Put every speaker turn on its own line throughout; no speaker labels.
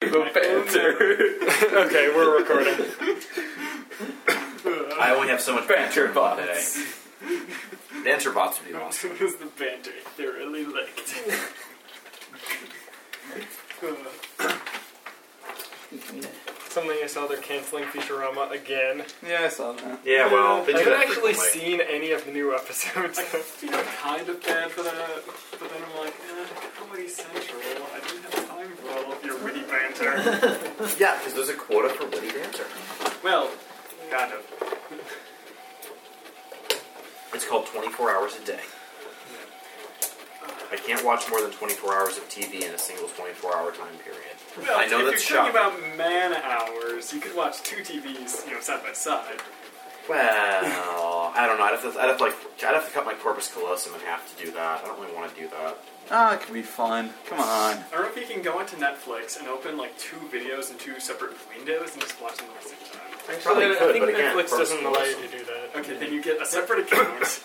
have so much
Banter
banter on today.
bots.
Banter bots would be awesome.
It was the banter thoroughly licked. Something I saw they're canceling Futurama again.
Yeah, I saw that.
Yeah, well, they
I
do
haven't
that
actually
frequently.
seen any of the new episodes.
I feel kind of bad for that, but then I'm like, eh, Comedy Central, I didn't have time for all of your witty banter.
Yeah, because there's a quota for witty banter.
well,
kind of.
It's called 24 hours a day. I can't watch more than 24 hours of TV in a single 24 hour time period.
Well,
I know
if
that's
you're talking
shocking.
about man hours, you could watch two TVs, you know, side by side.
Well, I don't know. I'd have, to, I'd have to like I'd have to cut my corpus callosum and have to do that. I don't really want to do that.
Ah, it could be fun. Come on.
I don't know if you can go onto Netflix and open like two videos in two separate windows and just watch them at the same time.
actually,
Probably
I
could,
think
but again,
Netflix doesn't
first
allow you
person.
to do that.
Okay, then you get a separate account.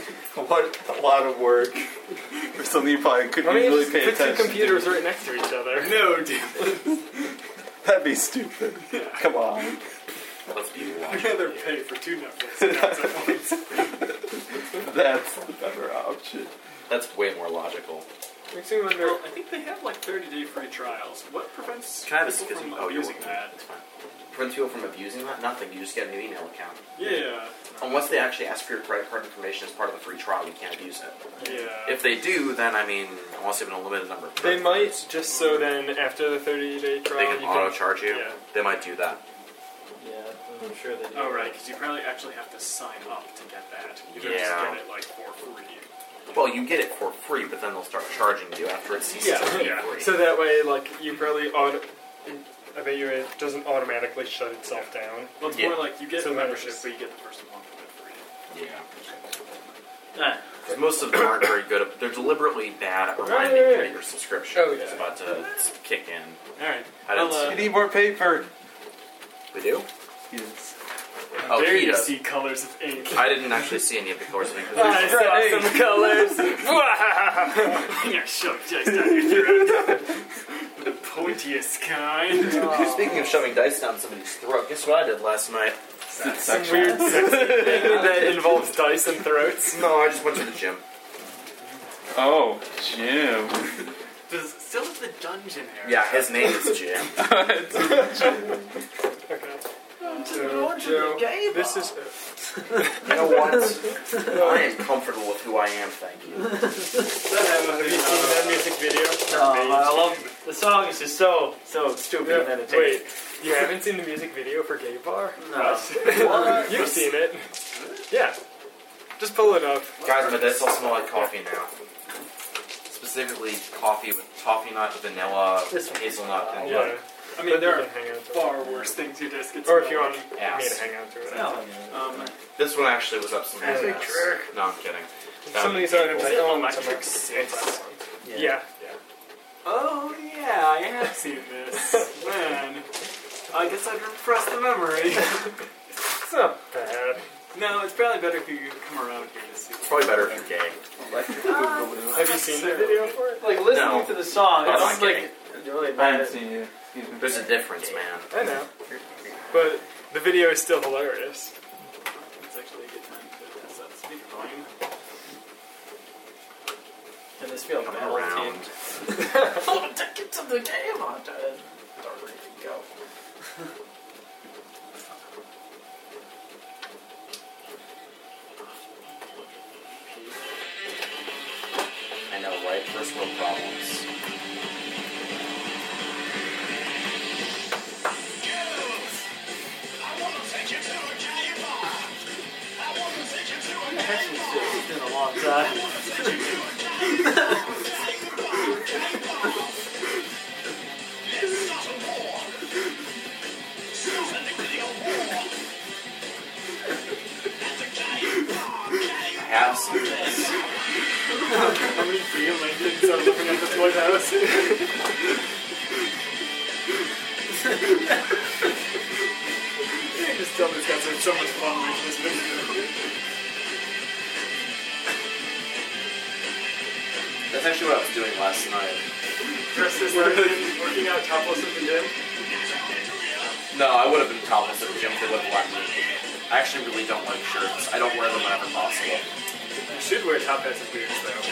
What a lot of work for something you probably couldn't
Why don't you
really
just
pay
put two
attention.
computers right next to each other?
no, dude.
That'd be stupid. Come on.
Let's be
I'd
watching.
rather pay for two Netflix accounts at once.
That's the better option.
That's way more logical.
Makes me wonder.
Well, I think they have like 30 day free trials. What prevents
Can I have this
people
because
from
you- oh, you're
abusing
working.
that?
Prevents people from abusing that? Nothing. You just get a new email account.
Yeah,
Unless they actually ask for your credit card information as part of the free trial, you can't abuse it.
yeah.
If they do, then I mean, unless you have an unlimited number. Of
They
credit
um, might
cards,
just so then after the 30 day trial
They can
you
auto
can.
charge you.
yeah.
They might do that.
Yeah, I'm sure they do.
oh, right, because you probably actually have to sign up to get that. You don't
Yeah.
just get it like for free.
Well, you get it for free, but then they'll start charging you after it ceases to
Yeah,
be
yeah.
free.
So that way, like you probably auto. I bet you it doesn't automatically shut itself down.
Well, it's
Yeah.
more like you get
So
the
then
membership,
it's-
but you get the first month of it free.
yeah. 'Cause most of them aren't very good. At, they're deliberately bad at reminding
Oh, yeah,
you
yeah.
that your subscription
Oh,
is
yeah.
about to s- kick in.
All right.
I didn't
I'll,
You
uh,
need more paper.
We do?
Yes.
Oh,
there
he
you
does.
see colors of ink.
I didn't actually see any of the colors. Because
I saw some colors.
yeah, shove dice down your throat. the pointiest kind.
Speaking of shoving dice down somebody's throat, guess what I did last night?
some weird sexy thing that involves dice and throats.
No, I just went to the gym.
Oh, Jim.
Does still have the dungeon area?
Yeah, his name is Jim.
So, Joe, this is
You know what? I am comfortable with who I am, thank you.
Have you seen that music video?
I love the song. Is just so so stupid and
Yeah.
entertaining.
Wait, you haven't seen the music video for Gay Bar?
no.
You've seen it. Yeah. Just pull it up.
Guys, my dice all smell like coffee now. Specifically, coffee with toffee nut, vanilla,
This one. Uh,
hazelnut, and
Yeah.
yeah.
I
But
mean,
you
there
can
are
hang on to it.
far worse things your dice gets.
Or if you want me to
Ass.
hang on to it.
No.
Um,
This one actually was up some
That's a
ass.
trick.
No, I'm kidding. Um,
Some of these items I
Is it
own.
electric
some are-
six?
Yeah. yeah.
Oh yeah, I have seen this. Man, I guess I'd repress the memory.
It's not bad.
no, it's probably better if you come around here to see.
It's probably better if you're gay.
Have you seen the video for it?
Like listening
No.
to the song,
I'm
it's
not
just
kidding.
like really
I
bad.
haven't seen you. Excuse me.
There's a difference, man.
I know. But the video is still hilarious.
It's actually a good time to test that speaker volume.
And this feel
Come
bad.
around.
Oh, take it to the game on it. Don't really go.
I know, right? First world problems.
It's been a long time.
I have some of this.
How many video legends are living at the toy house? You can just tell these guys had so much fun making this video.
That's actually what I was doing last night.
Chris is working out topless at the gym.
No, I would have been topless at the gym if they would have let me.
I actually really don't like shirts. I don't wear them whenever possible.
You should wear top hats and beards though.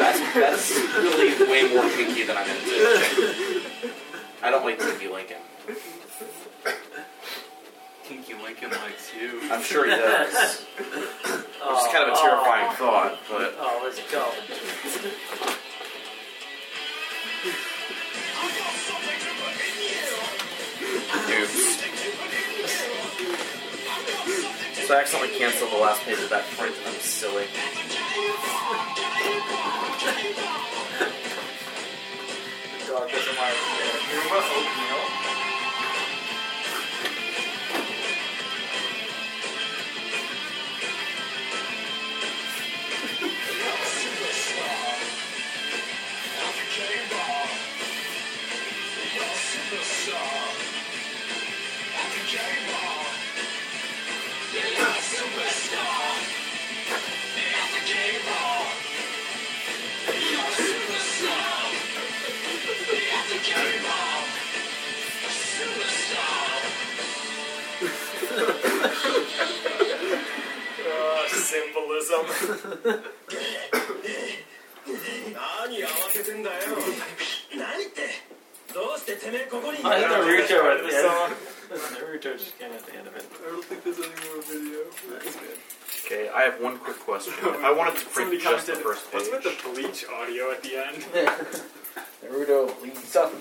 That's, that's really way more kinky than I'm into. I don't like Tinky Lincoln.
Tinky Lincoln likes you.
I'm sure he does. Which is kind of a
Oh,
terrifying
oh.
thought, but
Oh, let's go.
dude. So I accidentally canceled the last page of that print. I'm silly.
Dog doesn't like you. You're about oatmeal.
Uh, symbolism.
I think
don't
the
think
Naruto at
that's
the
part
end. The Naruto just came at the end of it.
I don't think there's any more video.
Okay, I have one quick question. If I wanted to print
Somebody
just the
commented,
first page,
what's with the bleach audio at the end?
Naruto leads up.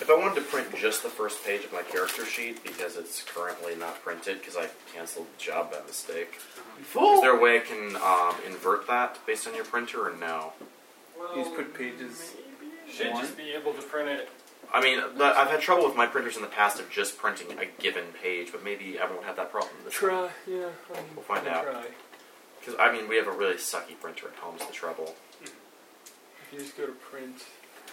if I wanted to print just the first page of my character sheet because it's currently not printed because I canceled the job by mistake, is
Fool!
there a way I can um, invert that based on your printer or no?
You just put pages.
Should just be able to print it.
I mean, but I've had trouble with my printers in the past of just printing a given page, but maybe I won't have that problem this time.
Try, yeah.
um,
We'll find out.
Try.
Because, I mean, we have a really sucky printer at home's the trouble.
If you just go to print,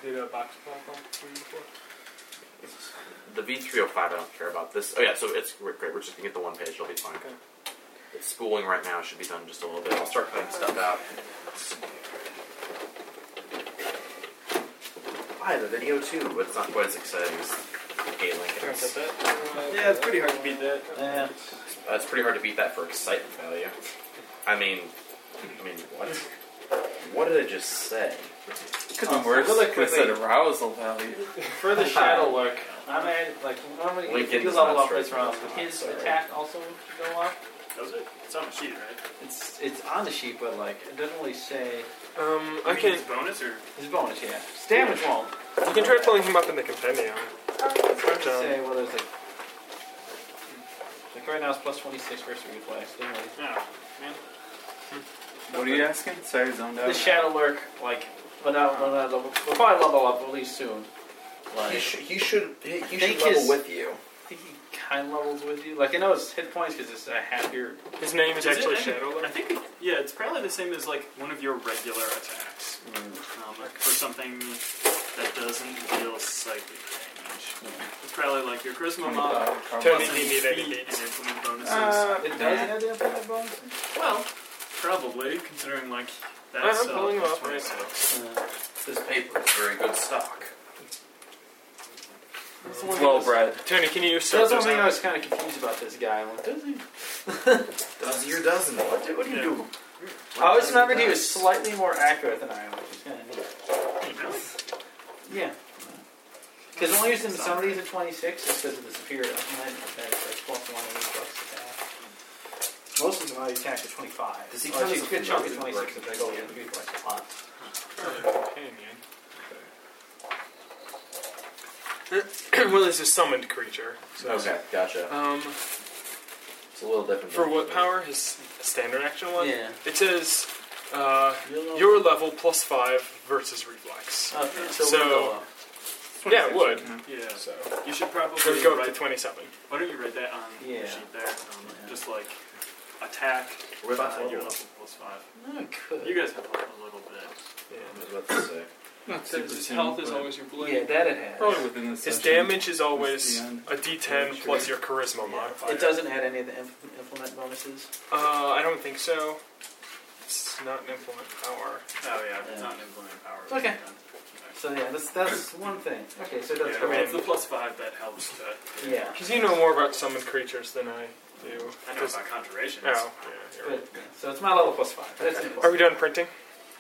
did a box pop up for you before?
The V305 I don't care about. This, oh yeah, so it's we're- great. We're just going to get the one page. It'll be fine.
Okay.
It's schooling right now. It should be done in just a little bit. I'll start cutting stuff out. I have a video too, but it's not quite as exciting as Gay Lincoln.
Print
It's,
that.
Yeah, it's pretty hard to beat that.
Yeah.
uh, it's pretty hard to beat that for excitement value. I mean, I mean, what? What did I just say?
Could be worse.
really
Could have said
quickly-
arousal value.
For the shadow look, I'm at, like, normally if
Lincoln
he goes
does
all
not
off
strike
his
me
rounds,
as
but
hot,
his
sorry.
attack also would go off.
Does it? It's on the sheet, right?
It's it's on the sheet, but, like, it doesn't really say
Um, I
You mean
can.
it's bonus or?
his bonus, yeah. His damage won't
You can try pulling him up in the compendium. Um,
say whether it's like. Like right now, it's plus 26 versus reflex. doesn't really-
No.
What are you asking? Sorry, zoned
The
out.
shadow lurk, like, but now when I level, we'll probably level up at least soon. Like,
He should. He should. He, he should
think
level
his-
with you.
I think he kind of levels with you. Like, I know it's hit points because it's a happier.
his name is
Is it
actually
any-
Shadow. Lord.
I think, it- yeah, it's probably the same as like one of your regular attacks. Um, like for something that doesn't deal psychic damage. It's probably like your charisma mod.
Tony
plus
D.
any
Meade,
feat
Meade.
and implement bonuses.
It does
nah.
have the infinite bonus?
well, probably considering like that's
I'm pulling him
uh,
up right
26.
This paper is very good stock.
It's well bred.
Tony, can you
So that's one
sort those
thing I
out?
was kind of confused about this guy. I'm like, does he?
Does he or doesn't he? What do, what do you
Yeah.
do?
I always remembered he was slightly more accurate than I am, which is kind of neat.
Really?
Yeah. Because only using somebody's at 26 is because of the superior ultimate that's like plus 1 and plus attack. Most of them I attack at 25.
Does he
Well,
come as
actually, a
a
good chunk at
familiar
26 if I go with reflex a lot.
well, it's a summoned creature. So
Okay, gotcha.
Um,
It's a little different.
for
than-
what power? His standard action one.
Yeah.
It says uh, your level plus five versus reflex.
Okay, Uh, so,
So-
we'll go up.
Yeah, it would.
Yeah.
So
You should
so
probably
go up to
write.
twenty-seven.
Why don't you write that on
Yeah.
the sheet there? Um,
Yeah.
Just like attack.
We're about
uh,
to
your
level.
level plus five.
No, it could.
You guys have a a little bit. Oh,
I was about to say.
Super soon, but
your
yeah, that it has.
Probably within the
His
session.
damage is always
the end.
a D10 plus your charisma mod.
Yeah.
It doesn't add any of the implement, implement bonuses.
Uh, I don't think so. It's not an implement
Oh
power.
yeah, if it's
Yeah.
not an implement power.
Okay.
then-
So yeah, that's that's one thing. Okay, so that's
Yeah, I mean, it's
correct.
the plus five that helps to.
Yeah,
Because you know more about summoned creatures than I do.
I know about conjuration.
Oh.
but yeah, so it's my level plus five. That's
Okay.
plus
Are we done printing?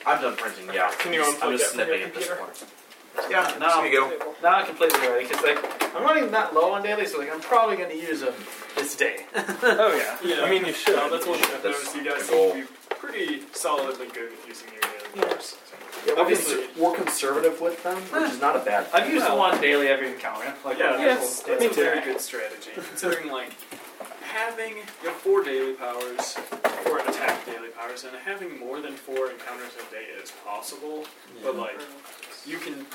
I'm done printing. Yeah.
Can you
I'm
unplug
just
that from
snipping
your
at this
computer?
point.
Yeah, now,
There you go.
now I can play the variety because like I'm running that low on daily, so like I'm probably going to use them this day.
Oh yeah.
Yeah.
I mean, you should.
No, that's one thing I've
That's
noticed. You guys
the goal.
seem to be pretty solidly good at using your hands.
Yeah, we're,
Obviously.
cons- we're conservative with them, which is not a bad
I've used one daily every encounter. Like
Yeah,
one
that's,
full
that's
daily.
a very good strategy. Considering like having your four daily powers or attack daily powers, and having more than four encounters a day is possible. But like, you can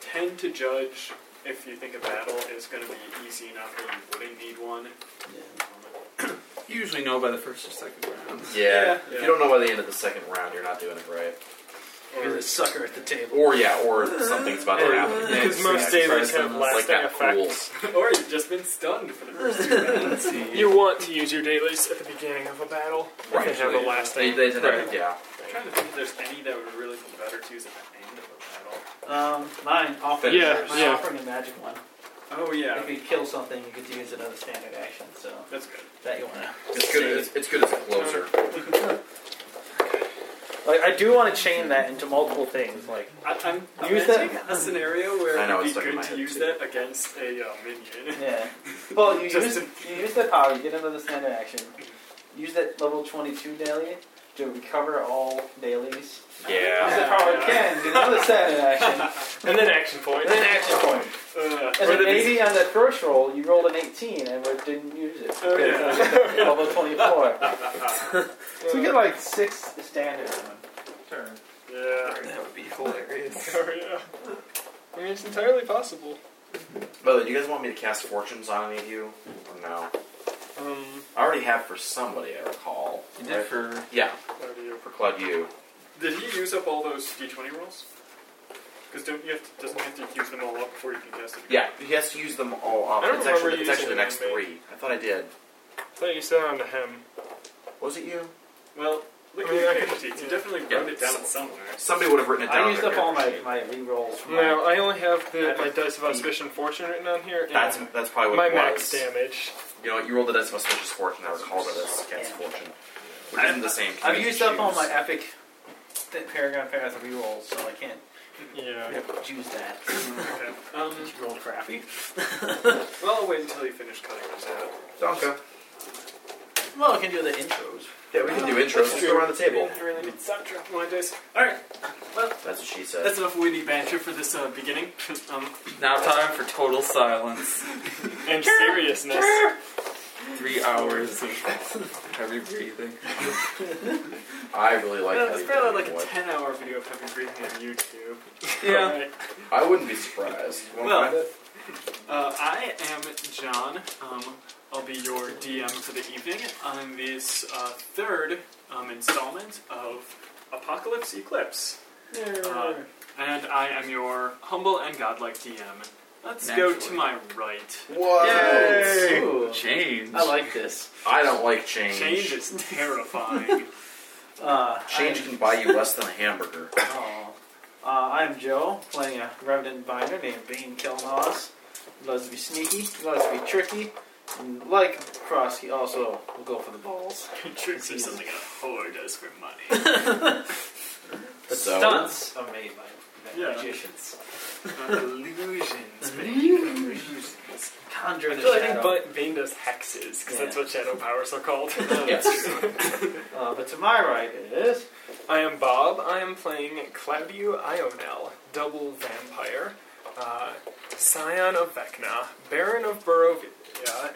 tend to judge if you think a battle is going to be easy enough or you wouldn't need one.
You usually know by the first or second round.
Yeah.
Yeah.
If you don't know by the end of the second round, you're not doing it right.
You're the sucker at the table.
Or yeah, or something's about to happen.
Because most dailies have
Like
lasting
that cool.
effects.
Or you've just been stunned for the first two rounds.
You want to use your dailies at the beginning of a battle.
Right.
If they have a
They,
lasting.
they did that, yeah.
I'm trying to think if there's any that would really be better to use at the end of
Um, mine offering.
Yeah,
my
yeah.
offering a magic one.
a battle. Oh yeah,
If you kill something, you could use another standard action. So
that's good.
that you want to.
It's good. It's, it's good as a closer.
Like I do want to chain that into multiple things. Like
I, I'm
Use
imagining a scenario where
I know,
it'd
it's
be
stuck in
good
my
to
head,
use
too.
that against a uh, minion.
yeah. Well, you
Just
use you use that power. You get another standard action. Use that level twenty two daily to recover all dailies. Use
Yeah.
that
Oh,
power again. Get another standard action.
And then action point.
And then action point.
Uh,
And
or
then
the
maybe on that first roll, you rolled an 18 and we didn't use it.
Oh, yeah.
Level 24. so we get like six standard.
yeah.
That would be hilarious.
Oh, yeah. I mean, it's entirely possible.
By the way, do you guys want me to cast fortunes on any of you? Or no?
Um,
I already have for somebody. I recall.
You did for
Yeah,
Or do you-
for Claude. You.
Did he use up all those d20 rolls? Because don't you have to, doesn't he have to use them all up before you can cast it?
Yeah, he has to use them all up.
I don't
It's actually
remember
it's actually the
using
next
them, babe.
three. I thought I did.
I thought you said on to him.
Was it you?
Well, look at
I mean, I
your
could-
character sheets. You
yeah.
definitely
Yeah.
wrote it down somewhere.
Somebody would have written it down.
I
on
used
their
up all my,
character sheet.
my rerolls. from my-
No, I only have the my dice of auspicious fortune written on here. And
That's that's probably
my
what it
max
was.
damage.
You know, what, you rolled the dice of auspicious fortune. I recall that as cast
Yeah.
fortune, which isn't the same.
I've
You
used up all
choose.
my epic th- paragon path rerolls, so I can't
Yeah.
use that.
Okay. Um,
You rolled crappy.
well, I'll wait until you finish cutting those out.
Okay.
Well, I can do the intros.
Yeah, we can do intros. Let's go around the table.
I really need to stop dropping my dice. All right,
That's what she said.
that's enough witty banter for this uh, beginning. um,
now time for total silence.
And seriousness.
Three hours of heavy breathing.
I really like
Well,
that.
it's
even
probably like a
more.
10 hour video of having breathing on YouTube.
Yeah.
Alright.
I wouldn't be surprised. You wanna
Well,
find it?
Uh, I am John. Um, I'll be your DM for the evening on this uh, third um, installment of Apocalypse Eclipse. Uh, and I am your humble and godlike DM. Let's go to
Naturally.
my right.
Whoa!
Yay!
Ooh,
Change.
I like this.
I don't like change.
Change is terrifying.
Uh,
Change
I-
can buy you less than a hamburger.
Aw. Uh, I'm Joe, playing a revenant binder named Bane Kelnos. He loves to be sneaky, he loves to be tricky, and like Cross, he also will go for the balls.
Tricks are something a whore does for money.
The
So?
stunts are made by ma-
Yeah.
magicians.
Not Uh, illusions, but illusions.
Conjure the
I think
shadow.
Ba- Bane does hexes, because
Yeah.
that's what shadow powers are called.
yes.
Uh, but to my right is
I am Bob. I am playing Claudio Ionel, double vampire, uh, scion of Vecna, baron of Barovia,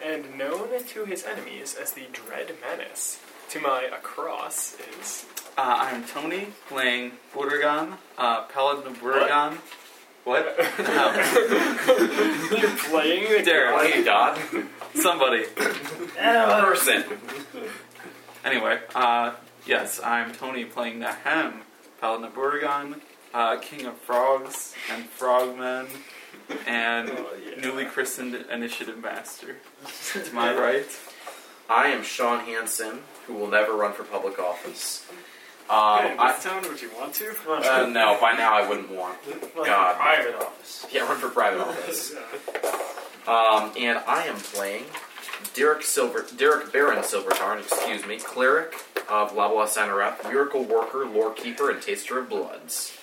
and known to his enemies as the Dread Menace. To my across is
Uh, I'm Tony, playing Buragon, uh, Paladin of Buragon. What? No.
You're playing the
Derek.
Hey, Dodd.
Somebody.
Adam.
Person.
Anyway, uh, yes, I'm Tony playing Nahem, Paladin of Buragon, uh, King of Frogs and Frogmen, and newly christened Initiative Master. To my right.
Uh, I am Sean Hansen, who will never run for public office.
hey,
Um, I,
that's town, would you want to?
uh, no, by now I wouldn't want. God.
private office.
Yeah, run for private office.
Uh,
Um, and I am playing Derek Silver, Derek Baron Silvertarn, excuse me, cleric of La Sanarath, miracle worker, lore keeper, and taster of bloods.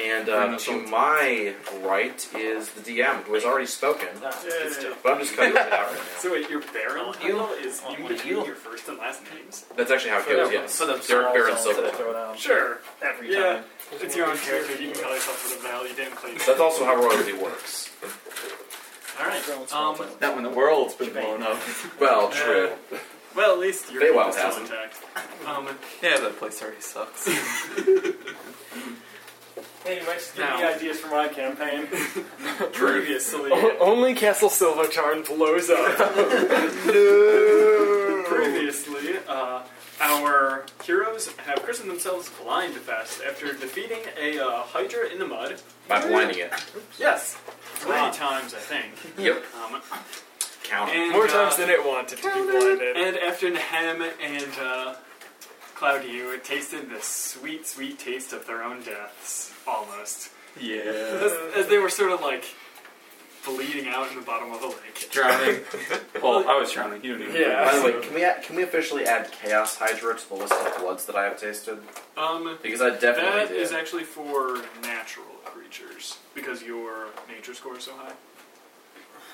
And uh, to my right is the DM, who has already spoken,
yeah, yeah,
but I'm just cutting it out right now.
So wait, your barrel
You-
handle is in
you-
between your first and last names?
That's actually how it goes. Yes,
For the
Derek Baron
small zones that I
Silvertarn.
throw down
Sure.
Every
Yeah.
time.
It's your own character. You can call yourself whatever the hell you didn't play.
That's also how royalty works.
Throwing
Alright.
small
Um,
zones.
Not when the world's been blown up.
Well, true.
well, at least your
Feywild
book is still
hasn't.
intact. Um,
Yeah, that place already sucks.
Hey, you might just
Now.
ideas for my campaign.
previously,
only Castle Silvertarn blows up.
previously, uh, our heroes have christened themselves Blindfest after defeating a uh, Hydra in the mud.
By blinding it.
Yes, twenty times I think.
Yep.
Um,
Count. it.
and,
More
uh,
times than it wanted to be blinded.
And after Nahem and uh, Cloudew tasted the sweet, sweet taste of their own deaths, almost.
Yeah.
As, as they were sort of like bleeding out in the bottom of the lake.
Drowning. Well, I was drowning. You didn't even.
Yeah.
By the way, can we a- can we officially add Chaos Hydra to the list of bloods that I have tasted?
Um,
Because I definitely
that
did.
is actually for natural creatures because your nature score is so high.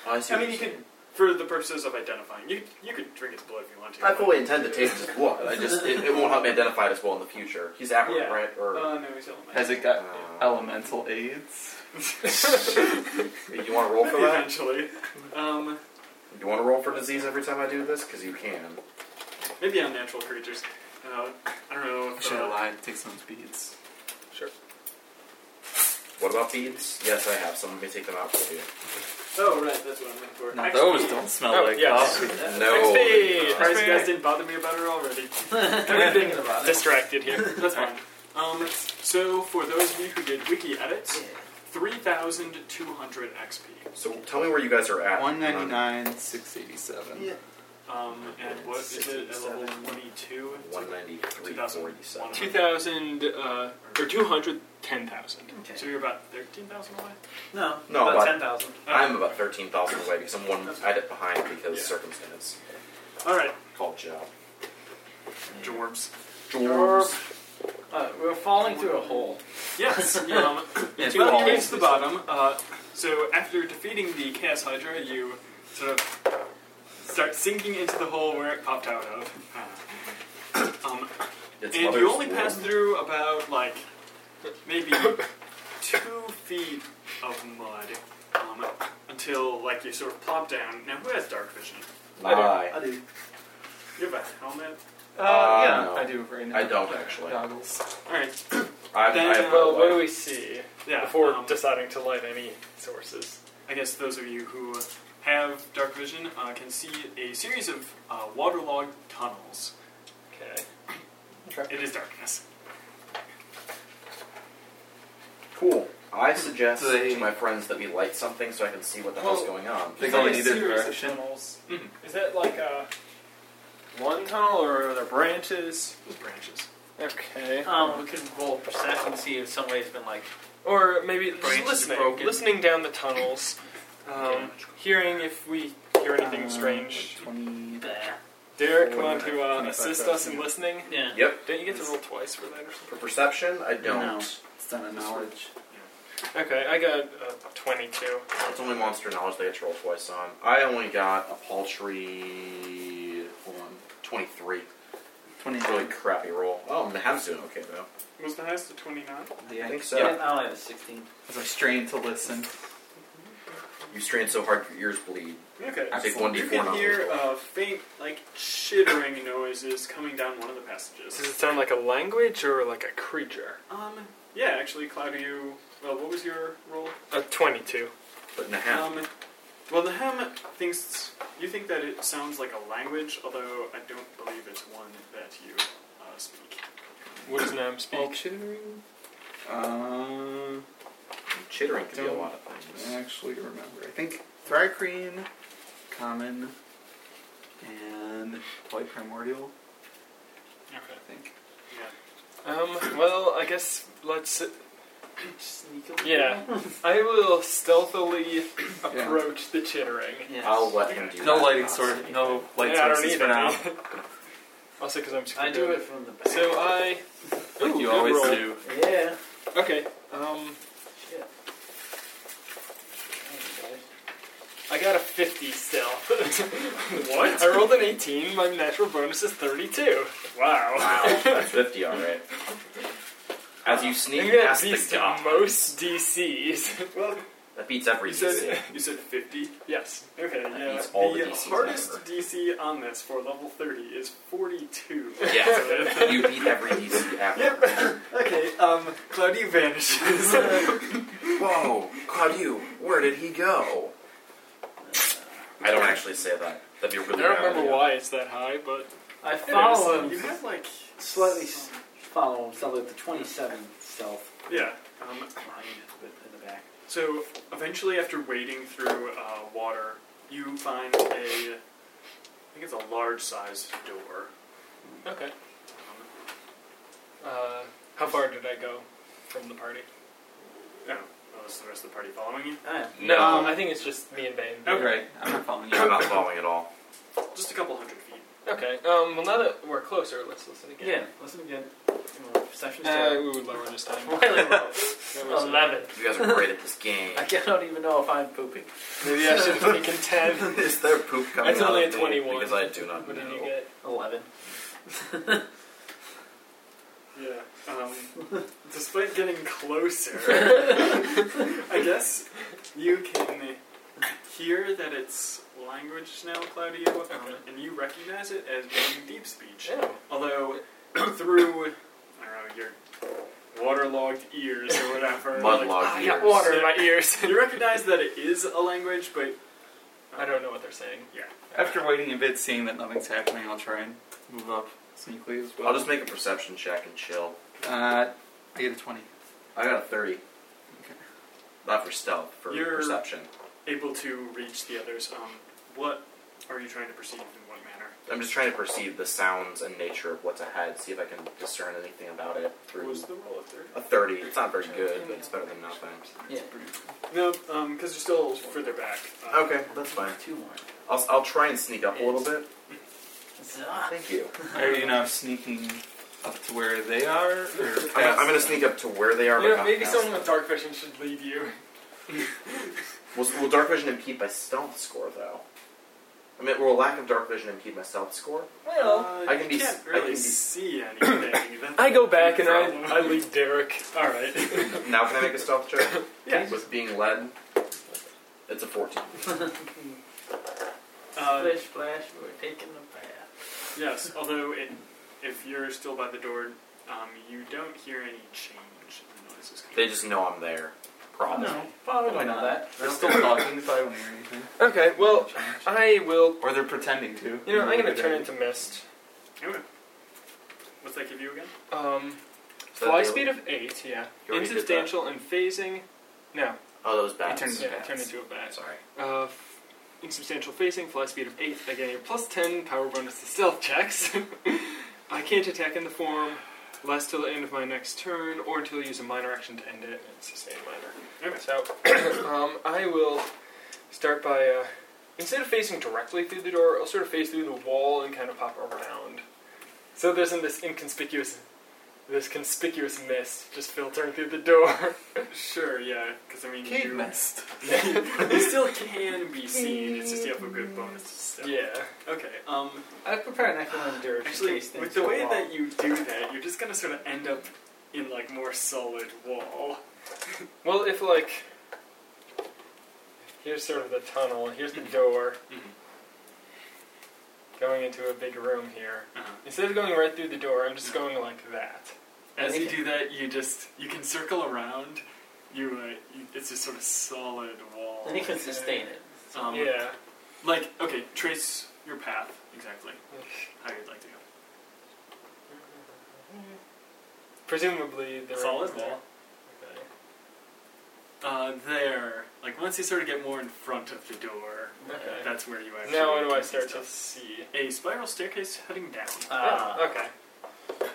Oh, I, see
I mean,
what you're
you
saying.
could, for the purposes of identifying, you you could drink its blood if you want to.
I fully intend to taste his blood. I just it, it won't help me identify it as well in the future. He's aberrant,
Yeah.
right? Or
Uh, no, he's elemental.
Has it got elemental aids?
you want to roll for that?
Eventually, um,
You want to roll for disease every time I do this because you can.
maybe on natural creatures. Uh, I don't know. If,
Should have
uh,
lied. Take some beads.
What about beads? Yes, I have some. Let me take them out for you.
Oh, right, that's what I'm looking for.
Now,
Actually,
those don't smell
Oh,
like
yes.
coffee.
No.
Beads.
Surprised you guys didn't bother me about it already.
Everything about it.
Distracted here.
That's fine. Um, so, for those of you who did wiki edits, 3,200 XP.
So tell me where you guys are at.
One ninety nine, six eighty seven.
Yeah.
Um, and what is it at level 22?
One ninety three
2001.
forty-seven.
2,000, uh, or 210,000.
So you're about 13,000 away?
No,
No,
about
but-
10,000.
I'm about thirteen thousand away because I'm one edit behind because circumstance
Alright,
called job.
Mm.
dwarves.
Uh, we're falling through a hole.
Yes, um,
Yeah,
Well,
balls.
you reach the bottom. Uh, so after defeating the Chaos Hydra, you sort of start sinking into the hole where it popped out of. Um,
It's
and
mother's
you only
room.
pass through about like maybe two feet of mud um, until like you sort of plop down. Now who has dark vision?
Lie.
I do.
You have a helmet.
Uh,
Uh,
yeah,
no.
I do right now.
I don't actually.
Goggles.
All right.
I, I
Then,
have
uh,
Well,
no
what do
light.
we see
Yeah.
before
um,
deciding to light any sources?
I guess those of you who have dark vision uh, can see a series of uh, waterlogged tunnels.
Okay.
It is darkness.
Cool. I suggest
Do they-
to my friends that we light something so I can see what the hell's
Well-
going on.
They go in either direction.
Tunnels.
Mhm.
Is that like a one tunnel or are there branches?
Those branches.
Okay.
Um, we could roll percent and see if somebody's been like.
Or maybe
Branches
just listening,
broken.
listening down the tunnels, um, hearing if we hear anything
Uh,
strange.
Twenty.
bleh.
Derek,
Four,
want to uh,
twenty-five
assist us in
thousand.
listening?
Yeah.
Yep.
Don't you get to roll twice for that or
For perception, I don't.
No. It's not a knowledge.
something? Okay, I got uh, 22.
It's only monster knowledge they get to roll twice on. I only got a paltry. Hold on. 23.
Twenty.
Really crappy roll. Oh, Naham's doing okay, though.
Was the highest of 29?
I
Yeah.
think so.
I only have a 16.
As I strain to listen.
You strain so hard your ears bleed.
Okay.
I take
Excellent.
1d4
You can
knowledge
hear
roll.
uh, faint, like, chittering noises coming down one of the
Does
passages.
it sound like a language or like a creature?
Um, yeah, actually, Claudio, well, what was your role?
A 22.
But Naham.
Um, well, the hem thinks, you think that it sounds like a language, although I don't believe it's one that you uh, speak.
What does Nam
Well,
speak?
chittering. Um.
Chittering could be a
don't-
lot of things.
I actually remember. I think Thrycreen, Common, and White Primordial,
Okay.
I think.
Um, well, I guess let's.
Sneakily.
Yeah. I will stealthily approach the chittering.
Yes.
I'll let him do
No
that.
lighting source. No light
yeah, I don't
sources
need
for now.
any. also, because I'm super
I do
good.
it from the back.
So uh, I.
Like
Ooh,
you
good
always
roll.
do.
yeah.
Okay. Um,
Shit. Thanks, guys.
I got a 50 still.
What?
I rolled an 18. My natural bonus is 32. Wow.
Wow, that's 50, alright. As you sneak
You got
past the
beats
dock,
most DCs.
Well,
that beats every
you said
DC.
you said fifty.
yes.
Okay, yeah.
beats all the
the
DCs
hardest
ever.
DC on this for level thirty is forty-two.
Yes, you beat every DC ever.
okay. Um, Claudia vanishes.
Whoa, Claudio, where did he go? I don't actually say that. That'd be a
I
really
don't
bad
remember
idea.
why it's that high, but
I follow
um, You
him.
have like
Slightly s- follow him. So like the 27 stealth
yeah. Um,
behind but in the back.
So eventually, after wading through uh, water, you find a, I think it's a large-sized door.
okay. Uh, how far did I go from the party?
No, unless Oh, the rest of the party following you.
I am.
No.
Um, oh, I think it's just me and Bane.
Okay. Right. I'm not following you.
I'm not following at all.
Just a couple hundred feet.
Okay. Um, well, now that we're closer, let's listen again.
Yeah, listen again. Uh, Perception's
Uh,
terrible.
we would lower this time. There was a-
Eleven.
You guys are great at this game.
I can't- I don't even know if I'm pooping.
Maybe I should be content.
Is there poop coming
It's
out
only
of
a
me?
21.
Because I do not
What did you
know.
get?
Eleven.
Yeah. Um, despite getting closer, I guess you can hear that it's language now, Claudio, um,
Okay.
and you recognize it as being deep speech.
Yeah.
Although, through, I don't know, your waterlogged ears or whatever.
Mudlogged
like,
I got
ears.
water in my ears.
You recognize that it is a language, but
I don't know what they're saying.
After waiting a bit, seeing that nothing's happening, I'll try and move up sneakily as well.
I'll just make a perception check and chill.
Uh, I get a twenty.
I got a 30. Okay. Not for stealth, for
You're-
perception.
able to reach the others. Um, what are you trying to perceive in what manner?
I'm just trying to perceive the sounds and nature of what's ahead, see if I can discern anything about it
What
through
was the roll of third?
a 30. It's not very good, but it's better than nothing.
Yeah.
No, because you're still further back. Uh,
Okay, that's fine.
Two more.
I'll, I'll try and sneak up a little bit.
Zah.
Thank you.
Are you now sneaking up to where they are? Or
I, I'm going to sneak up to where they are. but
You know,
not
maybe
past
someone
them.
with dark vision should lead you.
Will, will dark vision impede my stealth score though? I mean, will lack of dark vision impede my stealth score?
Well,
Uh,
Oh, I can
you
be-
can't
I
really
can be-
see anything. That's
I go
the
back and I,
problem.
I lead Derek.
All right.
Now can I make a stealth check
yeah.
with being led? It's a fourteen.
Uh,
Splish, splash, we're taking the path.
yes. Although, it, if you're still by the door, um, you don't hear any change in the noises.
They just know I'm there. Probably.
No.
Probably
Probably
not
not.
that.
They're still talking, so I won't hear anything.
Okay, well, I will.
Or they're pretending to.
You know, I'm gonna turn into mist.
Anyway. What's that give you again?
Um,
So
fly
they-
speed of eight. Yeah.
You already did
Insubstantial and phasing. No.
Oh, those
I
bats.
turn into
Yeah, turn
bats.
into a bat.
Sorry.
Uh, f- insubstantial phasing, fly speed of 8, I gain a plus 10 power bonus to stealth checks. I can't attack in the form, last till the end of my next turn, or until I use a minor action to end it. It's the same minor.
Okay.
So, um, I will start by, uh, instead of facing directly through the door, I'll sort of face through the wall and kind of pop around. So there's in this inconspicuous, this conspicuous mist just filtering through the door.
Sure. Yeah. Because I mean,
Cave
you,
mist.
you still can be seen. It's just you have a good bonus. to stealth.
yeah.
Okay. Um.
I've prepared an excellent endurance
Actually,
in case things
with the
go
way
wrong.
that you do that, you're just gonna sort of end up in like more solid wall.
Well, if like here's sort of the tunnel, here's
Mm-hmm.
the door going into a big room here.
Uh-huh.
Instead of going right through the door, I'm just going like that.
As you do that, you just you can circle around. You, uh, you it's just sort of solid wall.
And he can sustain it.
Um,
yeah.
Like okay, trace your path exactly how you'd like to go.
Presumably the
solid
room
wall.
Okay.
Uh, there. Like once you sort of get more in front of the door,
Okay.
that's where you actually.
Now where do
can
I
see
start to
stuff.
see?
A spiral staircase heading down.
Ah.
Yeah, okay.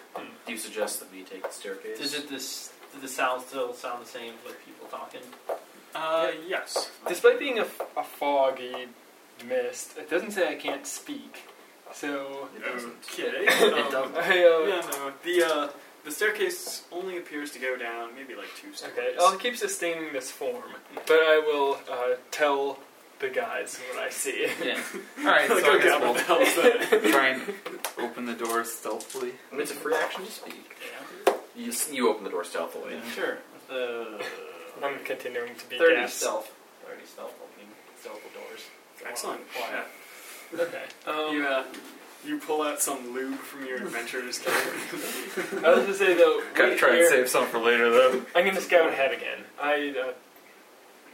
Do you suggest that we take the staircase?
Does it this? Did the sound still sound the same with people talking?
Uh, yes.
Despite being a, f- a foggy mist, it doesn't say I can't speak.
Oh,
So
It doesn't.
Okay.
It
um,
doesn't.
I, uh,
Yeah, no. The uh, the staircase only appears to go down maybe like two stories.
Okay, Oh, I'll keep sustaining this form,
Mm-hmm.
but I will uh, tell the guys what I see.
Yeah. All right. So
Go
I
down the
guess
bells then.
we'll try and open the door stealthily.
It's a free action to speak. You, s- you open the door stealthily.
Yeah.
Sure.
Uh,
The
I'm continuing to be
thirty
gassed.
stealth, thirty stealth opening stealth doors.
Excellent.
Quiet.
Okay.
Yeah. You, uh, you pull out some lube from your adventurer's cave.
I was gonna say though,
Gotta
wait
try and
here.
save some for later though.
I'm gonna scout ahead again. I uh,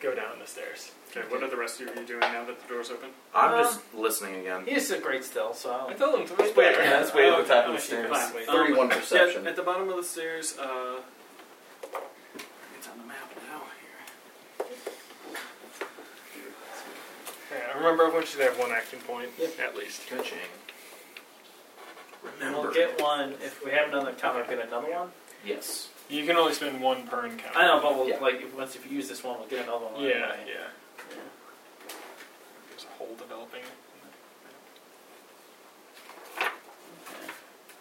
go down the stairs.
okay, what are the rest of you doing now that the door's open?
I'm
Uh,
just listening again.
He is a great stealth, so I
I
don't-
told them to wait
wait.
there.
Yeah, that's
oh,
way at the top of the
she can
stairs.
find ways.
Um,
31
yeah,
perception.
at the bottom of the stairs, uh, it's on the map now. Here.
Yeah, remember, everyone should have one action point
Yep.
at least.
Catching.
And
Remember.
we'll get one if we have another encounter. Get another one.
Yes.
You can only spend one per encounter.
I know, but we'll
Yeah.
like if, once if you use this one, we'll get another one.
Yeah,
anyway.
yeah. There's a hole developing.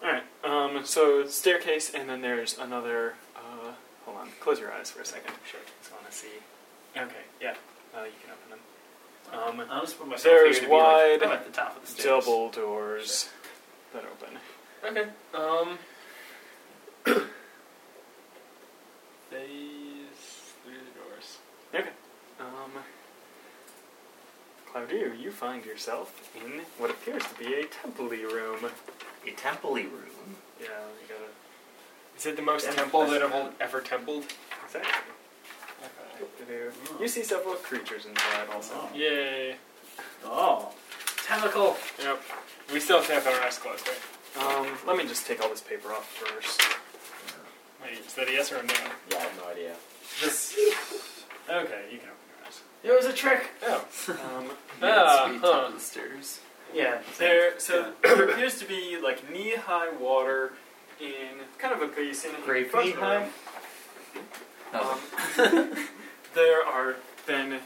Alright, um, so staircase, and then there's another. Uh, hold on, close your eyes for a second. Sure. Just want to see. Okay, yeah, uh, you can open them. Um,
I'll just put myself
There's
here to be like,
wide
I'm at the top of the stairs.
double doors that open.
Okay. Um. These three doors.
Um, Claudio, you find yourself in what appears to be a temple room.
A temple room.
Yeah, you gotta.
Is it the most
Yeah,
temple
that's
that I've ever templed?
Exactly. Claudio.
Oh.
You see several creatures inside also.
Oh.
Yay.
Oh, tentacle.
Yep. We still have to have our eyes closed, right?
Oh.
Um, let me just take all this paper off first.
Wait, is that a yes or a no?
Yeah, I have no idea.
This. Okay, you can open
It was a trick.
Oh.
your eyes. Um,
Ah,
Yeah, it's way top
huh.
of the stairs.
Yeah.
there, so there appears to be like knee-high water in kind of a basin. in
Great
front of the
knee-high?
room.
Oh,
Um, there are then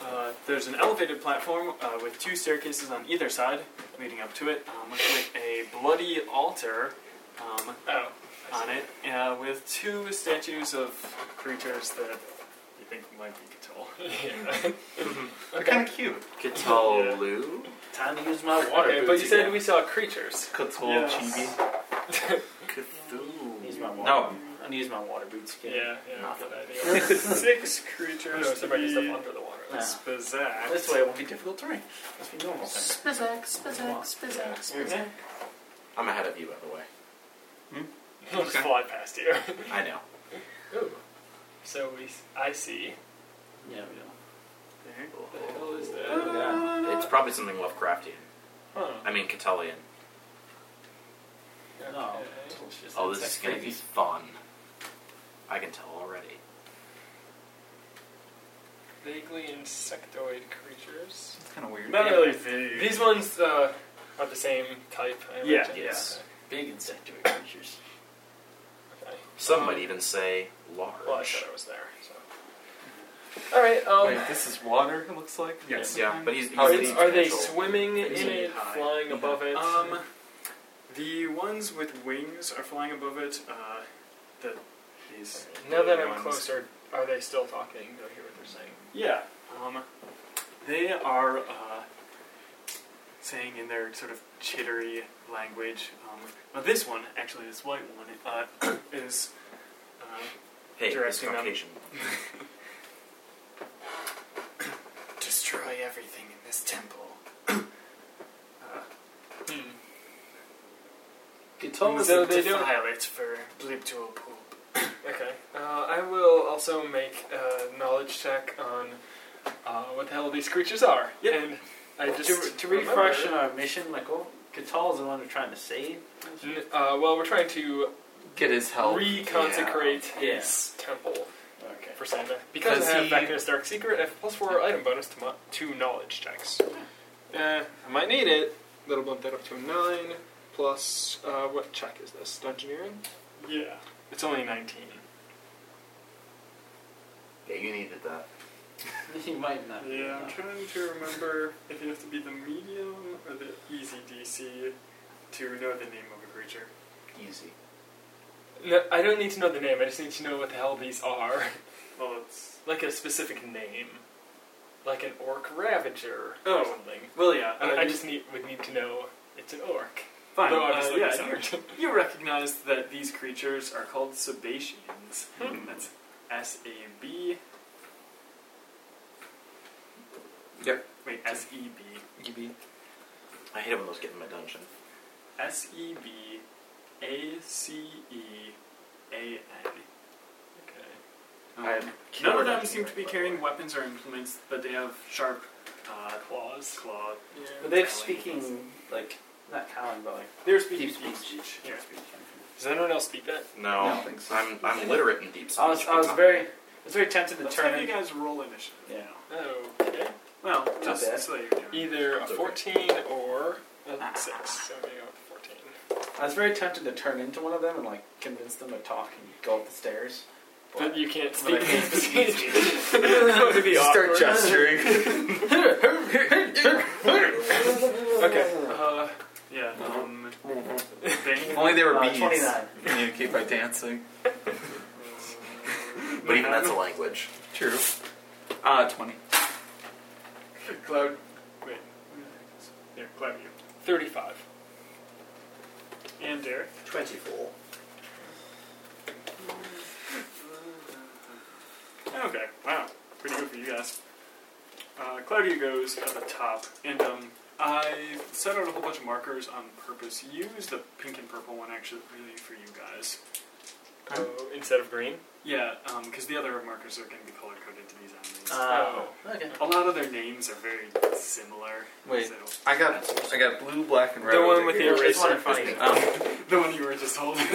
uh, there's an elevated platform uh, with two staircases on either side leading up to it, um, with a bloody altar um,
Oh.
on it, uh, with two statues of creatures that you think might be Cthulhu.
Yeah.
kind
okay.
of cute.
Cthulhu?
Time to use my water.
Okay, but
boots
you said
again.
we saw creatures.
Cthulhu
Yes.
chibi.
Cthulhu.
Use my water.
No.
I'm gonna use my water boots again.
yeah. Good idea.
Six
Oh,
creatures.
no,
to
somebody used
be
up under the water.
Yeah.
Spizzax.
This way it won't be difficult terrain. Must be normal. terrain.
Spizzax,
Spizzax,
Okay.
I'm ahead of you, by the way.
I'll just fly past you.
I know.
Ooh. So we, s- I see.
Yeah, we don't.
What the hell is
Oh,
that?
God.
It's probably something Lovecraftian.
Huh.
I mean, Cthulhuian.
No.
Okay.
It's just
Oh, this
that's
is going to be
creepy.
fun. I can tell already.
Vaguely insectoid creatures.
It's kind of weird.
Not really
vague.
These ones uh, are the same type. I
Yeah,
imagine.
yes.
big insectoid creatures.
Okay.
Some might even say
Well, I
large.
thought I was there. So. All right. Um,
Wait, this is water. It looks like.
Yes.
Yeah, but he's. he's
are,
he's
they, are they
potential.
swimming in
Is it
it,
high?
flying above it?
Um, the ones with wings are flying above it. Uh, the these.
now that I'm
ones.
closer, are they still talking? Do I hear what they're saying?
Yeah. Um, they are uh, saying in their sort of chittery language. Um, but this one, actually, this white one, uh, is. Uh,
Hey, it's
directing them?
Caucasian.
Destroy everything in this temple.
Hmm.
Guitar
So they don't-
defile it for blip to a poop.
Okay. Uh, I will also make a knowledge check on uh, what the hell these creatures are.
Yep.
And I just
to, to refresh on our mission, Michael, Catal is the one we're trying to save.
N- Uh, well, we're trying to
Get his help.
reconsecrate
Yeah.
his temple
Okay.
for Santa. Because
Does
I have
he-
Vecna's Dark Secret, I have plus four item bonus to, mo- to knowledge checks. Uh, I might need it. That'll bump that up to a nine. Plus, uh, what check is this? Dungeoneering?
Yeah.
It's only 19.
Yeah, you needed that.
he might not. be
Yeah, I'm
enough.
trying to remember if you have to be the medium or the easy DC to know the name of a creature.
Easy.
No, I don't need to know the name. I just need to know what the hell these are.
Well, it's.
like a specific name, like an orc ravager or
Oh.
something.
Well, yeah.
I, I
you-
just need would need to know it's an orc.
Fine.
Although
uh,
obviously
yeah,
it's
you-
not.
You recognize that these creatures are called Sabations.
Hmm.
That's S A B.
Yep.
Wait, S E B.
EB.
I hate it when those get in my dungeon.
S E B A C E A N.
Okay.
I
None of them seem to be carrying weapons or implements, but they have sharp uh, claws. Claw.
But they're
talons.
speaking like not Colin, but like
They're
deep
speaking
speech.
Yeah.
Deep speech.
Does anyone else speak that?
No,
I don't think so.
I'm I'm literate in deep speech.
I was I
but
was
not-
very I was very tempted to
Let's
turn
have you
in.
guys roll initiative.
Yeah.
Okay.
Well, just
bad.
so you're doing.
Either a
It's okay.
14 or a 6. So maybe I'll go to 14.
I was very tempted to turn into one of them and like convince them to talk and go up the stairs.
But you can't
but I
speak
can't
these
speak
speech.
speech.
that would be awkward.
gesturing.
Okay. Uh,
Yeah. Um,
If
they,
only they were
Uh,
bees.
Twenty nine.
Communicate by dancing.
But even that's a language.
True. Uh, 20.
Cloud. Wait. There, Cloud, you.
35.
And Derek.
Twenty four.
Okay, wow. Pretty good for you guys. Uh, Claudia goes at the top, and um, I set out a whole bunch of markers on purpose. Use the pink and purple one actually really for you guys.
Oh, instead of green?
Yeah, because the other markers are going to be color coded to these enemies.
Oh. Okay.
a lot of their names are very similar.
Wait.
so-
I got I got blue, black, and red.
The
over
one with
here.
the
Which one
eraser.
in front of you?
Um,
the one you were just Oh, holding.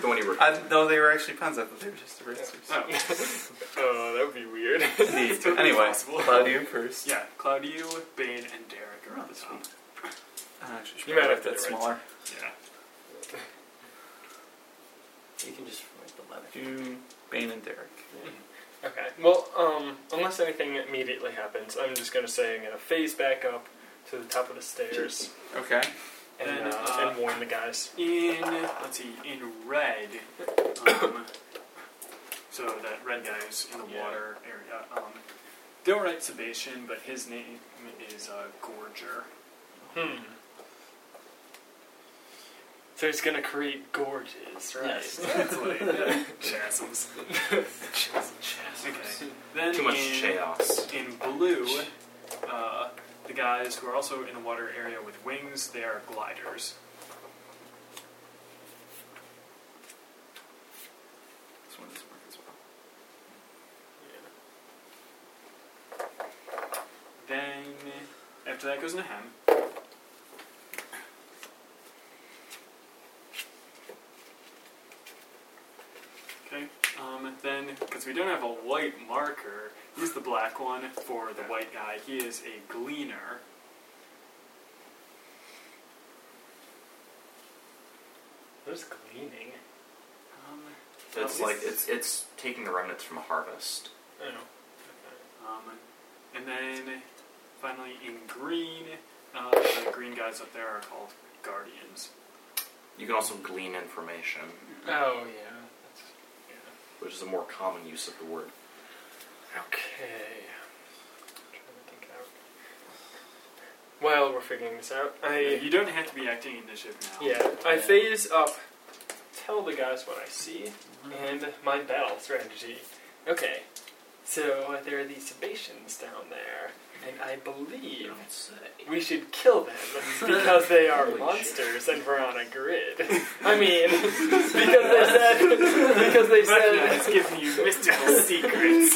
The one you were.
I, no, they were actually puns. I thought they were just erasers.
oh.
Oh, that would be weird.
Neat.
totally
anyway,
possible.
Claudio first.
Yeah, Claudio, Bane, and Derek are at the top.
Uh, actually, should
You might
probably
have
make
to
that
do it right.
smaller.
Yeah.
You can just write the letter.
Do Bane and Derek.
Okay. Well, um, unless anything immediately happens, I'm just gonna say I'm gonna phase back up to the top of the stairs
Okay.
and
Then,
uh,
uh,
and warn the guys.
in let's see in red um, so that red guy is in the
Yeah.
water area um, they'll write Sebation but his name is uh, Gorger
Hmm. So he's gonna create gorges, right?
Yes.
Exactly. chasms okay then
Too much
in,
chaos.
in blue uh, the guys who are also in the water area with wings they are gliders
This one doesn't work as well.
Then after that goes Naham. Okay. Um, then because we don't have a white marker, use the black one for the white guy. He is a gleaner.
There's gleaning.
Um,
It's
uh,
like it's it's taking the remnants from a harvest.
Oh.
Um, and then finally in green, uh, the green guys up there are called guardians.
You can also glean information,
Oh yeah.
which is a more common use of the word.
That's, yeah. Okay. I'm trying to think it out. Well, we're figuring this out. I
You don't have to be acting initiative now.
Yeah, I phase up, tell the guys what I see, and my battle strategy. Okay, so there are these Sebastians down there, and I believe
say.
we should kill them because they are monsters and we're on a grid. I mean, because they said because they
Vecna
said
is giving you mystical secrets.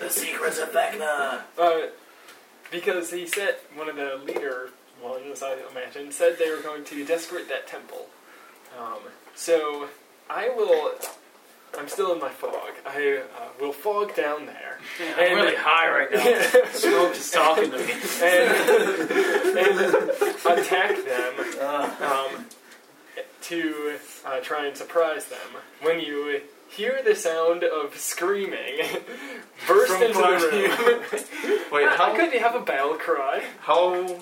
The secrets of Vecna.
uh, because he said one of the leader ones I imagine said they were going to desecrate that temple. Um, so I will. I'm still in my fog. I uh, will fog down there.
I'm really high right now. Smoke is talking to me.
and, and attack them.
Uh,
Um, to uh, try and surprise them. When you hear the sound of screaming, burst
From
into
behind
the room.
Wait,
How
how
could you have a battle cry?
how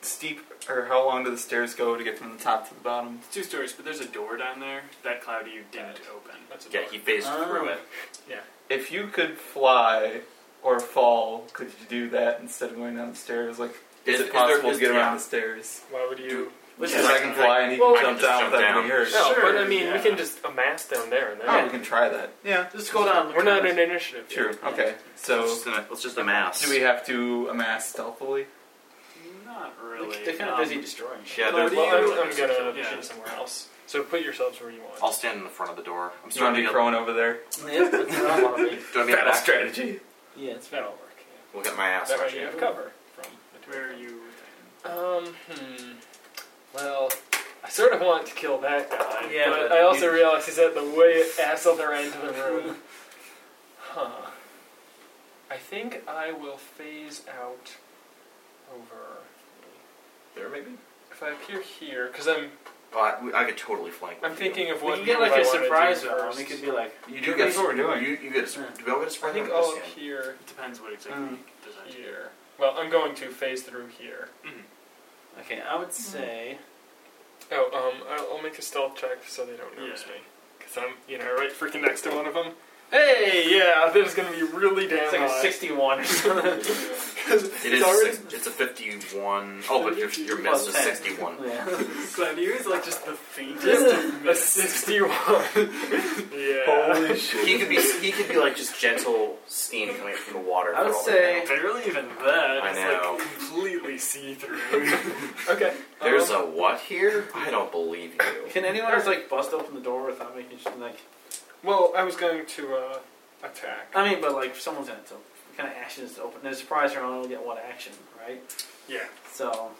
steep or how long do the stairs go to get from the top to the bottom?
It's two stories, but there's a door down there that Cloudy you didn't open. That's a
Yeah,
door.
he phased
Ah.
through it.
If you could fly or fall, could you do that instead of going down the stairs? Like, is,
Is-
it
is
possible
there- is-
to get around
yeah.
the stairs?
Why would you?
Which
Because I can fly and he
Well,
can
I
jump
can just
down
jump
without
down.
being hurt.
No,
Sure,
but I mean,
yeah.
we can just amass down there and there.
Oh, we can try that. Yeah.
Just go down.
We're not in initiative. yet.
True. Okay.
Let's
So,
just, am- let's just amass.
do we have to amass stealthily?
Not really.
They're kind of
Um,
busy destroying. shit.
Yeah,
Cloudy,
there's.
Well,
you-
I'm, I'm gonna
Yeah.
shoot somewhere else. So put yourselves where you want.
I'll stand in the front of the door. I'm
You want to
starting
be
to
prone over there?
Yeah, that's what I wanna be.
Do I need a back?
strategy.
Yeah, it's
That'll work.
We'll get my
Yeah.
ass.
That way
actually.
you have cover from the
Where are you?
Um, hmm. Well, I sort of want to kill that guy,
Yeah,
but,
but
I also
you-
realize he's at the way ass other end of the room. huh. I think I will phase out over.
There, maybe.
If I appear here, because I'm
Oh, I, I could totally flank.
I'm
with
thinking of
We
what
could get
move
like
I
a
wanna do
surprise round.
first.
We could be like,
You, you
do
do get.
guys what we're doing.
You, you get. A,
Yeah.
Do I get a
I
spring?
think
or
I'll
just hand?
appear
It depends what exactly
Mm.
you design.
here. Well, I'm going to phase through here.
okay, I would say
Oh, um, I'll, I'll make a stealth check so they don't notice
Yeah.
me. Because I'm, you know, right freaking next to one of them. Hey, yeah, this is going to be really damn
it's like a
high.
61 or something.
It
It's
is.
already-
six- It's a fifty-one. Oh, but your your miss
Plus
is
10.
sixty-one.
yeah.
Cloudy you is like just the faintest.
Just-
A 61. yeah.
Holy shit.
He could be. He could be like just gentle steam coming from the water.
I would
for all we
say-
know.
Barely even that.
I
it's
know.
like completely see through.
Okay.
there's a what here? I don't believe you.
Can anyone just like bust open the door without making sure, like?
Well, I was going to uh, attack.
I mean, but like, if someone's gonna so what kind of action is to open? There's a surprise round. Only get one action, right?
yeah.
So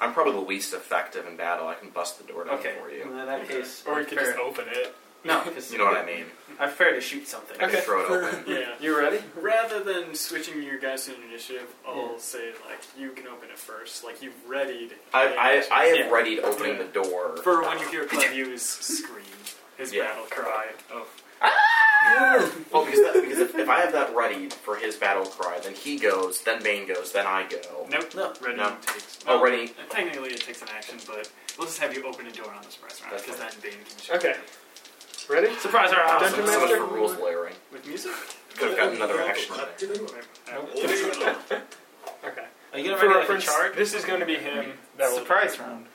I'm probably the least effective in battle. I can bust the door down
okay.
for
And
you.
then in that case,
Or
I'm
you could just
fair.
open it.
no, because
You know what I mean?
I'm fair to shoot something.
I can
Okay.
Throw it open.
Yeah.
You ready?
Rather than switching your guys to an initiative, I'll
Yeah.
say like you can open it first. Like you've readied.
I, I, I have
Yeah.
readied opening the door.
for when you hear Clevue's scream, his
Yeah.
battle cry. Oh,
Well, because, that, because if, if I have that readied for his battle cry, then he goes, then Bane goes, then I go.
nope.
No.
Ready
No.
takes.
Oh, ready.
Technically, it takes an action, but we'll just have you open a door on the surprise round
That's
because then
fine.
Bane can shoot.
Okay. Ready?
Surprise round.
So, so
Dungeon
much
Master?
for rules layering.
With music?
Could have gotten another action in there.
Okay.
Are you gonna
For
make like a
reference,
chart?
this is going to be him. That will
Surprise round.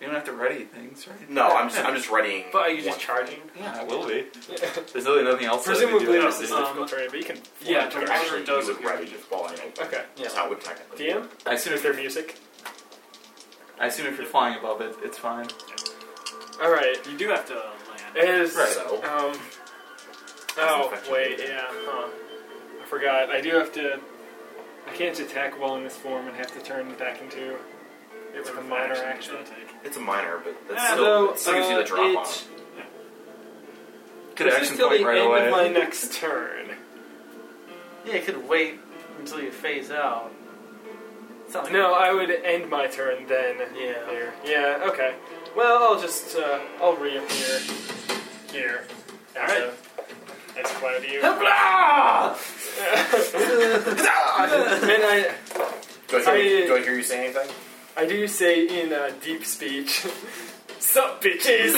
You don't have to ready things, right?
No, I'm just, I'm just readying.
But are you
one.
just charging?
Yeah, Uh, it will be. There's really nothing else. that I can do
Presumably,
that
this
else
is
is-
um,
difficult terrain, but you can.
Yeah, the
Okay.
Actually,
water does
you would
appear to
ready
be
just falling open.
Okay.
Yeah.
That's how it would technically be.
DM?
I assume
Is
if
there
you're,
music?
I assume if you're flying above it, it's fine.
Alright.
You do have to land.
Is.
Right.
So,
Um.
Doesn't
Oh
affect you.
wait, yeah. Huh. I forgot. I do have to. I can't attack while in this form and have to turn back into it
It's
with a minor action.
it's a minor, but that's
Yeah,
still,
though,
it still gives you
uh,
the drop on.
it's-
Could
This is
action
till
point
the
right
end
away.
of my next turn.
Yeah, you could wait until you phase out. It's not like-
No, I would end my turn then.
Yeah.
Here. Yeah. Okay. Well, I'll just uh, I'll reappear here. As
All
a- As cloudy. and
Hopla!
I
Do I, hear,
I-
do I hear you say anything?
I do say in uh, deep speech, "Sup, bitches."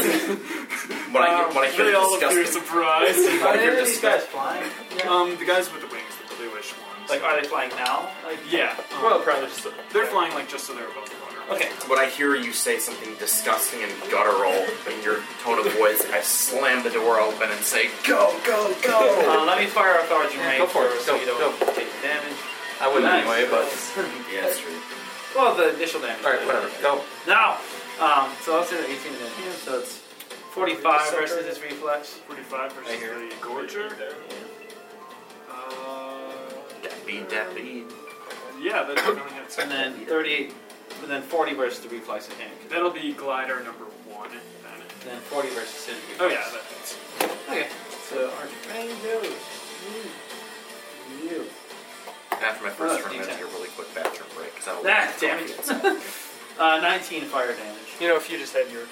When I, hear- when I hear
They all appear
disgusting,
surprised.
Are any of these guys flying?
um, the guys with the wings, the bluish ones.
Like, are they flying now? Like,
yeah. um,
well, probably just.
they're flying like just so they're above the
Uh,
water.
okay.
when I hear you say something disgusting and guttural in your tone of voice, I slam the door open and say, "Go, go, go!"
Uh, let me fire off the you
Yeah,
made
go for it.
so
Go,
you don't take damage.
I wouldn't
Nice.
anyway, but
yeah, that's true.
Well, the initial damage.
all right, whatever. Go.
Now, um, so I'll say the 18 and then here, so it's 45 versus his reflex.
45 versus
I hear.
the Gorger. Uh,
Debbie, Debbie.
yeah, that definitely hits.
And then 38, and then 40 versus the reflex again.
That'll be glider number one. Then.
And then 40 versus his reflex.
Oh yeah, that hits.
Okay. So, Archer Bang goes. You. You.
After my first
Oh,
turn, I'm gonna
D10.
take a really quick bathroom break because I will.
Ah, damn it. Uh, 19 fire damage.
You know, if you just had your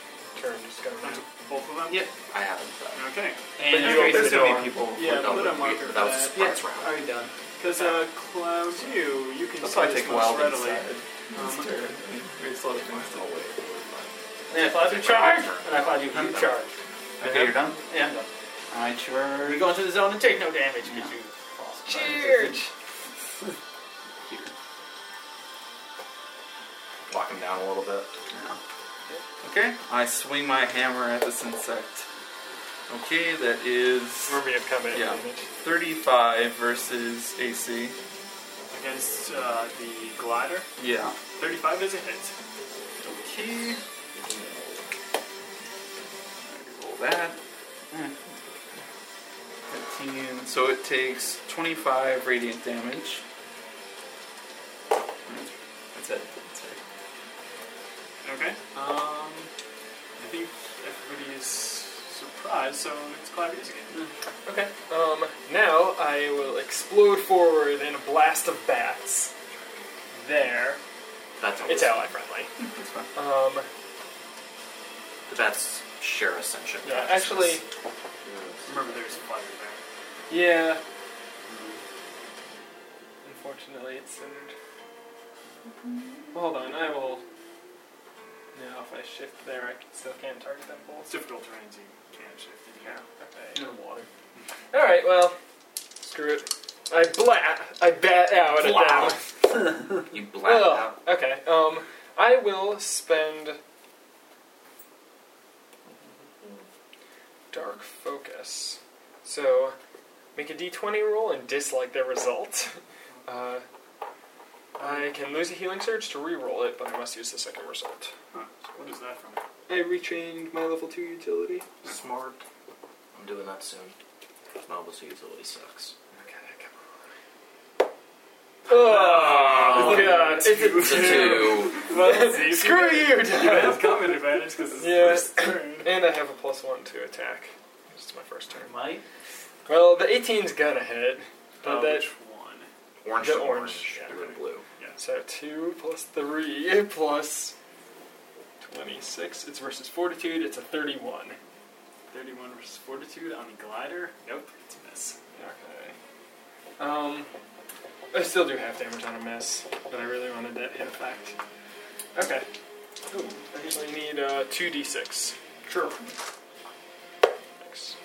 turn, just go now.
Both of them?
Yeah.
I haven't. But
Okay.
And
you
you
open
open
the
the
door.
door.
people.
Yeah,
no,
put
but
a
we-
marker for
That was a
that.
surprise round.
Already done.
Because uh, Cloud 2, you can
That's
see
why I
this
take a
most
while to
readily.
decide.
Um,
We slow things down.
And I thought you charge, and I thought you
I'm
you
done.
charge.
Okay, you're done?
Yeah, I'm done.
I
Or
charge.
you go into the zone and take no damage because you lost.
Cheers!
Lock him down a little bit.
Okay, I swing my hammer at this insect. Okay, that is
Remember, you have combat
Yeah.
advantage.
35 versus AC.
against uh, the glider.
Yeah.
35 is a hit.
Okay. Roll that. Eh. 15. So it takes 25 radiant damage. That's it. That's it.
Okay. Um, I think everybody is surprised, so it's Clavier's again.
Okay. Um, now I will explode forward in a blast of bats. There.
That's how
It's ally friendly.
That's fine.
Um,
The bats share ascension.
yeah, actually,
Remember, there's a fire there.
yeah. Unfortunately, it's centered. Well, hold on, I will. Now, if I shift there, I can, still can't target them both.
It's difficult terrains you can't shift in here.
Okay. All right. Well, screw it. I blat. I bat out at
Blat.
them.
you black
Oh,
out.
okay. Um, I will spend dark focus. So, make a d20 roll and dislike their result. Uh, I can lose a healing surge to re-roll it, but I must use the second result.
Huh. What is that from?
I retrained my level two utility.
Smart. I'm doing that soon. Mobile's utility sucks.
Okay, come on. Oh,
Oh,
God! It's a
It's a two.
Well,
Screw you,
You have combat advantage because it's
Yeah.
first turn.
And I have a plus one to attack. It's my first turn.
Might.
Well, the 18's gonna hit. But
Uh,
that-
which one?
Orange
The
to
orange,
orange,
yeah.
blue to blue.
So 2 plus 3 plus 26. It's versus fortitude, it's a 31.
31 versus fortitude on the glider? Nope, it's a miss.
Okay. Um, I still do half damage on a miss, but I really wanted that hit effect. Okay. Ooh, I actually need uh, 2d6.
Sure.
Thanks.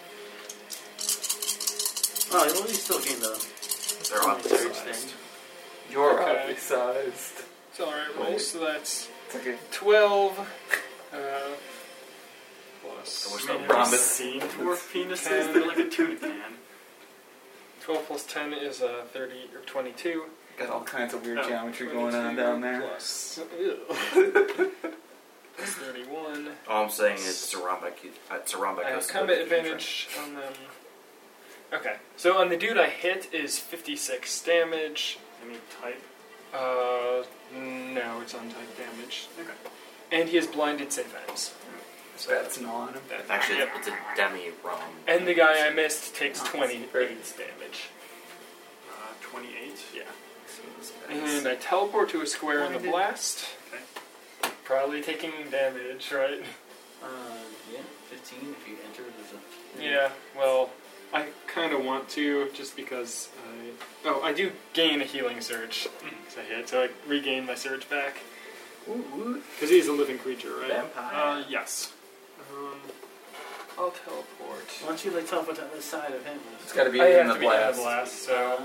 Oh, you still gain the
They're on the
surge
same
thing.
thing.
You're
Okay.
oddly sized.
It's alright, well, so that's
It's okay.
12 uh, plus.
I wish
I mean,
that
have you
rhombus-
seen dwarf penises?
Ten.
They're like a tuna can.
12 plus 10 is uh, 30 or 22.
Got all kinds of weird
Oh,
geometry going on
22
down there.
Plus, ew. Plus 31.
All I'm saying is it's a rhombic. It's a rhombic.
I have
host of
combat
different-
advantage on them. Okay, so on the dude I hit is 56 damage.
Any type?
Uh, no, it's untyped damage.
Okay.
And he is blinded save ends. So
That's non.
that-
Actually,
yep.
it's a demi rom.
And the guy I missed takes
Nice.
28 damage.
Uh, 28?
Yeah. And I teleport to a square in the
Blinded.
blast.
Okay.
Probably taking damage, right?
Uh, yeah, 15 if you enter. There's a.
Yeah, well, I kind of want to just because I. Oh, I do gain a healing surge. So I hit, so I regain my surge back. Because he's a living creature, right?
Uh, yes.
Um, I'll teleport.
Why don't you like teleport to the other side of him?
It's got to be
I
in
have
the
to be in the
blast.
blast, so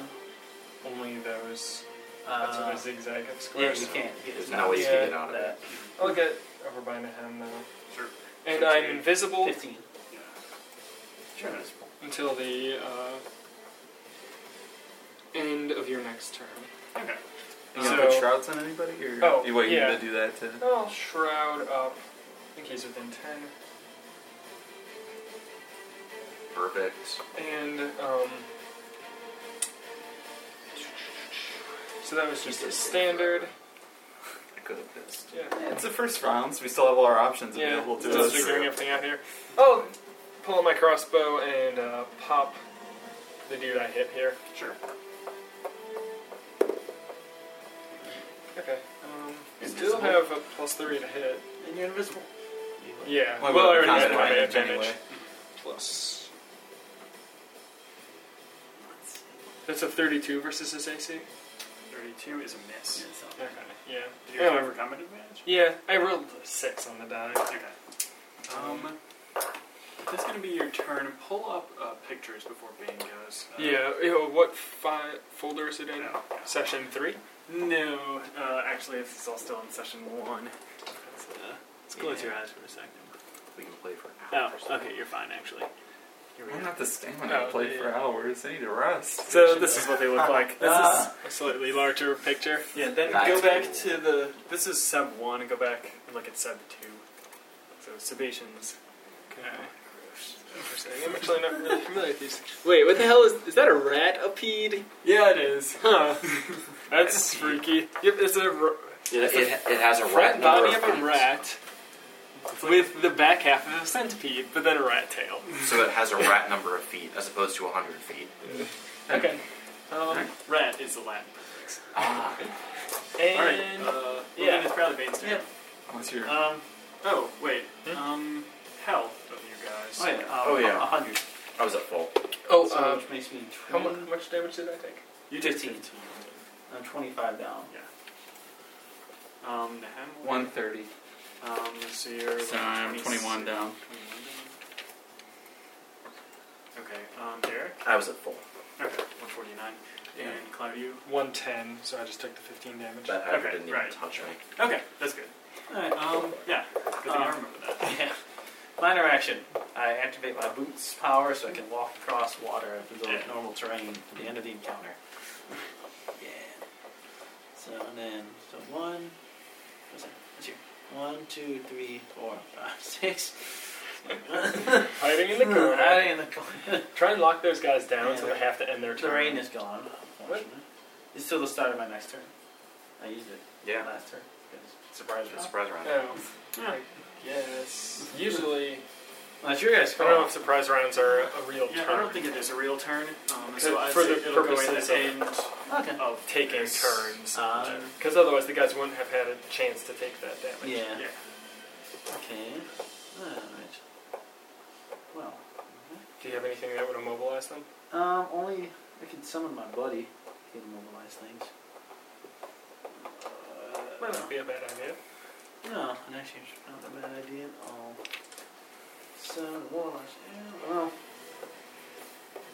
only those. That's
Uh,
what a zigzag of
yeah,
squares.
you can't.
There's no way you
Yeah.
can get out of it.
I'll get over by him though.
Sure.
And I'm invisible
15.
Yeah.
Sure.
until the uh, end of your next turn.
Okay.
You gonna
So-
put shrouds on anybody? Or
Oh,
you wait,
yeah.
you to do that to.
I'll shroud up. I think he's within ten.
Perfect.
And um, so that was just a standard.
I could have pissed.
Yeah,
Yeah, it's the first round, so we still have all our options
yeah.
available to
Just
us.
figuring everything out here. I'll pull out my crossbow and uh, pop the dude I hit here.
Sure.
Okay. Um, I still have a plus three to hit.
And and you're invisible.
Yeah.
Why
well, I
would
already
it
had
count
my
advantage
advantage.
anyway?
Plus.
That's a 32 versus his AC.
32 is a miss.
Okay. Yeah.
Did you
Oh.
ever come at advantage?
Yeah, I rolled a six on the die.
Okay. Um, that's going to be your turn. Pull up uh, pictures before Bane goes. Uh,
Yeah. ew, What fi- folder is it in?
No.
Session three.
No, uh, actually, this is all still in session one. Let's, uh, let's close your eyes for a second.
We can play for
Oh,
hours.
okay, you're fine, actually. Here
I
we
don't
go.
have the stamina
Oh,
to play
yeah.
for hours. I need to rest.
So this is what they look like. This is
Ah.
a slightly larger picture. Yeah, then
Nice.
go back to the. This is sub one. Go back and look at sub two. So Sebastian's.
Okay. Interesting. I'm actually not really familiar with these.
Wait, what the hell is is that a rat? A peed?
Yeah, it is.
Huh.
That's freaky.
Yep. It's a r-
It, it, it has a rat
front
number
body of a
feet.
rat with the back half of a centipede, but then a rat tail.
So it has a rat number of feet as opposed to 100 feet.
Okay. Um,
Rat is the Latin.
Ah.
and
All right. Uh,
yeah.
yeah, it's probably Bane's turn.
What's your
Um. Oh wait. Um. Health of you guys.
Hmm? Oh yeah. Um,
Oh, yeah.
A hundred.
I was at full.
oh,
So
uh,
which makes me
how mu-
20,
how much damage did I take?
You did
15.
15.
I'm 25 uh, down.
Um. Nahem.
130?
Um. So you're.
So I'm 21 down.
21 down. Okay. Um. Derek.
I was at full.
Okay. 149. And Claudio.
110, so I just took the 15 damage.
That hacker
Okay,
didn't
right.
even touch me.
Okay. That's good.
Alright,
Um. Yeah. Good thing I
Um,
remember that.
yeah. Minor action. I activate my boots power so I can walk across water through the
Yeah.
normal terrain to the end of the encounter. Yeah. So and then so one what's that? That's here. One, two, three, four, five, six.
Hiding in the corner.
Hiding in the corner.
Try and lock those guys down
Hmm. Yeah.
so they have to end their
The
turn.
rain is gone, unfortunately. It's still the start of my next turn. I used it
Yeah.
last turn. 'cause Surprise round.
Surprise round.
Oh,
Yeah.
yes. Usually,
That's your guys'
I don't know
call.
if surprise rounds are a real
Yeah,
turn.
I don't think it is a real turn. Um,
Good
so I'd
for
say
the
it'll go in
purposes
the end
Okay.
of
taking
this.
turns.
Uh,
Because otherwise the guys wouldn't have had a chance to take that damage.
yeah.
Yeah.
Okay. Alright. Well.
Do you have anything that would immobilize them?
Um, only I can summon my buddy to immobilize things.
Might not be a bad idea.
No, and actually, it's not a bad idea at all. So, warlords. Yeah, well.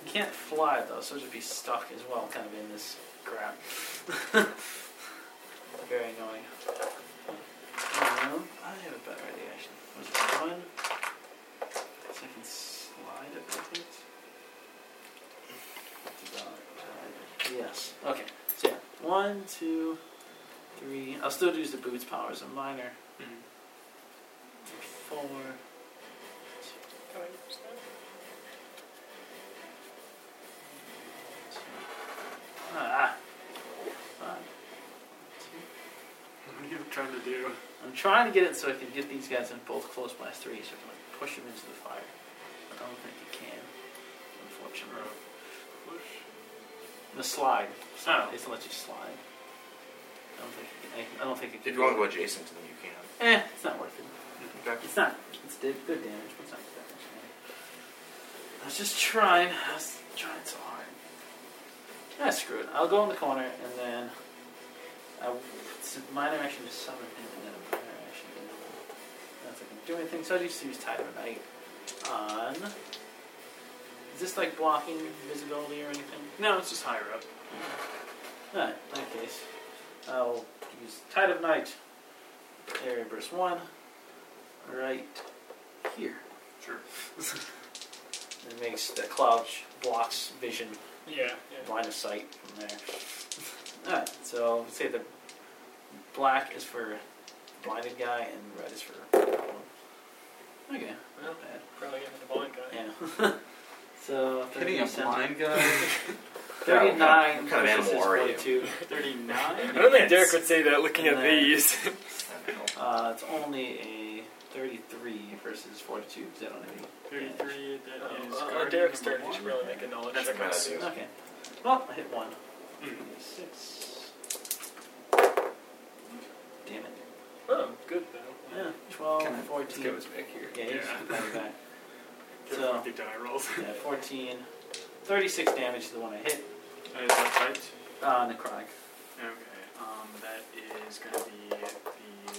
You can't fly, though, so just be stuck as well, kind of in this crap. Very annoying. Um, I have a better idea, actually. Was it one? So I can slide it with it? Yes. Okay. So, yeah. One, two, three. I'll still use the boots power as a minor. Four. Ah. Five. Two.
What are you trying to do?
I'm trying to get it so I can get these guys in both close blast three, so I can like, push them into the fire. I don't think you can, unfortunately. The slide.
Oh.
It's let you slide. I don't think. You can, I, I don't think it.
If you want to go adjacent to them, you can.
Eh, it's not worth it.
Okay.
It's not. It's di- good damage, but it's not good damage. Man. I was just trying. I was trying so hard. Ah, screw it. I'll go in the corner and then. I, it's a minor action to summon him and then a minor action to. I don't think I can do anything, so I just use Tide of Night on. Is this like blocking visibility or anything?
No, it's just higher up.
Alright, in that case, I'll use Tide of Night, area burst 1, right here.
Sure.
It makes the cloud sh- blocks vision,
Yeah.
line of sight from there. Alright, so let's say the black is for blinded guy and red is for problem. Okay, not bad.
Probably giving the blind guy.
Yeah. so,
Hitting a
37.
blind guy?
39
What kind of animal
versus
are you?
42.
39?
I don't think Derek would say that looking at
No.
these.
Uh, it's only a 33 versus 42. 'cause I don't have
33, that is.
Uh,
guardian
Derek's
number
turn. You
one.
should really make a knowledge
That's
check.
a bad
on
idea.
any. Okay. Well, I hit one.
Mm.
Six. Damn it.
Oh, good though.
Yeah, 12,
Can I-
14
Let's go back here.
gauge.
Yeah.
Okay.
Get
So-
funky die rolls.
Yeah, 14. 36 damage to the one I hit.
Uh, is that right?
Uh, necrotic.
Okay. Um, that is going to be the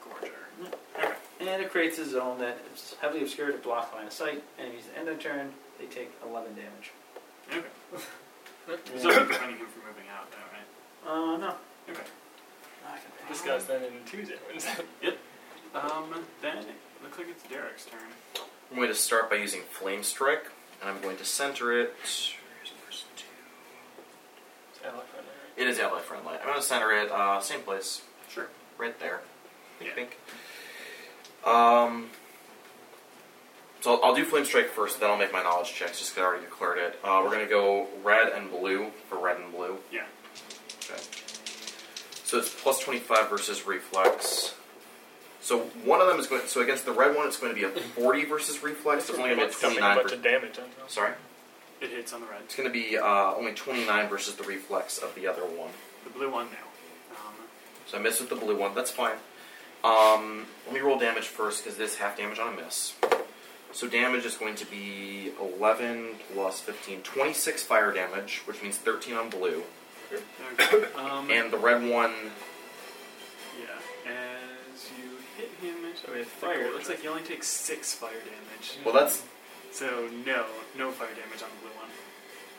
gorger.
And it creates a zone that is heavily obscured to block line of sight. Enemies that end their turn, they take 11 damage.
Okay.
Yeah.
So we're preventing him from moving out, though, right?
Uh, no.
Okay.
Not gonna-
This guy's been in two zones.
Um, then it looks like it's Derek's turn.
I'm going to start by using Flame Strike, and I'm going to center it.
It's eloquent, right?
It is ally friendly. I'm going to center it, uh, same place,
Sure.
right there. I
Yeah.
think. Um, so I'll, I'll do Flame Strike first, then I'll make my knowledge checks, just 'cause I already declared it. Uh, we're going to go red and blue for red and blue.
Yeah.
Okay. So it's plus 25 versus reflex. So one of them is going. So against the red one, it's going to be a 40 versus reflex. It's only going to be a
It's coming
29.
a bunch
ver-
of damage on him.
Sorry,
It hits on the red.
it's going to be uh, only 29 versus the reflex of the other one.
The blue one now. Um,
So I missed with the blue one. That's fine. Um, let me roll damage first because this half damage on a miss. So damage is going to be 11 plus 15, 26 fire damage, which means 13 on blue.
okay. um,
And the red one,
yeah. As you hit him,
So we have
fire. It looks
gorger.
like he only takes six fire damage.
well, that's
So no, no fire damage on the blue one.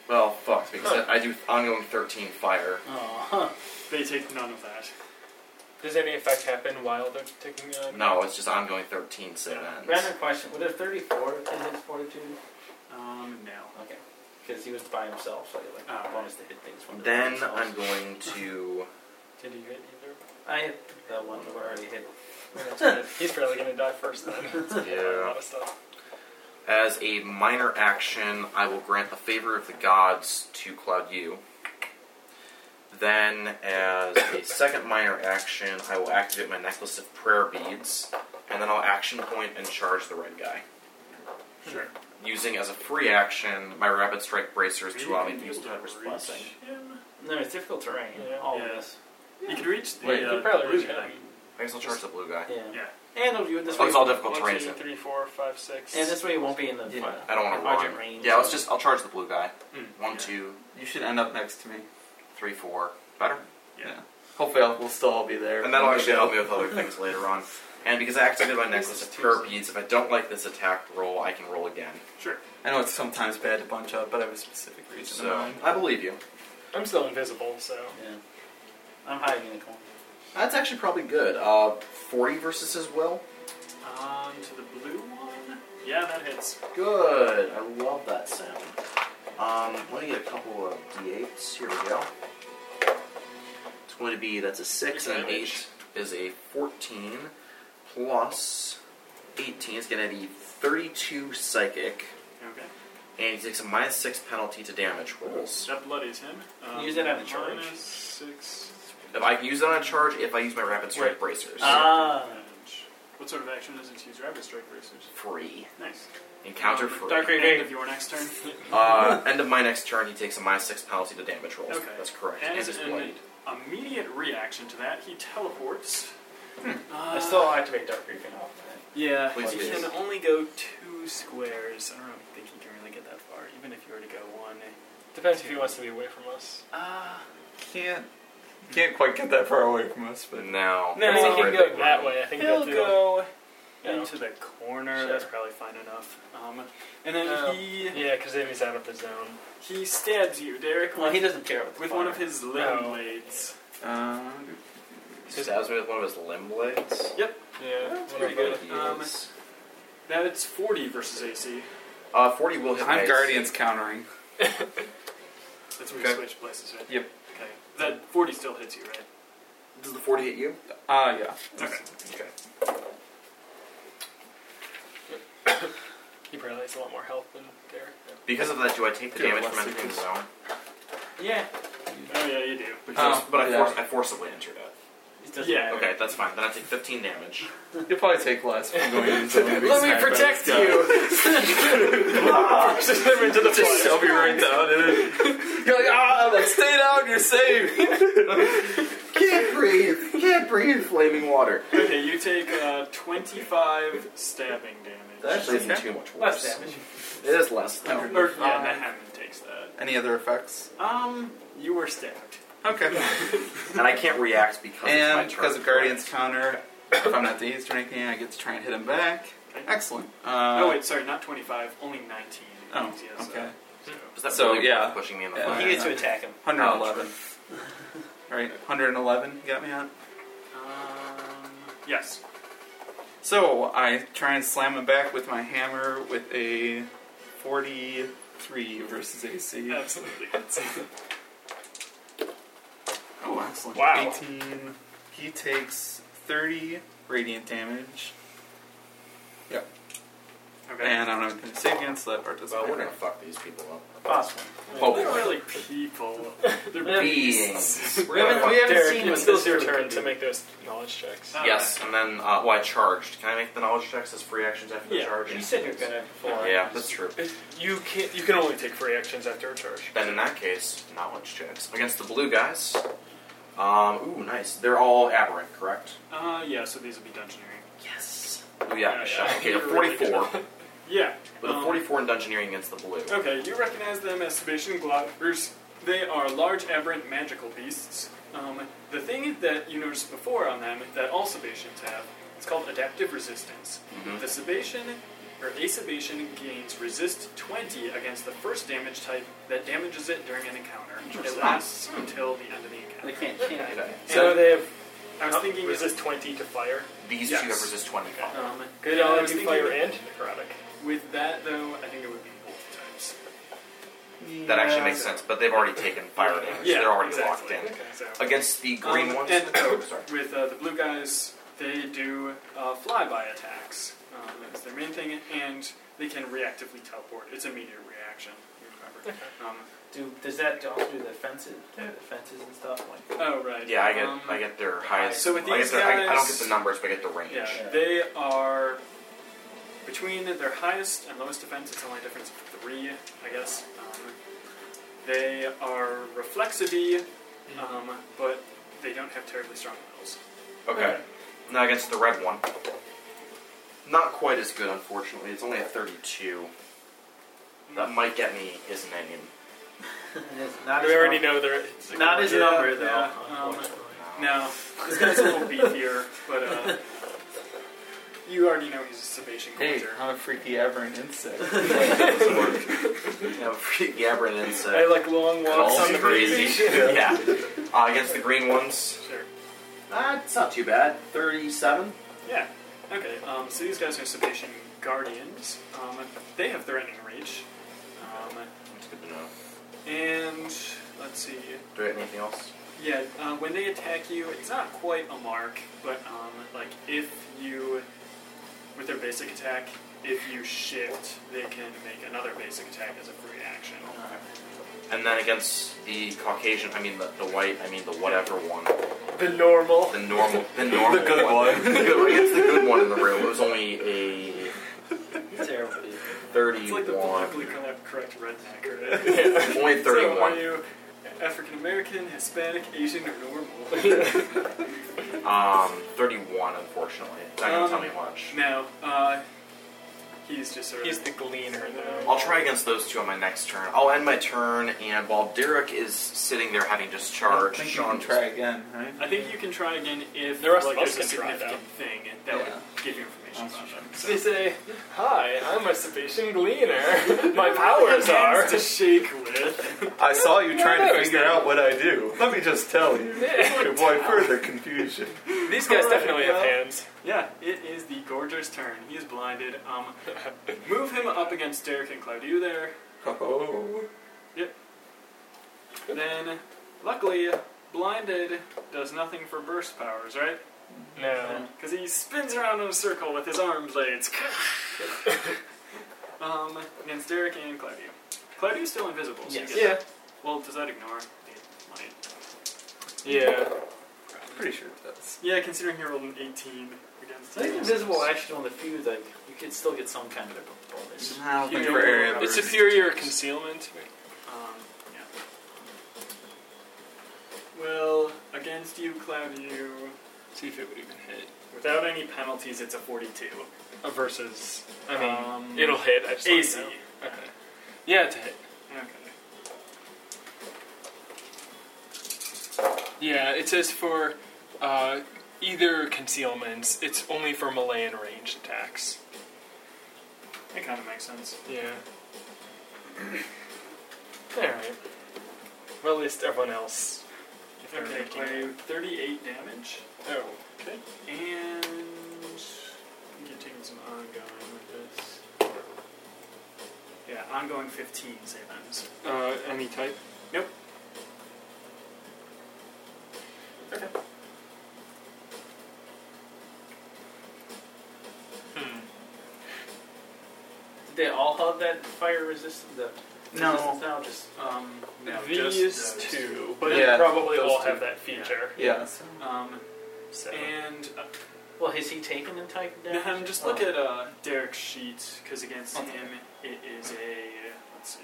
well, fucked because I, I do ongoing 13 fire.
Oh, huh.
They take none of that.
Does any effect happen while they're taking uh,
No, it's just ongoing 13 save ends.
Random question. Would a 34 have been his fortitude?
Um, no.
Okay. Because he was by himself, so he like
Oh, right.
bonus to hit things. when they're by
Then
themselves.
I'm going to.
Did he hit either?
I hit that one that we already hit.
He's probably gonna die first then. A
Yeah.
lot of stuff.
As a minor action, I will grant the favor of the gods to Cloud U. Then, as a second minor action, I will activate my necklace of prayer beads, and then I'll action point and charge the red guy.
Sure.
Using as a free action my rapid strike bracers to allow me to use
You can
type
reach
blessing.
him.
No, it's difficult terrain.
Yeah.
All
Yeah.
of this.
You can reach the.
Wait,
uh,
he probably
blue
reached
guy.
him.
I guess I'll charge the blue guy.
Yeah.
Yeah.
And it'll do it this
Oh,
way.
it's all difficult
One,
terrain.
two,
so-
three, four, five, six.
And this way you won't be in the
Yeah.
I don't want to
larger
run.
range.
Yeah, let's just. I'll charge the blue guy.
Mm,
One,
yeah.
two,
You should end up next to me.
three, four. Better.
Yeah.
Hopefully, I'll, we'll still all be there.
And that'll actually help me with other things later on. And because I activated my necklace of prayer beads, if I don't like this attack roll, I can roll again.
Sure.
I know it's sometimes bad to bunch up, but I have a specific reason in
So
mind.
I believe you.
I'm still invisible, so
Yeah. I'm hiding in the corner.
That's actually probably good. Uh, Forty versus his will.
Um, to the blue one. Yeah, that hits.
Good. I love that sound. Um, let me get a couple of d8s. Here we go. It's going to be that's a six and an eight is a fourteen plus eighteen is going to be thirty-two psychic,
Okay.
and he takes a minus six penalty to damage rolls.
That bloodies him. Um,
Use it on a charge.
minus six.
If I can use it on a charge, if I use my rapid strike
Right.
bracers,
Uh,
Ah.
Advantage. What sort of action does it use? Rapid strike bracers.
free
Nice.
encounter
Um,
free.
Dark Ray,
Okay.
end of your next turn.
Uh, end of my next turn, he takes a minus six penalty to damage rolls.
Okay.
That's correct. And
As
his
an
blade.
immediate reaction to that, he teleports. Uh,
I still activate Dark Reaping off of
Yeah,
Please
you
do.
can only go two squares. I don't think you can really get that far, even if you were to go one.
depends if he wants to be away from us.
Uh,
Can't can't quite get that far away from us, but
No.
I
No,
think he
Right.
can go that way. I think
he'll
that's
go
you know.
into the corner.
Sure.
That's probably fine enough. Um, and then
Oh.
he
Yeah, because then he's out of the zone.
he stabs you, Derek,
it. Well,
with,
he doesn't care about the
with one of
fire.
his limb
Oh.
blades.
um,
Stabs me with one of his limb blades.
Yeah,
That's
one
pretty
of
good.
the-
Um, That's forty versus AC.
Uh, 40 will hit my
I'm
AC.
guardians countering.
That's where
Okay.
you switch places, right?
Yep.
Okay. That forty still hits you, right?
Does the 40 hit you?
Ah, yeah.
Okay.
Okay.
He probably has a lot more health than Derek.
Because of that, do I take the
Good,
damage
let's
from
see
entering the
this.
zone?
Yeah.
Oh yeah, you do.
Because, but I,
yeah.
force, I forcibly entered it.
It doesn't
Yeah.
matter.
Okay, that's fine. Then I take 15 damage.
You'll probably take less from going into the
Let me protect you.
Just into the Just shove you right down. And then you're like, ah, I'm like, stay down, you're safe.
can't breathe. He can't breathe flaming water.
Okay, you take uh, 25 stabbing damage.
That actually isn't
Okay.
too much worse.
Less damage.
It is less. though.
No.
Or, yeah,
Um,
Nahemon takes that.
Any other effects?
Um, you were stabbed.
Okay.
And I can't react because it's my
And
turn.
because of Guardian's counter, if I'm not dazed or anything, I get to try and hit him back.
Okay.
Excellent. Uh,
no, Oh, wait, sorry, not 25, only 19.
Oh,
Because he has, uh,
okay.
so-
Is that
So,
really
yeah.
pushing me in the
Yeah.
fire?
He gets to
attack him.
111. right, 111 you got me on.
Um, yes.
So I try and slam him back with my hammer with a 43 versus AC.
Absolutely.
Oh, excellent.
Wow.
18. He takes 30 radiant damage.
Okay.
And I'm not going to save against, so that part doesn't
Well, we're
matter.
gonna fuck these people up.
Possible.
Oh,
They're really people. They're
Beings.
We haven't, we haven't
Derek,
seen
it's
what
still
this
your
really
turn
could
to
be.
make those knowledge checks.
Uh,
Yes, and then uh, well, I charged. Can I make the knowledge checks as free actions after the
Yeah,
charge?
You said you're gonna. Before.
Yeah, that's true.
It- You can You can only take free actions after a charge.
Then in that case, knowledge checks against the blue guys. Um, ooh, nice. They're all aberrant, correct?
Uh, yeah, so these would be dungeoneering.
Yes.
Ooh,
Yeah,
yeah, Michelle.
yeah.
Okay, a
You're really
44
Yeah.
with a
um,
44 in dungeoneering against the blue.
Okay, you recognize them as Sebastian Globbers. They are large, aberrant, magical beasts. Um, the thing that you noticed before on them that all Sebastians have is called adaptive resistance.
Mm-hmm.
Mhm.
The Sebation, or a Sebation, gains resist 20 against the first damage type that damages it during an encounter. It
Interesting.
lasts until the end of the encounter.
They can't. can't.
Okay.
So
And
they have
I was thinking
oh, resist twenty to fire.
These
Yes.
two have resist 25.
Um,
They
yeah, I
only
was
do
thinking
fire
with-
and necrotic.
With that, though, I think it would be both types.
That actually makes sense, but they've already taken fire
Oh,
damage.
Yeah,
They're already
exactly.
locked
Okay, so-
in. Against the green
Um,
ones,
and-
oh, sorry.
With uh, the blue guys, they do uh, flyby attacks. Um, that's their main thing, and they can reactively teleport. It's a meteor reaction. you Remember? Um,
Do does that also do the fences, the fences and stuff? Like,
oh right.
Yeah, I get
um,
I get their highest.
so with
I,
these
get their, I, I don't
guys-
get the numbers, but I get the range.
Yeah, they are between their highest and lowest defense. It's only a difference of three, I guess. Um, they are reflexivity, um, but they don't have terribly strong wills.
Okay. Now against the red one. Not quite as good, unfortunately. It's only a 32. That might get me his name.
it's not
We
as
already
num-
know they're
Not his
Yeah,
number though.
yeah, um,
unfortunately.
Now, this guy's a little beefier, but uh, you already know he's a Sebation
Hey,
culture.
I'm a freaky aberrant insect.
Yeah, freak Gabrin
I
insect.
like long walks
Calls
on the
crazy.
beach.
yeah. Uh, against the green ones.
Sure.
Uh, it's not too bad. 37.
Yeah. Okay, um, so these guys are Sebation guardians. Um, they have threatening reach. Um,
That's good to know.
and, let's see.
Do I have anything else?
Yeah, uh, when they attack you, it's not quite a mark, but um, like if you, with their basic attack, if you shift, they can make another basic attack as a free action.
And then against the Caucasian, I mean the, the white, I mean the whatever one.
The normal.
The normal, the normal
The good one.
the good, against the good one in the room. It was only a
Terrible.
thirty-one.
It's like the politically correct redneck, right? So
only thirty-one.
are you African American, Hispanic, Asian, or normal?
Um, thirty-one. Unfortunately, it's not gonna
Um,
tell me much.
no, uh, he's just sort of.
He's the gleaner though.
I'll try against those two on my next turn. I'll end my turn, and while Derek is sitting there having discharged,
I think you
Sean
can try again, right?
I think you can try again if
The rest of
like,
us
there's a
can try it
significant thing that
Yeah.
would give you information
That's
about
for
them.
So they say, "Hi, I'm a Sebastian gleaner. My powers are."
Hands to shake with.
I saw you trying
no,
to figure out what I do. Let me just tell you to avoid further confusion.
These guys definitely have hands.
Yeah, it is the gorger's turn. He is blinded. Um, move him up against Derek and Cloud. You there?
Oh,
Then, luckily, blinded does nothing for burst powers, right?
No.
Because he spins around in a circle with his arm blades. um, against Derek and Claudio. Claudio's still invisible. So you
Yes.
get
Yeah.
Well, does that ignore? It might.
Yeah.
pretty sure it does.
Yeah, considering he rolled an 18 against
I think
it.
invisible actually on the few that you could still get some kind of a bonus.
I don't think
Here,
for area
it's
of
a-
superior concealment.
Um, yeah. Well, against you, Claudio. See if it would even hit. Without any penalties, it's a 42.
Uh, versus, I mean,
Um,
it'll hit. I just don't
AC.
know. Okay. Yeah, it's a hit.
Okay.
Yeah, it says for uh, either concealments, it's only for melee and ranged attacks.
It kind of makes sense.
Yeah. Alright. Well, at least everyone else. if they're
Okay, play
making-
38 damage.
Oh.
Okay. And I think you're taking some ongoing with this. Yeah, ongoing 15 save ends.
Uh, any type?
Nope.
Did they all have that fire resistance? The
No.
resistance now just
Um, no,
These
just those.
two, but
Yeah,
they probably
those
all
two.
have that feature.
Yeah.
Um,
So.
and uh,
well, has he taken in type damage?
Nahem, just look at uh, Derek's sheet, because against him it is a let's see,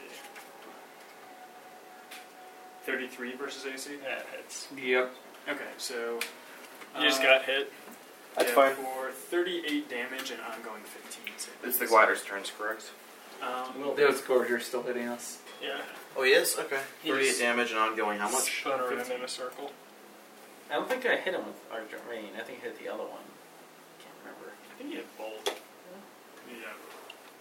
thirty-three versus AC.
That hits.
Yep.
Okay, so
You just
uh,
got hit.
That's
yeah,
fine.
for thirty-eight damage and ongoing fifteen. save.
It's the glider's turns, correct?
Um,
Well,
Those gorgers still hitting us.
yeah,
Oh, he is? Okay.
He's-
38 damage and ongoing, how much?
Spun around in a circle.
I don't think I hit him with Argent Rain. I think I hit the other one. I can't remember.
I think he had bolt. Yeah.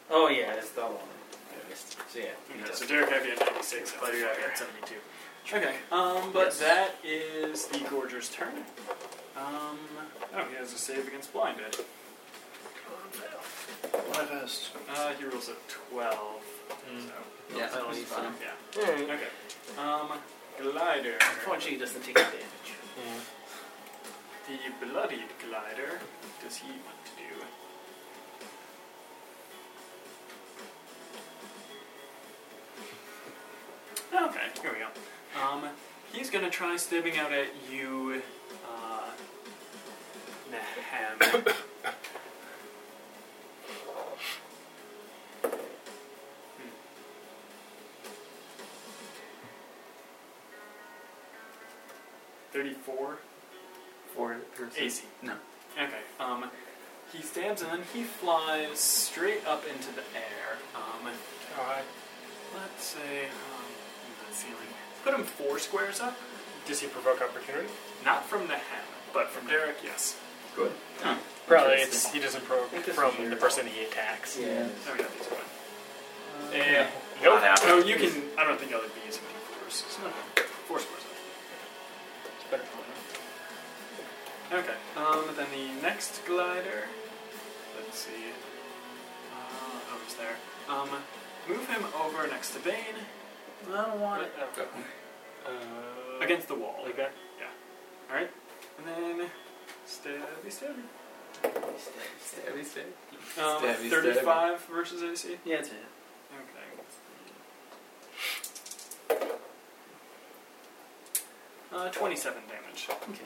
Oh, yeah, it's the other one. I missed. So, yeah. he
Okay,
does.
so Derek had you at ninety-six,
Yeah.
Claudio had you at seventy-two. Okay, um, but
Yes.
that is the Gorger's turn. Um, oh, he has a save against blinded.
What best?
Uh, he rolls a twelve. So.
Yeah.
I don't need some.
Yeah.
Alright.
Okay. Um, glider.
Unfortunately, he doesn't take any damage.
The bloodied glider. What does he want to do? Okay, here we go. Um, he's gonna try stabbing out at you, uh, Nahem. Hmm. Thirty-four.
Four versus.
AC.
No.
Okay. Um, he stabs and then he flies straight up into the air. Um,
Alright.
let's say, um, that ceiling. Put him four squares up.
Does he provoke opportunity?
Not from the ham, but from Derek. Yes.
Good.
Probably it's, he doesn't provoke
think this is
from
your-
the person he attacks.
Yeah.
Oh yeah, these are fine.
Eh,
Not
nope.
happening.
No, Oh, you can. I don't think other bees have been fours. It's not four squares. It's better for them. Okay. Um. Then the next glider. Let's see. Uh, oh, he's there. Um. Move him over next to Bane
I don't want it.
Go.
Uh,
against the wall.
Like that?
All right. And then stabby stabby.
Stabby stab.
Um,
Stabby, stabby.
Thirty-five versus AC.
Yeah, it's a hit.
Okay. Uh, 27 damage,
Okay.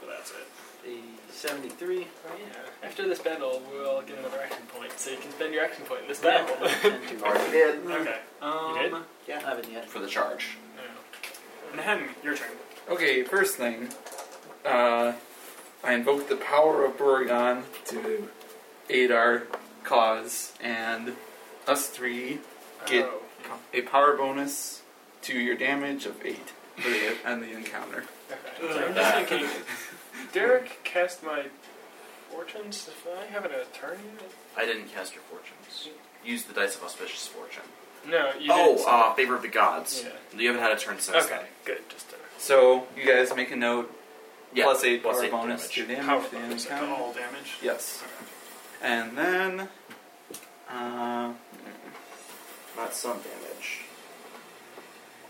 but that's it.
The 73.
Oh, yeah. After this battle, we'll get another action point, so you can spend your action point in this
Yeah.
battle.
And two.
Already did.
Okay. Um,
did?
Yeah, I haven't yet.
For the charge.
Nahem, your turn.
Okay, first thing, uh, I invoke the power of Buragon to aid our cause, and us three get
Oh.
a power bonus to your damage of eight for the and the encounter.
Okay. So I'm just thinking, Derek cast my fortunes. If I have an attorney,
I didn't cast your fortunes. Use the dice of auspicious fortune.
no, you
oh,
did.
uh, favor of the gods.
Yeah.
You haven't had a turn since.
okay, good. Just a
So you guys make a note.
Yeah,
plus eight
plus
power
eight
bonus
damage.
to damage.
Power
to the
bonus,
encounter.
All damage.
Yes. And then, uh,
Then. Not some damage.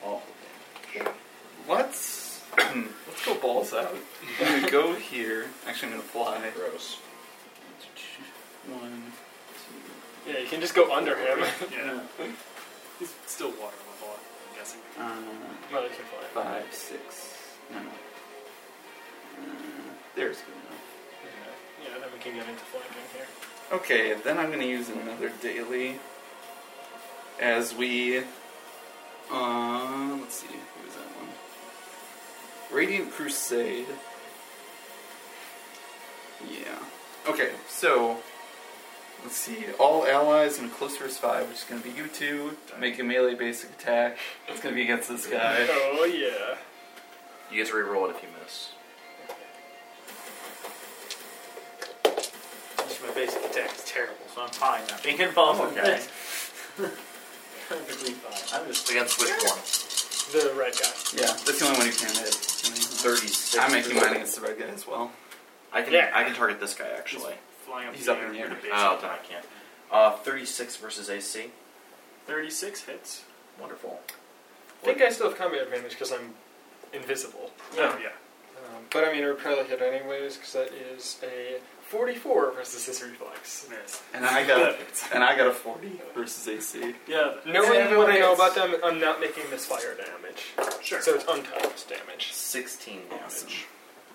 All damage.
let's let's go balls out. I'm gonna go here. Actually, I'm gonna fly.
Gross.
One.
yeah. You can just go under him.
Yeah. He's still water level, I'm guessing.
Uh,
well, you can fly.
five, six. No, no. Uh, there's good enough.
Yeah. yeah, then we can get into flanking here.
Okay, then I'm gonna use another daily. As we, uh, let's see, who was that one? Radiant Crusade. Yeah. Okay, so let's see. All allies in a close versus five, which is going to be you two. Make a melee basic attack. It's going to be against this guy.
Oh yeah.
You guys re-roll it if you miss.
Actually, my basic attack is terrible, so I'm fine not being involved in
Okay.
this. Perfectly fine. I'm just
Against which one?
The red guy.
Yeah, that's the only one you can hit. I mean,
Thirty-six.
I'm making mine against the red guy as well.
I can
Yeah.
I can target this guy actually.
Flying up
He's
the
up
air
in the air.
with a base
Oh, then I
attack.
can't. Uh, thirty-six versus AC.
Oh.
36 hits.
Wonderful.
I think I still have combat advantage because I'm invisible.
Oh, yeah.
Um, but I mean, it would probably hit anyways because that is a 44 versus his reflex.
Miss.
And I got and I got a 40 versus AC.
Yeah.
Knowing
Yeah,
what I know
it's-
about them, I'm not making this fire damage.
Sure.
So it's untouched damage.
Sixteen damage.
Awesome.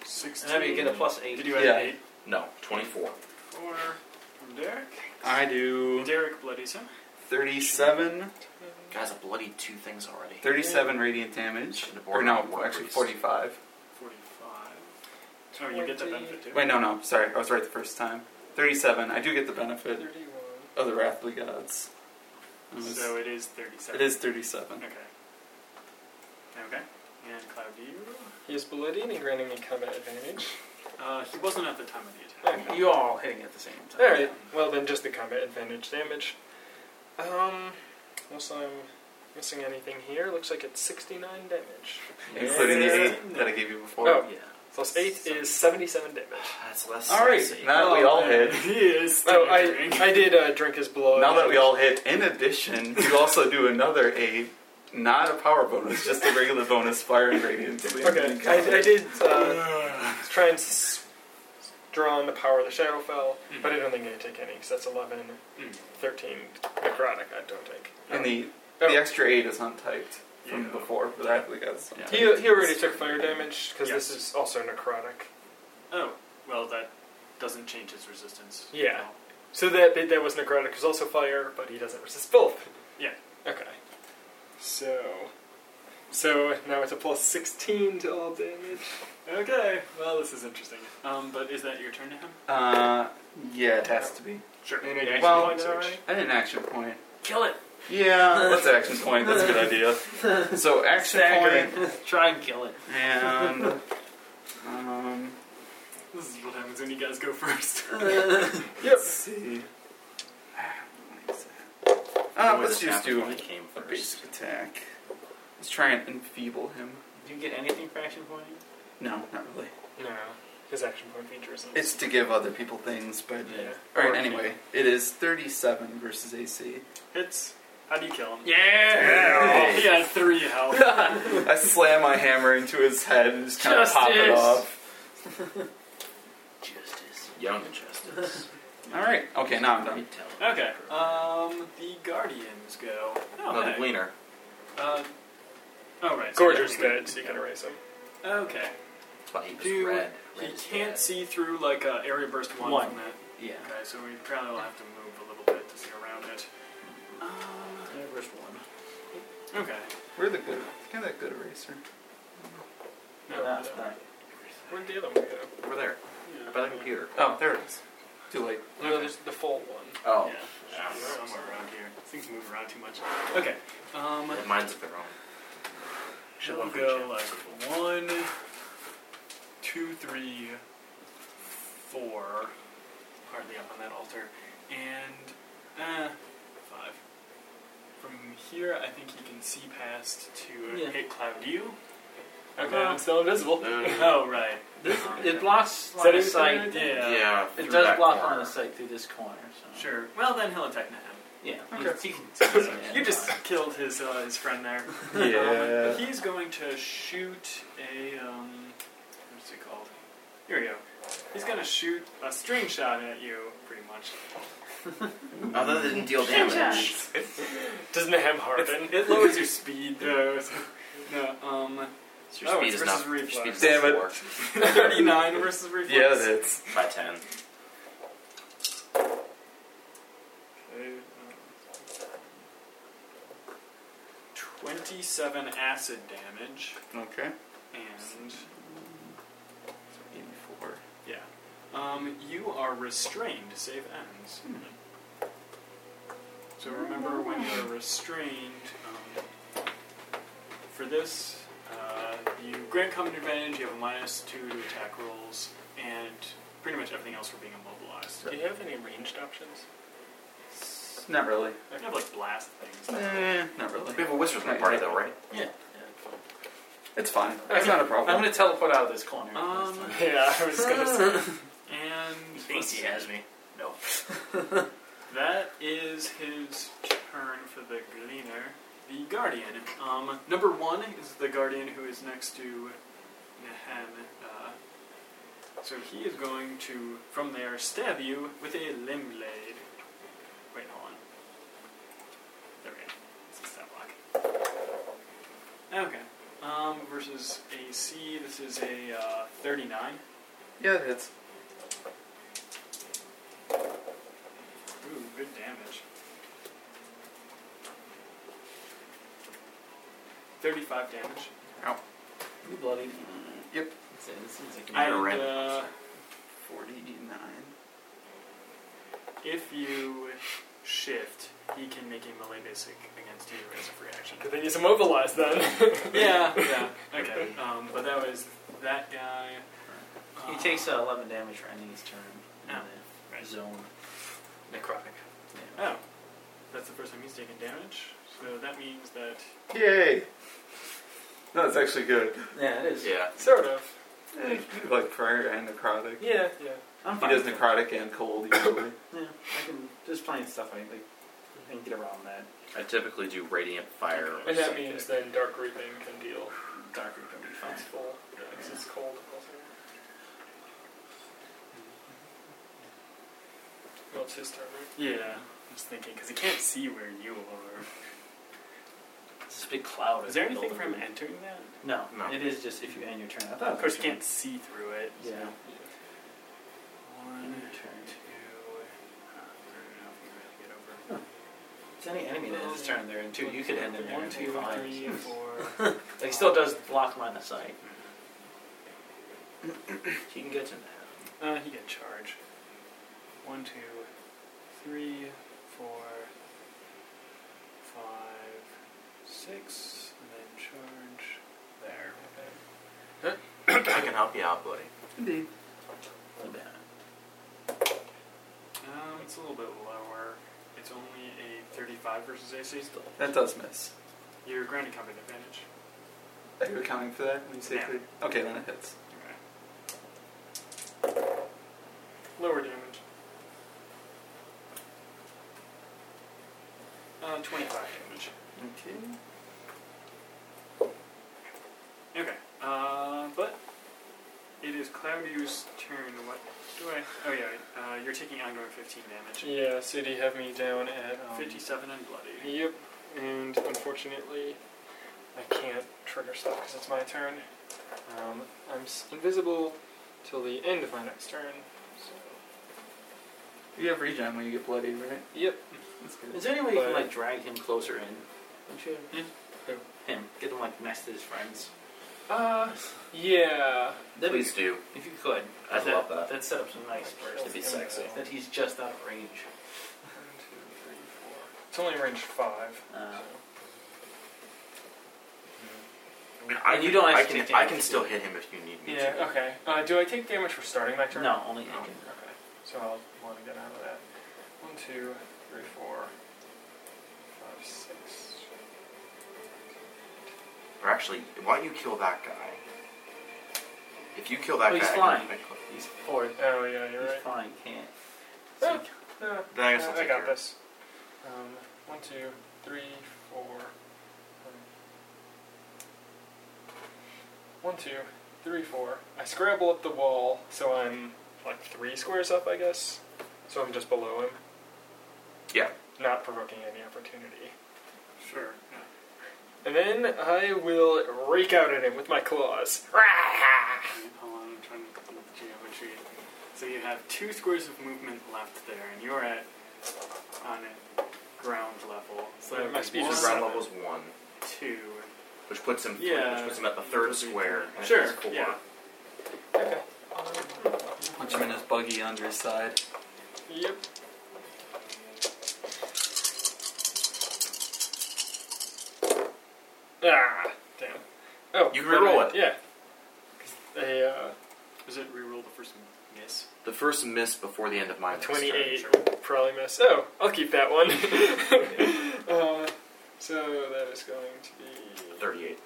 16.
And I mean, get a plus eight.
Did you add
Yeah.
8
No, twenty-four.
for from Derek?
I do
Derek bloodies him.
37,
Guys, I bloodied two things already.
37 radiant damage. Or no, actually 45.
45. Oh, you get the benefit too.
Wait, no, no, sorry, I was right the first time. 37. I do get the benefit
31.
of the Wrathly Gods. It, was-
So it is 37.
it is 37.
Okay. Okay. And Claudio?
He is bloodied and granting me combat advantage.
Uh, he wasn't at the time of the attack.
Okay.
You all hitting at the same time.
Alright, well then just the combat advantage damage. Um, unless I'm missing anything here, looks like it's 69 damage.
Including the 8 that I gave you before.
Oh.
Yeah.
Plus 8 is 77 damage.
That's less.
Alright,
sexy.
now that we all hit.
He is.
Oh, I,
staggering.
I did uh, drink his blood.
Now that we all hit, in addition, you also do another 8. Not a power bonus, just a regular bonus fire and radiant.
Okay, I, I did uh, try and s- draw on the power of the Shadowfell, but I don't think I take any, because that's 11,
Mm.
13 necrotic I don't take.
And the,
Oh.
the extra 8 is untyped from
Yeah.
before, but I think that's
Yeah.
He, he already took fire damage, because
Yes.
this is also necrotic.
Oh, well, that doesn't change his resistance. at
Yeah.
all.
So that bit that was necrotic is also fire, but he doesn't resist both.
Yeah.
Okay. So. So now it's a plus 16 to all damage.
Okay. Well, this is interesting. Um, but is that your turn to him?
Uh, yeah, it has to be.
Sure.
And it
Yeah,
well,
he points
alright.
search.
I did an action point.
Kill it.
Yeah, that's an action point. That's a good idea. So action
Staggering.
point
Try and kill it.
and um,
This is what happens when you guys go first.
Yep.
let's see. Uh,
Boy,
let's
this
just
happened
do
when I came
a
first.
basic attack. Let's try and enfeeble him.
Do you get anything for action point?
No, not really.
No. His action point feature isn't.
It's to give other people things, but
Yeah.
all right. Anyway, it is thirty-seven versus AC.
Hits. How do you kill him?
Yeah.
Oh, he had three health.
I slam my hammer into his head and just kind of pop it
Justice.
off.
Justice.
Young Justice.
All right. Okay, now I'm done.
Oh,
okay. Um, the guardians go. Oh,
No, the
hey.
Gleaner.
Uh, oh right. so
Gorger's
yeah.
dead, so you can erase him.
Okay.
But he was
Do
red.
he
Red is
can't
red.
see through like uh, area burst one,
One.
from that.
Yeah.
Okay, so we probably will have to move a little bit to see around it.
Uh,
Um,
Verse one.
okay.
We're the good. Look at that good eraser.
No,
That's
no.
not.
Where'd the other one go?
Over there,
Yeah.
by the computer.
Oh, there it is. Too late.
No, there's the full one.
Oh.
Yeah. Somewhere around here. Things move around too much. Okay. Um,
Yeah, Mine's their own. Should
We'll
one for
go
Jim.
like one, two, three, four. Hardly up on that altar. And, uh, five. From here, I think he can see past to
Yeah.
hit Cloud U. Okay, Uh,
Uh-huh.
I'm still invisible.
No, no, no.
Oh, right.
This,
Um,
it blocks
that
line of
it?
sight.
Yeah.
Yeah.
It
through
does
that
block
corner.
line of sight through this corner. So.
uh, Sure. Well, then he'll attack Naham.
Yeah.
Okay.
He can see it.
You just killed his uh, his friend there. Um, he's going to shoot a um, what's it called? Here we go. He's gonna shoot a string shot at you, pretty much.
Although they didn't deal damage.
Doesn't it have harden?
It lowers your speed though. so- No, um,
So your
Oh,
speed
it's
is not.
versus
Your
reflex.
speed is
Damn
not
it.
four.
39 versus reflex.
Yeah, that's.
By ten.
Okay, um, 27 acid damage
Okay.
and Um, you are restrained to save ends. So remember when you're restrained, um, for this, uh, you grant common advantage, you have a minus two to attack rolls, and pretty much everything else for being immobilized.
Do you have any ranged options?
Not really.
I have like blast things.
Eh, not really.
We have a wizard in the party, though, right?
It's fine. It's not a
I'm
problem.
gonna teleport out of this corner.
Um,
Yeah, I was gonna say.
and let's see.
has me. No.
That is his turn for the gleaner. The guardian. Um, number one is the guardian who is next to Nehem. Uh, so he is going to, from there, stab you with a limb blade. Wait, hold on. There we go. It's a stab block. Okay. Um, versus AC, this is a uh, 39.
Yeah, it hits.
Ooh, good damage. 35 damage.
you bloody.
Yep.
This seems like
I-
a
You're
And
right.
uh,
Forty-nine.
if you shift, he can make a melee basic against you as a free action.
Because then he's immobilized then.
Yeah, yeah. Okay, um, but that was that guy.
He
Uh,
takes uh, 11 damage for ending his turn in
Oh,
the
right.
zone.
Necrotic.
Yeah.
Oh, that's the first time he's taken damage. So that means that.
Yay! No, it's actually good.
Yeah, it is.
Yeah.
sort of.
Eh, Like prior and necrotic.
Yeah, yeah.
I'm
He
fine.
does
with
necrotic and cold usually.
it. Yeah, I can just plain stuff. I like, I can get around that.
I typically do radiant fire.
Okay.
And that
psychic.
means then Dark Reaping can deal
Dark Reaper would be fine.
It's full. Yeah, 'cause it's cold also. Well, it's his turn, right?
Yeah, I was thinking, because he can't see where you are.
It's this big cloud.
Is there
in the
anything for
middle
him
of the-
entering that?
No,
No.
It is just if you end your turn. I thought.
Of course, he can't see through it. so-
Yeah.
One, two.
It's any enemy that ends his turn there and two. You could end their turn
One,
and two.
two,
Fine.
three, four.
Like he still does block line of sight.
He can get to that.
Uh, he can charge. One, two, three, four, five, six, and then charge there.
I can help you out, buddy.
Indeed.
Not bad.
Um, it's a little bit lower. It's only a 35 versus AC.
That does miss.
You're granted combat advantage.
Are you accounting for that when you say
Yeah.
three? Okay, then it hits.
Okay. Lower damage. Uh, 25 damage.
Okay.
Okay. Uh, but it is Claudius' turn. What do I? Oh yeah. Uh, you're taking ongoing 15 damage.
Yeah, City have me down at um,
57 and bloody.
Yep, and unfortunately, I can't trigger stuff because it's my turn. Um, I'm s- invisible till the end of my next turn. So.
You have regen when you get bloody, right?
Yep.
That's good.
Is there any way you can
But-
like drag him closer in? Don't you?
Hmm?
Him. Get him like next to his friends.
Uh, yeah.
That'd be
Please do.
if you could.
I
that,
love that.
That set up some nice burst.
It'd be sexy.
That he's just out of range.
One, two, three, four. It's only range five.
Uh,
so.
I mean, I
And you
can-
don't
I
have to
can, I
take damage,
can
do
still
you?
hit him if you need me
Yeah, okay. Uh, do I take damage for starting my turn?
no, only Aiken.
Okay, so I'll want to get out of that. One, two, three, four, five, six.
to. Or actually, why don't you kill that guy? If you kill that
Oh,
guy,
he's
I can-
flying.
I can-
He's four.
Oh, yeah,
He's
you're right. Uh,
fine. Can't.
Yeah.
So-
Yeah,
then I guess I'll
I
take
got
care of
this. Um, one, two, three, four. um, One, two, three, four. I scramble up the wall, so I'm like three squares up, I guess. So I'm just below him,
it. Yeah.
not provoking any opportunity.
Sure. Yeah.
And then I will rake out at him with my claws.
Hold on, I'm trying to look at geometry. So you have two squares of movement left there, and you're at on a ground level. So that would
My
be
speed
one,
is
His
seven.
ground level's one,
two.
which puts him
Yeah.
which puts him at the third square. and it's
Sure,
four.
yeah.
Okay.
Punch punch him in his buggy underside.
Yep. Ah, damn. Oh,
You can reroll
right, Yeah. 'Cause They, uh,
Is it reroll the first one? Yes.
The first miss before the end of my next turn.
28 would probably miss. Oh, I'll keep that one. uh, so that is going to be.
38.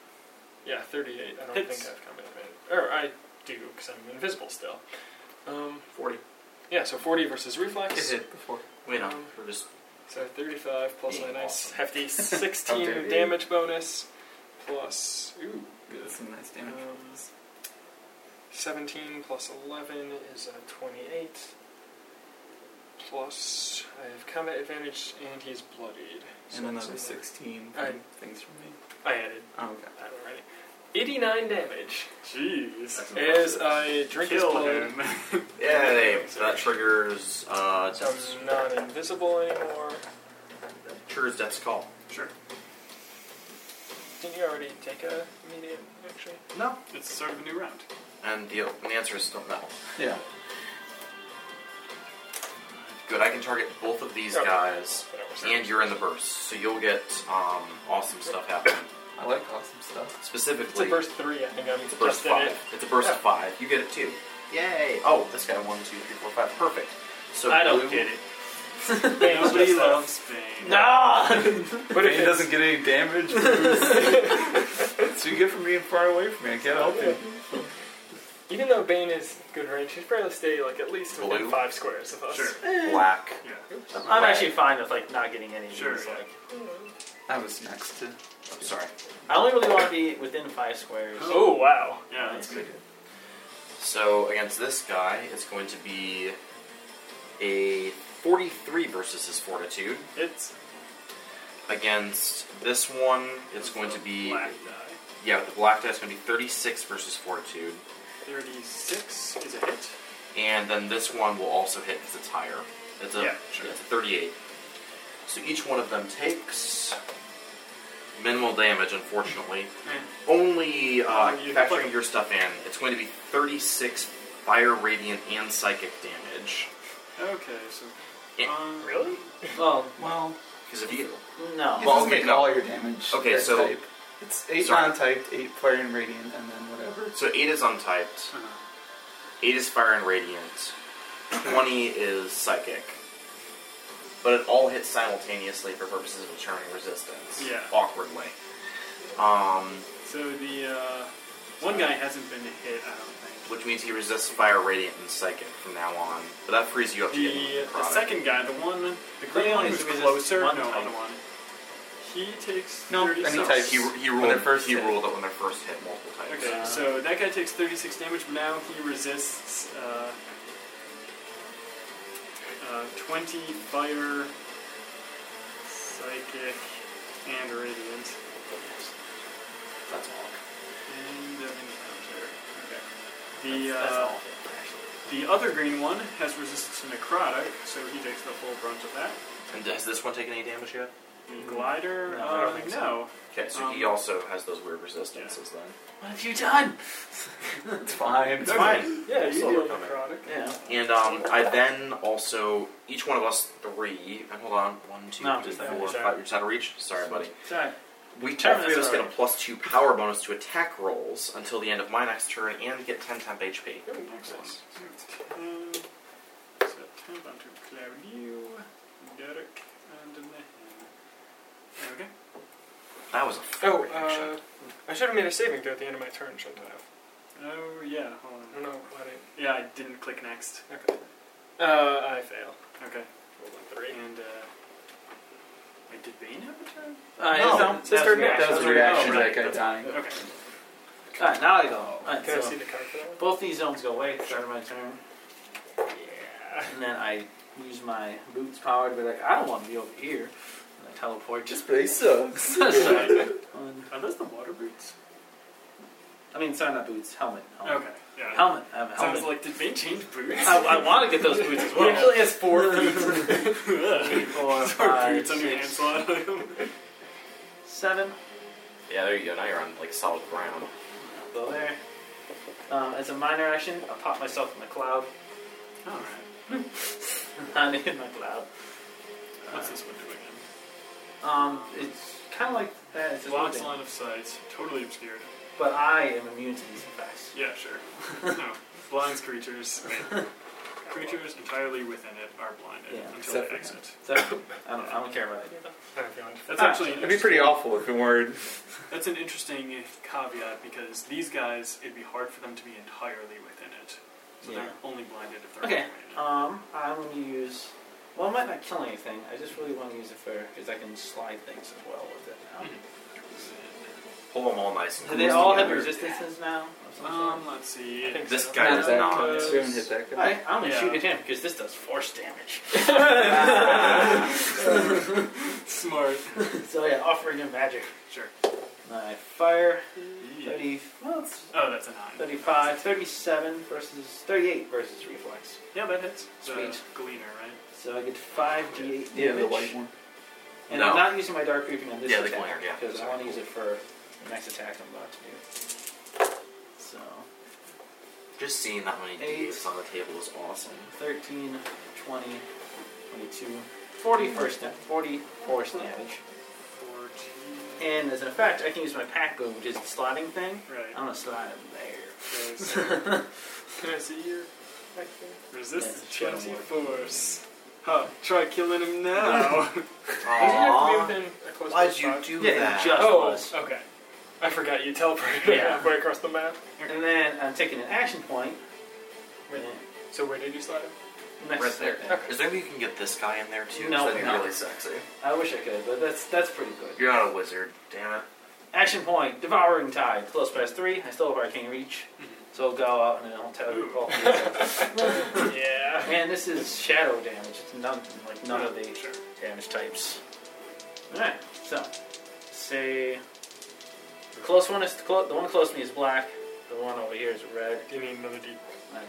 Yeah, 38. I don't
Hits.
think I've come in. Or I do, because I'm invisible still. Um,
40.
yeah, so 40 versus
It
reflex.
hit before.
Wait, no.
Um,
We're just.
So 35 plus
Being
a nice
awesome.
hefty
How dare
16
you.
damage bonus, plus ooh,
That's some nice
um,
damage.
17 plus 11 is a 28. Plus, I have combat advantage, and he's bloodied. So
And another
that's another-
16
I-
things from me.
I added
Oh, okay.
that already. 89 damage
Jeez.
That's
as
impressive.
I drink his
Kill
blood.
him.
Yeah, they- so that triggers. Uh,
So
death's,
I'm not invisible anymore.
that triggers Death's Call. Sure.
Didn't you already take a immediate action?
No.
It's the start of a new round.
And the, and the answer is still no.
Yeah.
Good, I can target both of these
Okay.
guys,
Whatever, so-
and you're in the burst, so you'll get um, awesome stuff happening.
I like awesome stuff.
It's a
Specifically,
burst three, I think I'm
It's a burst
just
of five.
in it.
It's a burst of five. You get it too. Yay! Oh, this guy one, two, three, four, five. Perfect. So
I don't
blue-
get it.
Bane
Nobody
just, uh,
loves Bane.
No!
But if
he
it
doesn't get any damage. That's what you get from being far away from me. I can't help you.
Even though Bane is good range, he'd probably stay like at least within
Blue?
five squares of us.
Sure.
black.
Yeah.
I'm actually fine with like not getting any. of
Sure,
these,
yeah.
like-
I was next to.
I'm sorry.
I only really want to be within five squares.
Oh wow.
Yeah, that's good.
So against this guy, it's going to be a 43 versus his fortitude.
It's
Against this one, it's going to be
black die.
yeah, the black die is going to be 36 versus fortitude,
Thirty-six is a hit.
and then this one will also hit because it's higher. It's a
Yeah, sure.
it's a 38. So each one of them takes minimal damage, unfortunately. only uh,
Hmm. You-
factoring your stuff in, it's going to be 36 fire, radiant, and psychic damage.
Okay, so
Yeah.
um,
Really?
Well,
Well,
Because if you
no.
it
Well,
doesn't
okay,
make
no.
all your damage.
Okay,
that's
so-
type. it's eight
Sorry.
non-typed, eight fire and radiant, and then whatever.
so, eight is untyped,
uh,
eight is fire and radiant, 20 is psychic. But it all hits simultaneously for purposes of determining resistance.
Yeah.
Awkwardly. Um,
so the uh, one guy hasn't been hit. I don't think.
which means he resists fire, radiant, and psychic from now on. But that frees you up to
The,
get
the
product.
second guy, the one, the
They
green one
only
who's
resist
closer.
one
no,
type.
other one. He takes
No,
thirty-six.
any type.
He, he
When
ruled
they're first
he
hit.
ruled it when they're first hit multiple times.
Okay,
Uh,
so that guy takes 36 damage, but now he resists uh, uh, 20 fire, psychic, and radiant.
That's all.
End of encounter. Okay. The,
That's
uh,
all.
the other green one has resistance to necrotic, so he takes the full brunt of that.
And has this one taken any damage yet?
The glider,
No,
uh,
I
no.
don't think so.
Okay, so he
Um,
also has those weird resistances
What have you done?
It's fine.
then. It's fine.
Yeah, you
Still
deal
recovering.
necrotic.
Yeah.
And um, I then also each one of us three. And hold on, one, two,
No,
three,
just that
four,
one.
five. You're just out of reach. Sorry, buddy.
Sorry.
We
Turn
all three of
this
us get a
around.
plus two power bonus to attack rolls until the end of my next turn, and get ten temp HP.
Excellent. Um, so temp onto Claudio, Derek, and Nahim. There
That was a full
Oh,
reaction.
uh, I should have made a saving throw at the end of my turn, shouldn't I? have?
we go. Oh, yeah, hold
I
on.
don't know why I
Yeah, I didn't click next.
didn't. Okay. Uh, I fail.
Okay.
Rolled a three.
And, uh, wait, did Bane have a turn?
Uh,
No,
no,
it's her next.
That was a
Oh,
reaction to
right.
that guy dying.
Okay.
Alright, now I go. Alright,
Can I
so
see the card for that one?
both these zones go away, start of my turn.
Yeah.
And then I use my boots power to be like, I don't want to be over here. And I teleport. Just
place sucks.
one.
Are those the water boots?
I mean, sorry, not boots. Helmet. Helmet.
Okay. Yeah.
Helmet. I have a
Sounds
Oh. helmet.
like, did Bane change boots?
I, I want to get those boots as
He
well.
actually has four feet.
Three,
Sorry,
four, five,
boots on your hand
six,
slot.
seven.
yeah, there you go. Now you're on like solid ground.
Go there. Um, as a minor action, I pop myself in the cloud.
Alright.
I need my cloud.
What's this one doing?
Um, it's kind of like that. It's just
Blocks
moving.
line of sight. Totally obscured.
But I am immune to these effects.
Yeah, sure. no. Blinds creatures. creatures entirely within it are blinded
Yeah,
until
except
they
for
exit.
So I don't. I don't care about it.
I have a feeling.
That's
Ah,
actually an
It'd be pretty
interesting-
awful if it weren't.
That's an interesting caveat because these guys, it'd be hard for them to be entirely within it. So
Yeah.
they're only blinded if they're
Okay.
blinded.
Um, I'm gonna use. Well, it might not kill anything. I just really want to use it for because I can slide things as well with it now.
Pull them all nice and
Do they
close
all have
together.
resistances now? Of some
Um,
sort?
let's see.
think
This
so.
guy
Yeah,
does
that
not.
does.
Soon hit that guy.
Alright, I'm gonna
Yeah.
shoot at him because this does force damage.
Smart.
so yeah, offering him magic.
Sure.
I fire 30, well, it's
Oh, that's a nine.
35, 37 versus 38 versus reflex.
Yeah, that hits. The
Sweet.
gleaner, right?
So I get 5d8 damage.
Yeah, the white one.
And
No.
I'm not using my dark creeping on this
Yeah, the
attack
glare, yeah.
because I want to use it for the next attack I'm about to do. So
Just seeing that many
Eight.
D8s on the table is awesome.
13, 20, 22, 40 first step, 40 force damage.
Fourteen.
And as an effect, I can use my pack boom, which is the sliding thing.
Right.
I'm gonna slide him there.
There's- Can I see your
Yeah,
resist
sure.
24s? Huh, try killing him now.
Does
Aww.
he have to be within a close
Why'd
five?
you do
Yeah,
that?
just
Oh,
was.
okay. I forgot you teleported
Yeah.
halfway across the map.
And then I'm taking an action point.
Wait,
Yeah.
So where did you slide him?
Next
Right there.
step.
Is there any way you can get this guy in there too?
No,
'Cause that'd be
no.
really sexy.
I wish I could, but that's that's pretty good.
You're not a wizard, damn it.
Action point, Devouring Tide. Close pass three. I still have Arcane Reach, so I'll go out and I'll tell you all. three of them.
Yeah.
and this is shadow damage. It's none like none of the
Sure.
damage types. All right, so say the close one is clo- the one close to me is black. The one over here is red,
You need another D.
and,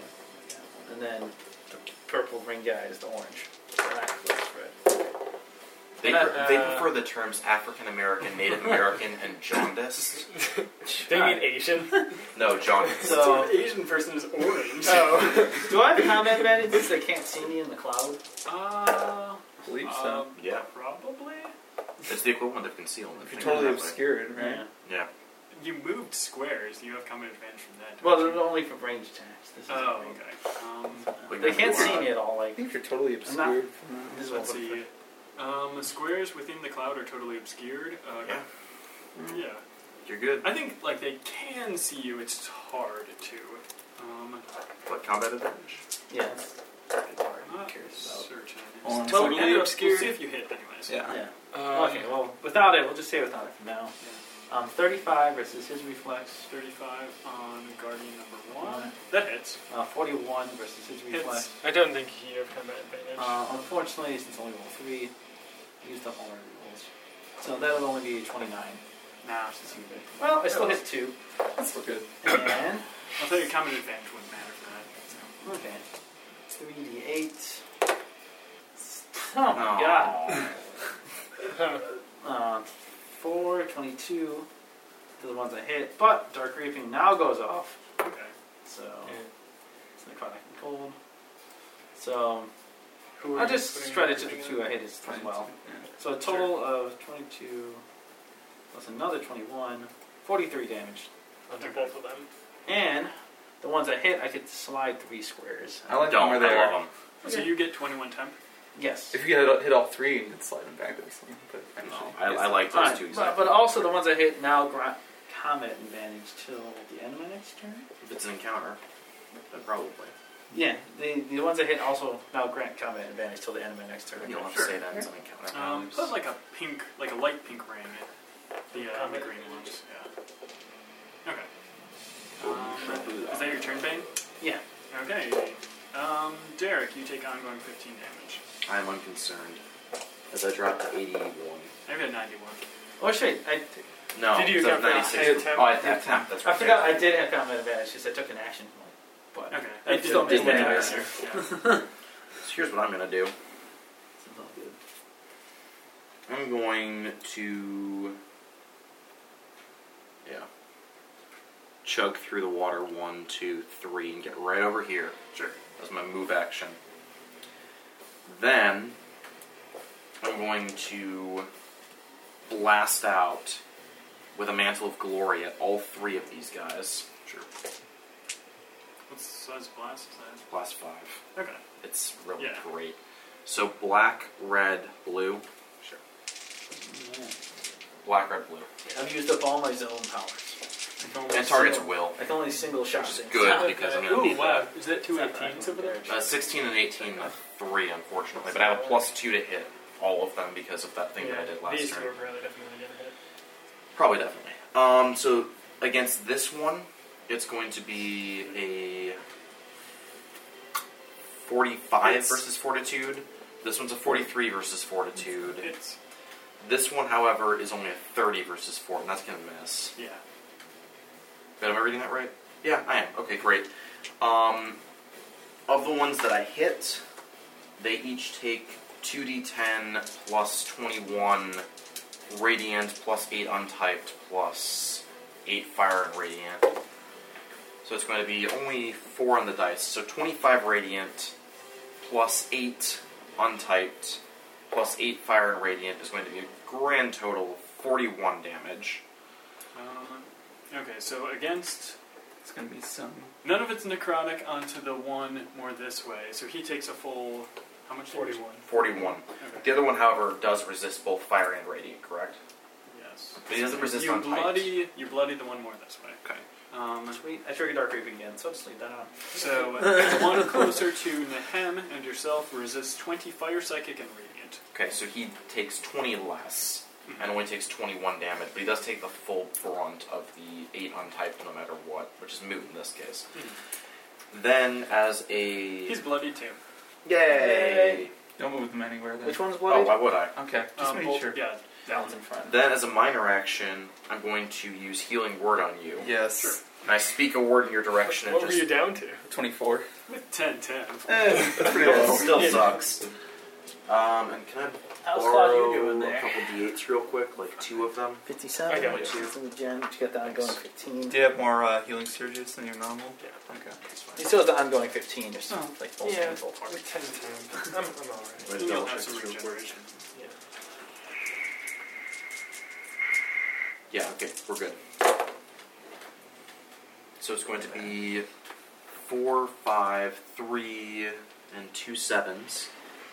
and then the purple ring guy is the orange. Black, close, red.
They,
Not,
pre- they
uh,
prefer the terms African American, Native American, and jaundiced.
They
All
mean
right.
Asian.
No, jaundiced.
So
An Asian person is orange.
oh.
do I have combat advantage since they can't see me in the cloud?
Uh,
I believe so.
um,
Yeah.
probably?
It's the equivalent of concealment.
If you're
Think
totally
of it that way.
obscured, right?
Yeah.
You moved squares. You have combat advantage from that.
Well,
don't
they're
you?
only for range attacks. This is
Oh,
range.
okay. Um,
Like
They
the
can't
door.
see me at all.
I
Like
think you're totally
I'm not-
obscured. from that.
this is
let's
what-
see. Um, squares within the cloud are totally obscured. Uh,
Yeah.
yeah.
You're good.
I think like they can see you. It's hard to. Um,
What combat advantage?
Yeah.
I'm not
cares
certain.
Or-
It's
Well,
totally
yeah.
obscured. We'll see if you hit, anyways.
Yeah.
Yeah.
Uh,
Um,
okay. Well, without it, we'll just say without it for now. Um, 35 versus his reflex.
Thirty-five on guardian number
One.
one. That hits.
Uh, 41 versus his reflex.
Hits.
I don't think you have combat advantage.
Uh, unfortunately, since only roll three, I used up all my rolls. So that would only be 29.
Nah.
versus you, but- Well, I still hit two.
That's still good.
And
I'll tell you, combat advantage wouldn't matter for that. So.
okay, 3d8. Oh my
Aw.
god. Uh, 4, 22 to the ones I hit, but Dark Reaping now goes off.
Okay.
So
Yeah.
it's necrotic and cold. So
Who are
I'll
you
just
putting
spread it to
everything
the
in?
two I hit as as well.
Yeah.
So a total of 22 plus another 21, 43 damage.
I'll do both of them.
And the ones I hit, I could slide three squares.
I like
Don't.
them where they
I
are.
love them.
So you get twenty-one temp.
Yes.
If you could hit- hit all three and could slide them back, that's something. But
No, I, I like those
Fine.
two.
But,
Exactly.
but also the ones I hit now grant combat advantage till the end of my next turn.
If it's an encounter, then probably.
Yeah, the, the ones I hit also now grant combat advantage till the end of my next turn.
You don't have to say that it's an encounter.
Um, put like a pink, like a light pink ring. The, uh, the
Combat
green ones. Yeah. Okay. Um, is
Um,
that your turn, Bane?
Yeah.
Okay. Um, Derek, you take ongoing 15 damage.
I'm unconcerned. As I drop to 81.
I've got 91.
Oh shit, I,
No,
Did you
Oh, so
get that?
96.
Attempt?
Oh, I attempt. That's
I
right.
forgot I did have combat advantage because I took an action point. But
Okay.
I
It
still
didn't
made
matter.
that.
Yeah.
So here's what I'm gonna do.
It's not good.
I'm going to. Yeah. chug through the water one, two, three, and get right over here. Sure. That's my move action. Then I'm going to blast out with a mantle of glory at all three of these guys. Sure.
What's the size of blast is
Blast five.
that? Okay.
It's really
Yeah.
great. So black, red, blue. Sure. Black, red, blue.
I've used up all my zone powers.
And targets
single-
will.
I can only single shot. things.
Good because I'm gonna
Ooh,
beat
wow. Is that two
It's not
18s
that
over there?
Uh, 16 and 18 are three, unfortunately, but I have a plus two to hit all of them because of that thing that I did last
These two
turn.
are really definitely gonna hit.
Probably definitely. Um, so against this one, it's going to be a 45
Hits.
versus Fortitude. This one's a 43 versus Fortitude.
It's
This one, however, is only a 30 versus 4, and that's going to miss.
yeah.
But am I reading that right? Yeah, I am. Okay, great. Um, of the ones that I hit, they each take 2d10 plus 21 radiant plus 8 untyped plus 8 fire and radiant. So it's going to be only 4 on the dice. So 25 radiant plus 8 untyped plus 8 fire and radiant is going to be a grand total of 41 damage.
Um, okay, so against
It's gonna be some.
None of it's necrotic onto the one more this way, so he takes a full. How much? damage?
41.
Okay.
The other one, however, does resist both fire and radiant, correct?
Yes.
But he doesn't resist
you
on height.
bloody, you bloody the one more this way.
Okay.
Um,
Sweet. I triggered Dark Reaping again, so I'll just leave that on.
so uh, the one closer to Nahem and yourself resists 20 fire, psychic, and radiant.
Okay, so he takes 20 less and only takes 21 damage, but he does take the full brunt of the 8 untyped no matter what, which is moot in this case. Then, as a.
He's bloody too.
Yay!
Don't move them anywhere. Then.
Which one's
Oh,
blooded?
why would I?
Okay, just
Um,
make
both-
sure.
Yeah,
that one's in front.
Then, as a minor action, I'm going to use Healing Word on you.
Yes.
And I speak a word in your direction
What
and
were
just.
you down to?
Twenty-four.
10 10.
That's pretty low. Still sucks. Um, and can I
How's Claude
borrow
you doing
a
there?
couple d8s real quick, like two of them?
57.
I got
it.
It's in the gen. You got the ongoing 15.
Do you have more uh, healing surges than your normal?
Yeah.
Okay.
He still has the ongoing 15. There's
Oh.
like full
Yeah.
full
Or 10
target.
10. I'm, I'm alright.
Wait,
And you'll
double
have
check
some
this real quick.
regeneration.
Yeah, okay, we're good. So it's going to be four, five, three, and two sevens.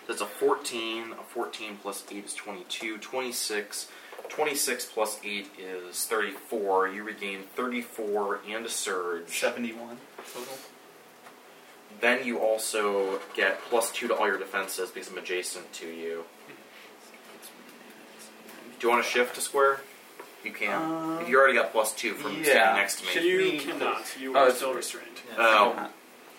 That's a 14. A 14 plus 8 is 22. 26. 26 plus 8 is 34. You regain 34 and a surge.
Seventy-one total.
Then you also get plus 2 to all your defenses because I'm adjacent to you. Do you want to shift to square? You can. if you already got plus 2 from
yeah.
standing next to me.
Should
You
we-
cannot. You
Oh,
are
it's-
still restrained.
Oh,
And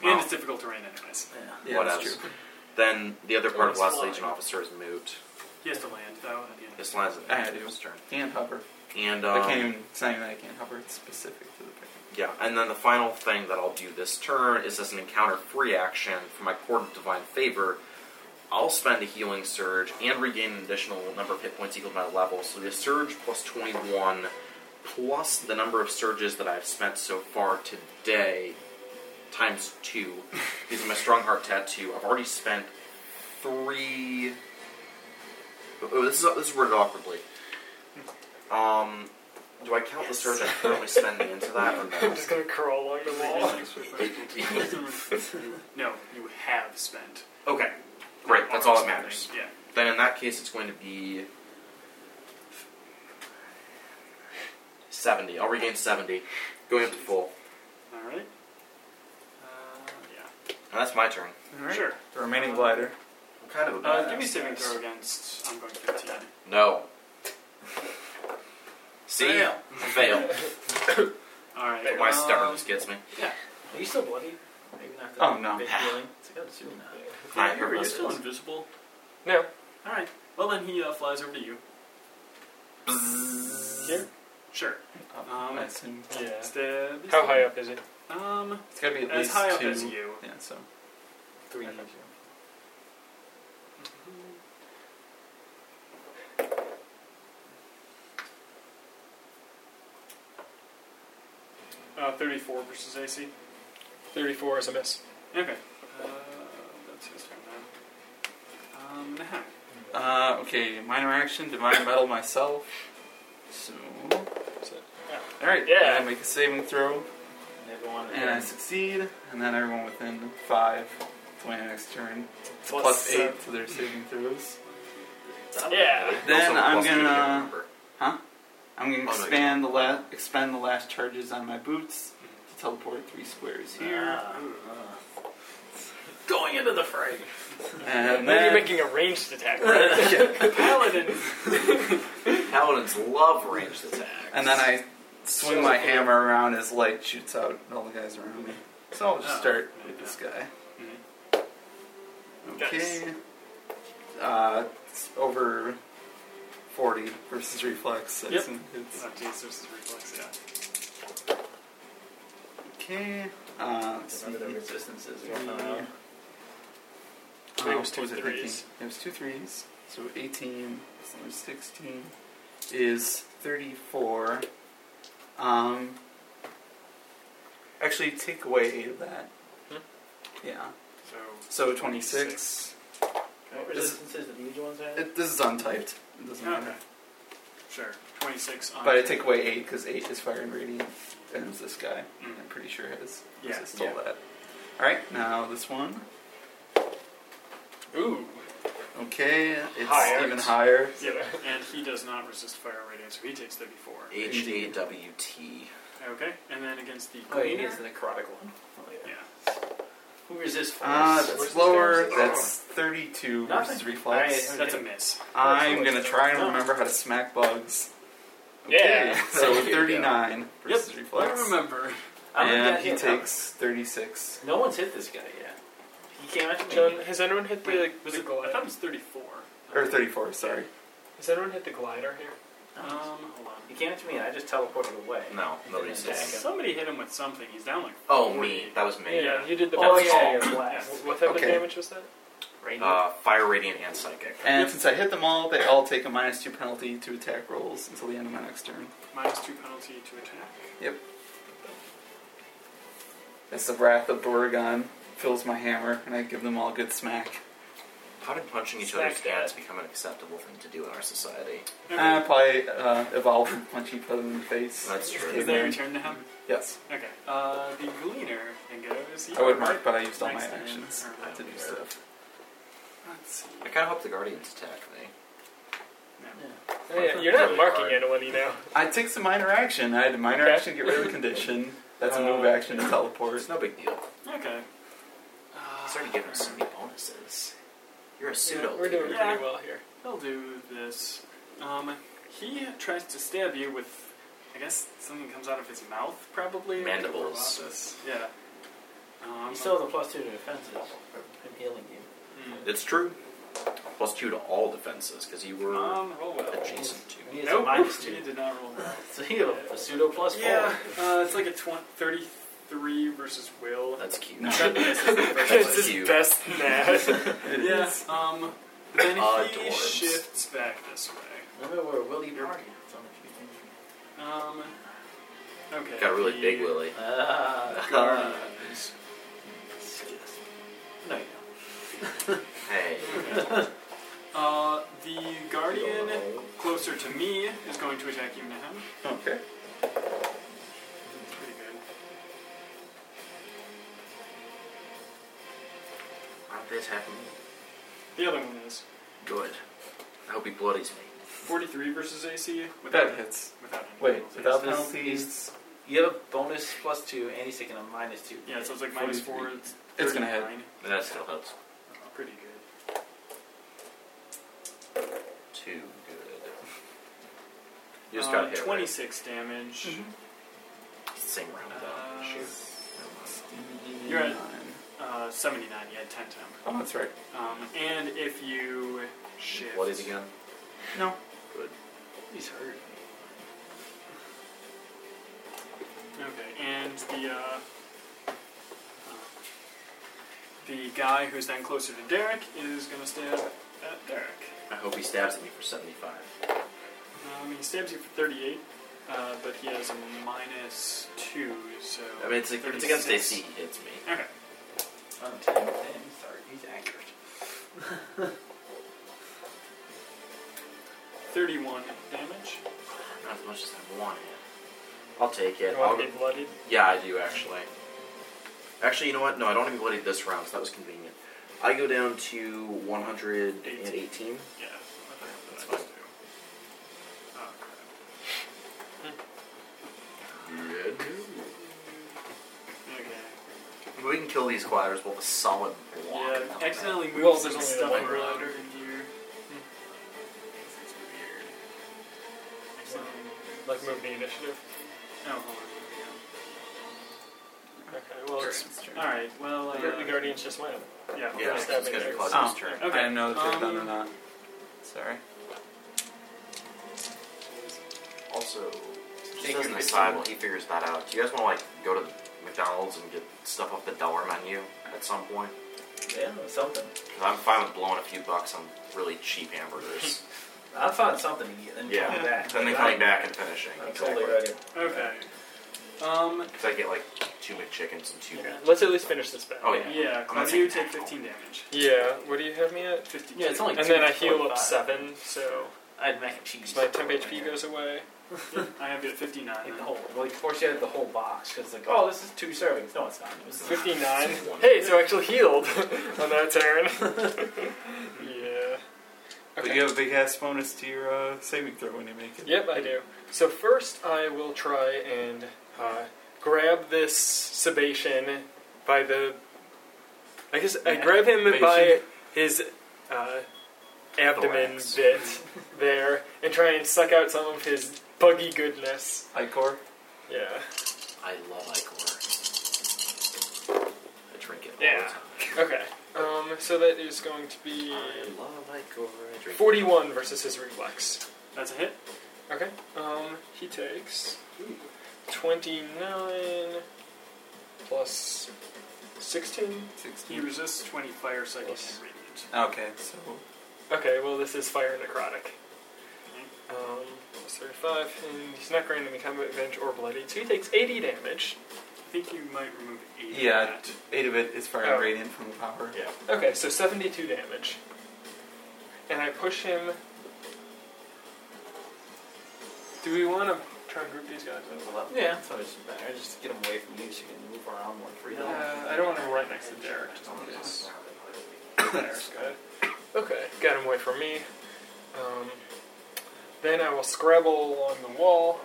Wow.
it's difficult terrain, anyways.
Yeah.
Yeah, that's
Whatevs.
true.
then the other part of
It's
Last
flying.
Legion Officer is moot.
He has to land, though, at the end of
This line is
I
at
do.
his turn.
And hover.
And,
I
um,
can't even. It's not even that I can't hover. It's specific to the pick.
yeah, and then the final thing that I'll do this turn is as an encounter free action for my Court of Divine Favor, I'll spend a healing surge and regain an additional number of hit points equal to my level. So the surge plus 21 plus the number of surges that I've spent so far today times two. These are my strong heart tattoo. I've already spent three. Oh, this is this is worded awkwardly. Um, do I count the surge I'm currently spending into that or
I'm
no?
just gonna crawl along the wall.
no, you have spent.
Okay, great. That's all that matters.
Yeah.
Then in that case, it's going to be seventy. I'll regain seventy, going up to full,
All right. Uh, yeah.
and that's my turn.
Sure.
The remaining glider.
I'm kind of a
Uh,
badass.
give me saving throw against ongoing 15.
no. See, fail.
All right.
But my
um,
stubbornness gets me.
Are you still bloody? Maybe not.
Oh, no.
Big healing. It's like, oh, it's doing that.
I
yeah, You're
remember
still
this.
invisible.
No.
All right. Well, then he uh, flies over to you. Here. Sure. Um,
I assume
Yeah.
Stab.
How high up is it?
Um,
it's gotta be at
as
least
high up
two.
as you.
Yeah. So
Three.
Uh, 34 versus AC.
34 is a miss.
Okay. Uh, that's his turn then. Um, nah.
Uh, okay, minor action, divine metal myself. So,
So-
all right,
Yeah.
and I make a saving throw,
Everyone
and I succeed, and then everyone within five, it's my next turn,
It's
plus, plus eight to their saving throws.
Yeah.
Then
Also,
I'm
plus eight,
gonna-
remember.
I'm gonna
Oh, no, you-
expand the la- expend the last charges on my boots to teleport three squares here,
Ah.
Going into the fray.
Uh,
and
Maybe you're
then
making a ranged attack, right?
Paladin.
Paladins love ranged attacks.
and then I swing my hammer around as light shoots out at all the guys around me. So I'll just
Oh,
start
yeah.
with this guy.
Mhm.
Okay. Uh, it's over 40 versus reflex. That's
Yep.
an- it's-
Oh, geez, this is reflex, yeah.
okay. Uh, let's see.
Remember the resistances.
Uh,
Yeah.
Oh,
I think it was
what
two
I
threes.
thinking? It was two threes. So 18, so 16 is 34. Um, actually, take away 8 of that.
Hmm?
Yeah.
So,
So 26.
What resistances do these ones Oh, have?
It, this is untyped. It doesn't matter.
okay. Sure. 26 on.
But I take away eight because eight is fire and radiant, and it's this guy.
Mm.
I'm pretty sure has
Yeah,
resist all that. All right, now this one.
Ooh.
Okay, it's
Higher.
even higher.
Yep. And he does not resist fire radiant, so he takes 34.
HDWT.
Okay. And then against the
Oh, he
green.
gets the necrotic one. Oh,
yeah.
Who resists force?
Ah, that's
Where's
lower.
this guy?
That's 32 versus
Nothing.
reflex.
Alright.
That's a miss.
I'm gonna try and
No.
remember how to smack bugs.
Yeah.
So
There you go.
39 versus
I
reflex,
remember.
I'm gonna
and
get
he
hit.
takes 36.
No one's hit this guy yet. He came after me.
John, has anyone hit the,
Wait, was
the
it, I thought it
glider?
was 34.
Or 34, sorry.
Has anyone hit the glider here?
Um, hold on.
He came after me and I just teleported away.
No, nobody's
Didn't attack
saying.
him.
Somebody hit him with something. He's down like.
Oh,
40.
me. That was me.
Yeah, you did the
Oh
best.
yeah, yeah, blast.
Wh- What type
Okay.
of damage was that?
Radiant.
Uh, fire, radiant, and psychic.
And since I hit them all, they all take a minus two penalty to attack rolls until the end of my next turn.
Minus two penalty to attack.
As the wrath of Borogon fills my hammer, and I give them all a good smack.
How did punching each
Smack
other's dads become an acceptable thing to do in our society?
Okay.
And I probably uh, evolved and punch each other in the face.
That's
Is
true.
there a return to him?
Yes,
Okay. Uh, the gleaner and get is he
I would
alright?
mark, but I used all my
Next turn,
actions
or
to do
whatever.
stuff.
Let's see.
I kind of hope the guardians attack me.
Oh, yeah, you're not marking anyone, you know.
I take some minor action. I had a minor
Okay.
action to get rid of the condition. That's a move
Uh,
action to teleport.
It's no big deal.
Okay.
I started giving them so many bonuses. You're a
Yeah,
pseudo.
we're doing
leader.
Yeah.
pretty well here.
He'll do this. Um, he tries to stab you with, I guess, something comes out of his mouth, probably.
Mandibles.
Proboscis. Yeah.
Ah.
Um,
he still has a plus two to defenses from healing you.
hmm.
It's true. Plus two to all defenses because you were
Oh.
Um, roll well.
adjacent to.
He has a
Nope,
minus
he
two.
did not roll well.
So he has a pseudo plus four.
Yeah, uh, it's like a tw- 33 versus Will.
That's cute.
No.
That misses the first
That's
one.
It's
cute.
his best nat.
Yeah, um, then
Uh,
he
dwarves.
shifts back this way.
Remember where Willie Party? So much you think.
Um, okay.
Got really
he-
big, Willie.
Ah, God.
Guardians.
No, you don't.
Hey.
Uh, the guardian closer to me is going to attack you now.
Okay.
That's pretty good.
Why don't they attack me?
The other one is
Good. I hope he bloodies me.
43 versus AC without
That hits.
Without any
Wait,
penalties.
without
This
penalties,
You have a bonus plus two, and he's taking a minus two.
Yeah, so it's like minus four. It's,
It's gonna hit.
39.
That still helps.
Pretty good.
Too good. You just
Uh,
got hit. right?
26 damage.
Same round
Uh,
though. Shoot.
You're at-
nine.
Uh, 79. You had 10 temp.
Oh, that's right.
Um, and if you shift,
Bloodies again.
No.
Good.
He's hurt.
Okay, and the uh, uh, the guy who's then closer to Derek is gonna stab at Derek.
I hope he stabs at me for 75.
Um, he stabs you for 38. uh, but he has a minus two, so.
I mean, it's, like, it's against
36.
AC. He hits me.
Okay.
On a 10, 10, sorry, he's accurate.
31 damage.
Not as much as I wanted. I'll take it.
You want
I'll,
to be blooded?
yeah, I do actually. Actually, you know what? No, I don't even bloodied this round, so that was convenient. I go down to 118.
Yeah. Okay,
That's
That's
fine.
fine. Oh, crap. Okay.
We can kill these gliders with a solid block.
Yeah, accidentally
Well,
moved some
there's only
stuff
one
around
round.
in here. This is weird. Accidentally moved-
Like move the initiative?
Oh, hold on. here
Okay, well, it's,
we go. Alright, well, uh,
the Guardians just went.
yeah.
Yeah,
First
it's
stab
gonna be
in
Claudius'
there. Oh.
turn.
I
Okay.
didn't know if they're done or
um,
not. Sorry.
Also, just
Think
as
you
an
could
aside,
do-
while he figures that out, do you guys want to like go to McDonald's and get stuff off the dollar menu at some point?
Yeah, something.
'Cause I'm fine with blowing a few bucks on really cheap hamburgers,
I found something to get. Then
Yeah.
coming back.
then then coming back and finishing.
I'm
Exactly.
totally ready.
Okay. Um,
Because I get like two McChickens and two.
Yeah. Let's at least finish this battle.
Oh yeah.
yeah,
I'm not
Claudio, you
taking
take 15 damage.
Yeah, what do you have me at?
52.
Yeah, it's only
and then I
245.
heal up 7, so
I had mac and cheese.
my temp HP goes away.
I have you at 59.
Like the whole, well, of course you had the whole box because like, oh, this is two servings. No, it's not. It was
59. Hey, so I actually healed on that turn. yeah.
But you have a big ass bonus to your uh, saving throw when you make it.
Yep, I do. So first, I will try and uh, grab this Sebation by the. I guess I grab him by
Sebation?
his uh, abdomen
Thorax.
bit there and try and suck out some of his buggy goodness.
Icor.
Yeah.
I love Icor. I drink it all
Yeah.
the time.
Okay. Um, so that is going to be
I love Icor. I drink. it.
41 versus his reflex.
That's a hit.
Okay. Um, he takes 29 plus 16.
He
16.
resists 20 fire, psychic,
Yes.
and radiant.
Okay, so
Okay, well, this is fire necrotic. Um, plus 35, and he's not granted any combat advantage or bloodied, so he takes 80 damage.
I think you might remove 8
Yeah.
of that.
eight of it is fire
Oh.
and radiant from the power.
Yeah.
Okay, so 72 damage. And I push him. Do we want to try and group these guys up?
Well, yeah, that's always better. Just get them away from you so you can move around more freely.
Uh, I don't want him right next to Derek. Just on this. There, good. Okay, got him away from me. Um, then I will scrabble along the wall.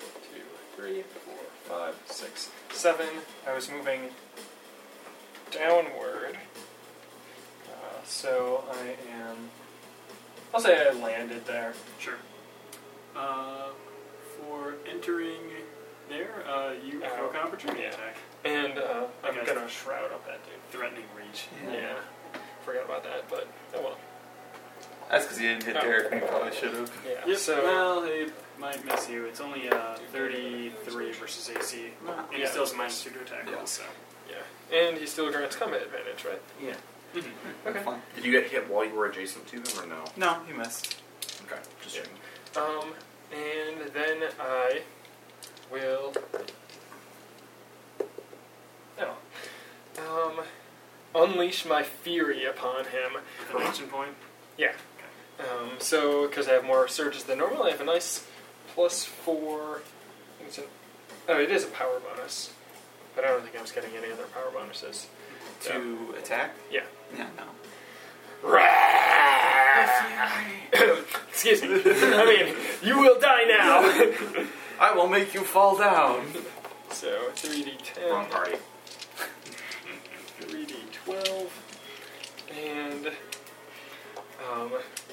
Two,
Three, four, five, six.
seven, I was moving downward. Uh, so I am. I'll say I landed there.
Sure. Uh, for entering there, uh, you
Uh,
provoke an opportunity
yeah.
attack.
And uh, I'm
Okay.
gonna shroud up that dude.
Threatening reach.
Yeah. Forgot about that, but oh well.
That's because you didn't hit
Oh.
Derek and you probably should have.
Yeah.
Yep,
So
well, it might miss you. It's only uh, 33 versus AC. And he
Yeah.
still has minus 2 to attack
Yeah.
rolls, so.
yeah, and he still grants combat advantage, right?
Yeah.
Okay.
Fine.
Did you get hit while you were adjacent to them or no?
No, you missed.
Okay. Just checking.
Um, and then I will. No. Um, unleash my fury upon him.
With an
Uh-huh.
action point.
Yeah. Um, so, because I have more surges than normal, I have a nice plus four. I think it's an, oh, it is a power bonus. But I don't think I was getting any other power bonuses.
To attack?
Yeah.
Yeah, no.
Excuse me. I mean, you will die now!
I will make you fall down.
so,
Wrong
3d10,
party.
3d12, and um,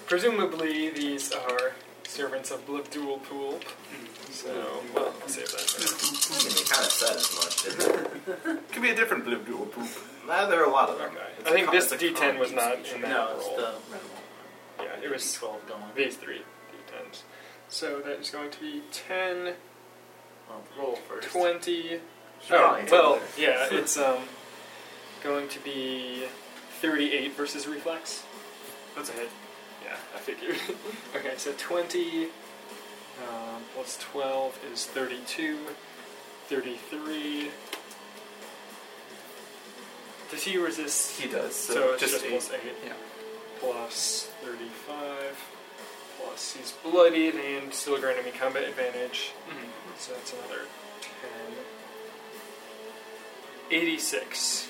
presumably these are servants of Blip Dual Pool. So, well, I'll save that for now.
I mean, they kind of said as much, didn't they?
Could be a different blue dual poop.
nah, there are a lot of them.
Okay.
It's
I
a
think
con-
this
it's a
D10
con
was not
usage.
in that
No, it's
roll.
the
yeah, it was
twelve going.
these three D10s. So that is going to be 10,
Well, roll first.
20.
probably
Oh,
tell
well,
there.
yeah, it's um going to be 38 versus reflex.
That's a hit.
Yeah, I figured. okay, so 20 Um, what's 12 is 32, 33. Does he resist?
He does.
so,
So,
it's
just,
just,
eight.
plus 8.
Yeah.
Plus 35. Plus he's bloodied and still granted me combat advantage.
Mhm.
So that's another 10. 86.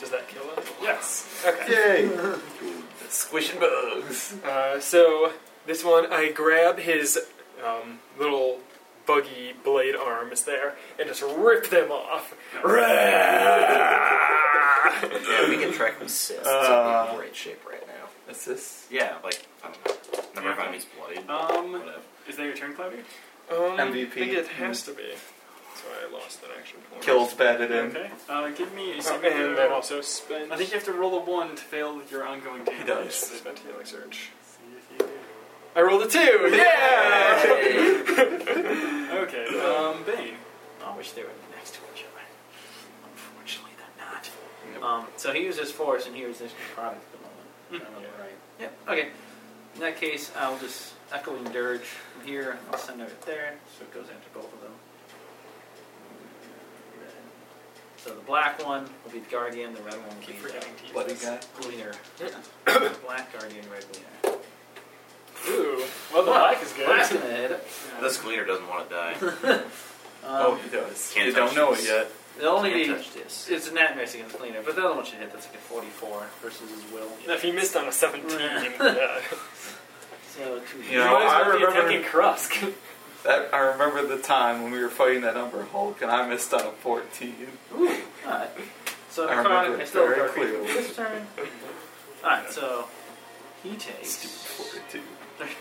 Does that kill him?
Yes.
Okay.
Yay!
Squishing bugs.
Uh, so this one, I grab his um, little buggy blade arms there and just rip them off. Rah!
Yeah, we can track with Sis.
Uh,
it's in great shape right now.
Assists.
Yeah, like, I don't know. Number of enemies bloodied.
Um,
Whatever.
is that your turn, Clavy?
um, I
MVP.
think it has to be. So I lost an action point.
Kills batted in.
Okay. Uh, give me a
Oh,
saving
and then
throw.
also spend.
I think you have to roll a one to fail your ongoing damage.
does.
spend healing surge.
See if you do.
I rolled a two. Yeah.
Okay, um, Bane.
I wish they were next to each other. Unfortunately, they're not. Um, so he uses force and he resists necrotic at the moment. if I remember right. Hmm. Yep. Okay. In that case, I'll just echoing dirge from here. and I'll send it there, so it goes after both of them. So the black one will be the guardian. The red one will
Keep
be
forgetting to use
Bloody
this.
guy.
the gleaner. black guardian, red gleaner.
Ooh. Well, the black is good.
Black's gonna hit it.
This gleaner doesn't want to die.
oh,
Um,
he does.
Can't
you don't
touch
know
this.
it yet.
It'll only
Can't
be
touch this.
it's a nat miss against cleaner, but the other one should hit. That's like a 44 versus his will.
Now, if he missed on a 17, yeah.
So two.
You know,
might as
I
well be
remember-
attacking Krusk.
That, I remember the time when we were fighting that Umber Hulk, and I missed on a 14.
Ooh, alright. So
I remember
Necrotic, I
it
still
very
have Dark Vision.
clearly.
This turn. Alright, so he takes
Stupid 14.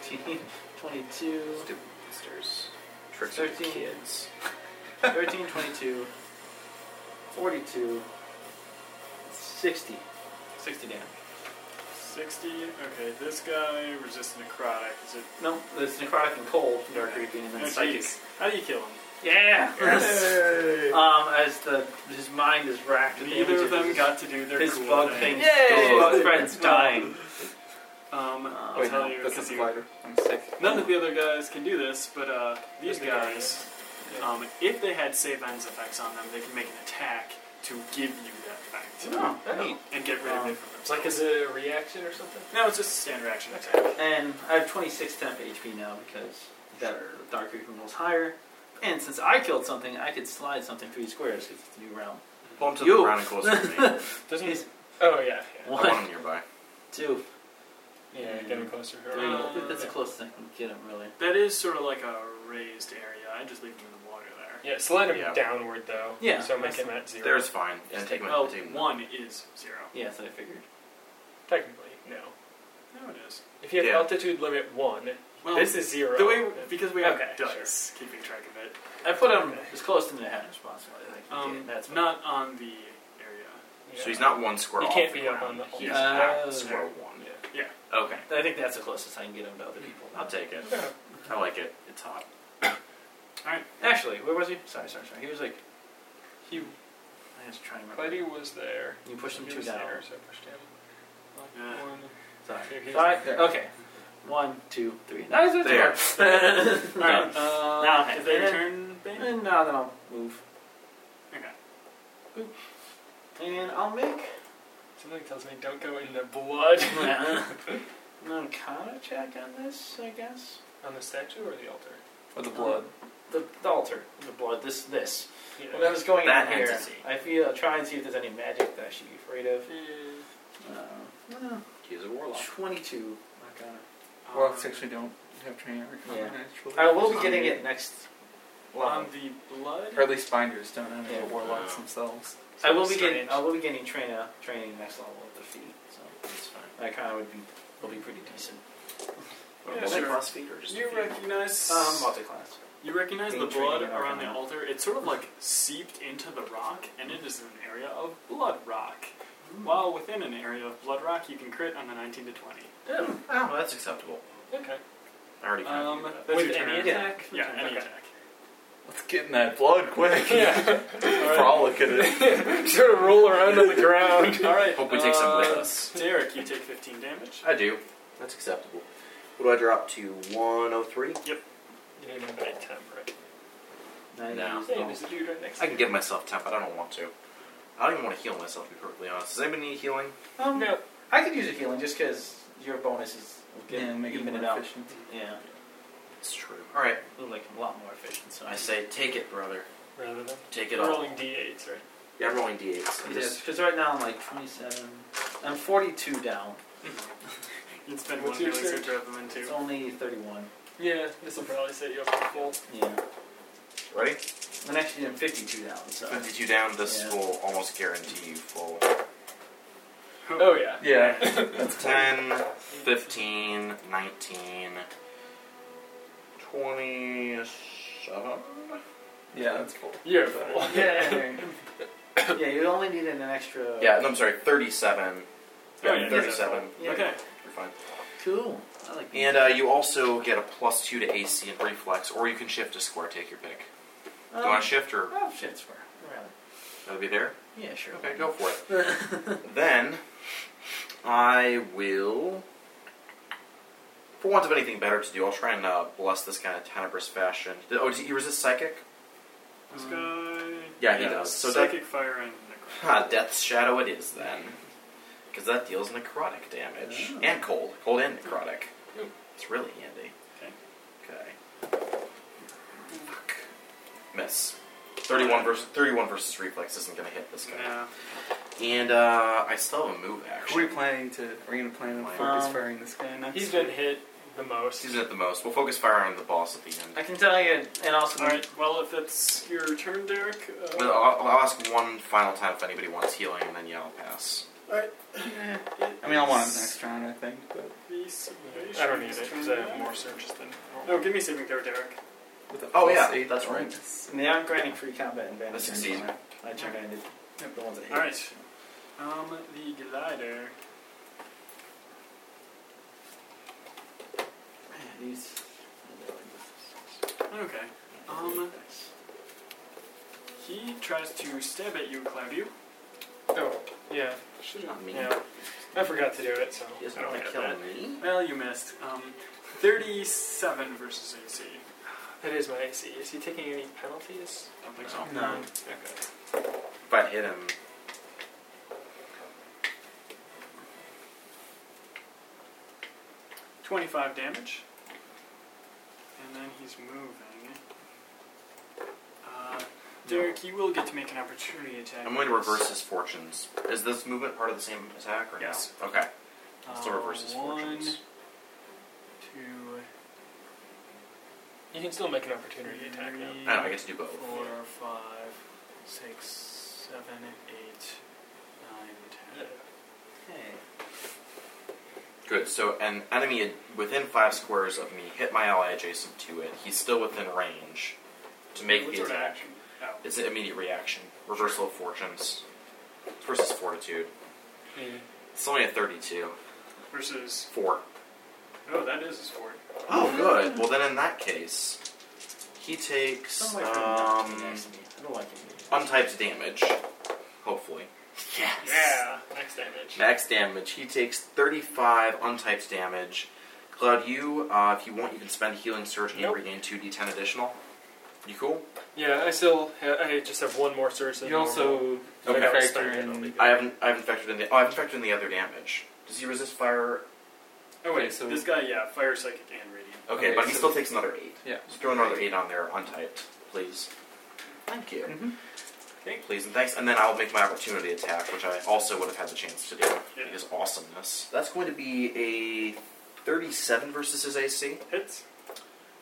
13, 22,
Stupid monsters. Tricks with
Thirteen.
kids.
13, 22, 42, 60. 60 damage.
60. Okay, this guy resists necrotic. Is it?
No, there's necrotic and cold from Dark Reaping and then
Okay.
psychic.
How do you kill him?
Yeah!
Yay!
Um, as the his mind is racked with
Neither of them
images,
got to do their
his
cool
bug
thing.
thing. His bug friend's dying.
Um, I'll
Wait,
tell
no,
you.
that's a
'cause you-
spider. I'm sick.
None of the other guys can do this, but uh, these
Just the
guys, um, if they had save ends effects on them, they can make an attack to give you that effect
Oh,
Oh.
and get rid of
Um,
it from
It's like
themselves.
as a reaction or something?
no, it's just a standard action attack.
And I have 26 temp HP now because that Dark Reaping rolls higher. And since I killed something, I could slide something three squares because it's a new round.
Pull him to
You.
the ground and close to me. I
He's
Oh, yeah. yeah.
want
one,
him nearby.
two,
Yeah, get him closer. here.
three.
Uh,
Oh, That's the closest I can get him, really.
That is sort of like a raised area. I just leave them in the water there.
Yeah, slide him
Yeah.
downward, though.
Yeah,
So make him at zero.
There's fine. Yeah, take him.
Well,
take him.
Oh, one is zero.
Yeah, so I figured.
Technically, no.
No, it is.
If you have
Yeah.
altitude limit one,
Well,
this is zero.
the way because we have
Okay,
dice keeping track of it.
I put him
Okay.
as close to the head as possible. I can
Um,
get. That's
not on the area.
Yeah.
So he's not one square
He
off.
can't
the
be up
ground.
on the-
He's
Uh,
at square one.
Yeah.
Okay.
I think that's the closest I can get him to other people.
I'll take it.
Yeah.
I like it. It's hot.
Actually, where was he? Sorry, sorry, sorry. He was like,
He,
I was trying to remember.
Clyde was there.
You pushed him
He
two
was
down.
there, so I pushed him. Like
Yeah.
one.
Sorry.
Here he is.
Five, okay. One, two, three. Nice.
There.
All right. Uh,
Now I-
is that your turn, Bane?
And now then I'll move.
Okay.
And I'll make
Something tells me don't go in the blood.
an arcana check on this, I guess.
on the statue or the altar?
With the blood.
The, the altar, the blood, this, this.
Yeah.
When I was going
That
in here,
entity.
I feel, try and see if there's any magic that I should be afraid of. Uh,
He's a warlock.
22 arcana.
Warlocks actually don't have training
Yeah.
arcana, actually.
I will be getting it next
on
level.
the blood.
Or at least binders Um, don't have any
Yeah.
warlocks
Wow.
themselves.
I will be
strange.
getting, I will be getting trainer, training next level with the feet, so
It's fine.
that kind of would be, will be pretty decent.
What,
Yeah,
was
sure.
it cross feet or just
You
feet?
recognize
Um, multi-class.
you recognize the
Being treated
blood
in
around the
Arcana.
altar. It's sort of like seeped into the rock, and it is an area of blood rock.
Hmm.
While within an area of blood rock, you can crit on the 19 to 20.
Oh, well, that's acceptable.
Okay.
I already kind of
Um,
knew that.
that's
With
your
any
turn.
attack?
Yeah, any
Okay.
attack.
Let's get in that blood quick.
Yeah.
Frolic at it.
sort of roll around on the ground.
All right.
Hope we take some with
uh,
us.
Derek, you take 15 damage.
oh I do. That's acceptable. What do I drop to? 103?
Yep.
You didn't invite temp, right?
Now you
No.
use
Yeah,
it
you
all.
there's a dude right
I
next to
can
you.
give myself temp, but I don't want to. I don't even want to heal myself, to be perfectly honest. Does anybody need healing?
Um,
No.
I could use a healing just because your bonus is
Yeah,
getting
make it
evened
more
it out.
efficient.
Yeah,
It's true. Alright,
Ooh, like a lot more efficient. So
I say take it, brother.
Rather than
Take it
You're
all.
rolling d8s, right?
Yeah, I'm rolling d8s. I'm
It is
just-
because right now I'm like 27. I'm 42 down.
You'd spend
What's
one
your
really
surge?
to grab them into.
It's only 31.
Yeah, this will probably set you up for full.
Yeah,
Ready?
and actually I'm 52 down. So
52 down, this
Yeah.
will almost guarantee you full.
Oh yeah.
Yeah.
10, 15, 19, 27?
Yeah, that's cool.
You're full.
yeah, yeah. You only needed an extra.
Yeah, no, I'm sorry, 37.
Oh,
Yeah,
yeah,
37.
yeah.
Okay.
You're fine.
Cool. I like.
And uh, you also get a plus 2 to AC and reflex, or you can shift a square, take your pick. Do you want to shift, or
Oh, shit, swear. Really?
that'll be there?
Yeah, sure.
Okay, go for it. then I will, for want of anything better to do, I'll try and uh, bless this guy in a tenebrous fashion. Oh, does he resist psychic?
This
Um,
guy.
yeah, he does. So that-
psychic fire and necro.
Ha, Ah, Death's Shadow it is then. Because that deals necrotic damage. And cold. Cold and necrotic.
Ooh.
It's really handy.
Okay.
Okay. Fuck. Miss. 31 versus, 31 versus reflex isn't going to hit this guy.
Yeah.
And uh, I still have a move
Are we
action.
planning to? Are we gonna plan on
Um,
focus firing this guy next?
He's been hit the most.
He's at the most. We'll focus fire on the boss at the
I
end.
can tell you, and also,
All right. Well, if that's your turn, Derek.
Well,
Uh,
I'll, I'll ask one final time if anybody wants healing, and then yeah, I'll pass.
Eh,
it
I mean, I'll want him
is
next round, I think. But
the salvation's
I don't need it because I have
turn.
more searches than normal.
No, give me saving throw, Derek.
with a
Oh,
plus
yeah,
eight
that's right.
bonus.
they aren't granting free combat advantage.
Let's succeed.
anymore. I checked. I did. The ones that hit.
All right. Um, the glider.
These.
Okay. Um, he tries to stab at you, Claudio.
Oh, yeah.
She's not me.
Yeah. I forgot to do it, so
He doesn't
I don't
want to
get
kill
that.
me.
Well, you missed. Um, 37 versus AC.
That is my AC. Is he taking any penalties?
I don't think so.
No.
Okay.
Oh. If I hit him.
Twenty-five damage, and then he's moving. Uh, Derek, you will get to make an opportunity attack.
I'm going to reverse his fortunes. Is this movement part of the same attack or no?
Yes.
Okay.
Uh,
I'll still reverse his
one,
fortunes.
two,
You can still make an opportunity attack now.
I don't know, I get to do both.
four, five, six, seven, eight, nine, ten.
Hey.
Good. So an enemy ad- within five squares of me hit my ally adjacent to it. He's still within range to make
What's
the
your
attack.
reaction? Oh.
It's an immediate reaction. Reversal of fortunes. It's versus fortitude. Hmm. It's only a 32.
Versus.
Four.
Oh, that is a sword.
Oh, good. Well, then in that case, he takes
Somewhere from
um,
next to me. I don't like it.
untyped damage. Hopefully. Yes.
Yeah, max damage.
Max damage. He takes 35 untyped damage. Cloud, you, uh, if you want, you can spend healing surge and
Nope.
regain 2d10 additional. You cool?
Yeah, I still ha- I just have one more surge than
You also
Okay.
factor in.
I haven't, I haven't factored in the. Oh, I haven't factored in the other damage. Does he resist fire?
Oh wait,
Okay, so-
this guy, yeah, fire, psychic, and radiant.
Okay,
Okay,
but he
so-
still takes another eight.
Yeah.
So throw another eight on there, untyped, please. Thank you.
Mhm.
Okay.
Please and thanks, and then I'll make my opportunity attack, which I also would have had the chance to do.
Yeah.
Because awesomeness. That's going to be a 37 versus his AC.
Hits.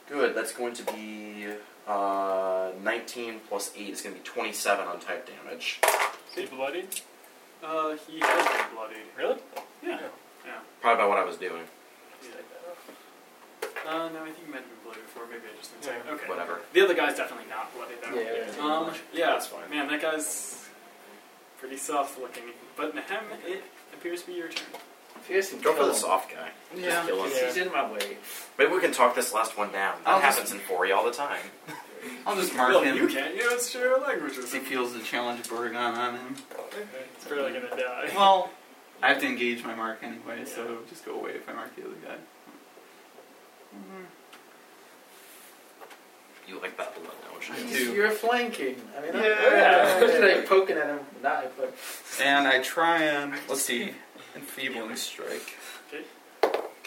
Good. That's going to be uh, 19 plus 8. It's going to be 27 on type damage.
He bloodied. Uh, he has been bloodied.
Really?
Yeah.
Probably by what I was doing.
Uh, no, I think he might have been bloodied before. Maybe I just didn't say. it.
Yeah.
Okay.
Whatever.
The other guy's definitely not bloodied though.
Yeah, yeah.
Um, yeah, that's fine. Man, that guy's pretty soft looking. But Nahem, it appears to be your turn.
Seriously,
Go for
kill
the
him.
soft guy.
Yeah,
kill him.
he's- he's in my way.
Maybe we can talk this last one down. That
I'll just-
happens in 4 all the time.
I'll just mark
well, you
him.
can't. You don't share a language with
As he
him.
feels the challenge of Bergon on him.
Okay.
It's barely gonna die.
Well, I have to engage my mark anyway, so
Yeah.
just go away if I mark the other guy. Mhm.
You like that below, don't you?
I do.
You're flanking. I mean,
Yeah.
I'm, I'm just like poking at him with a knife, but
And I try and let's see, enfeebling strike.
Okay.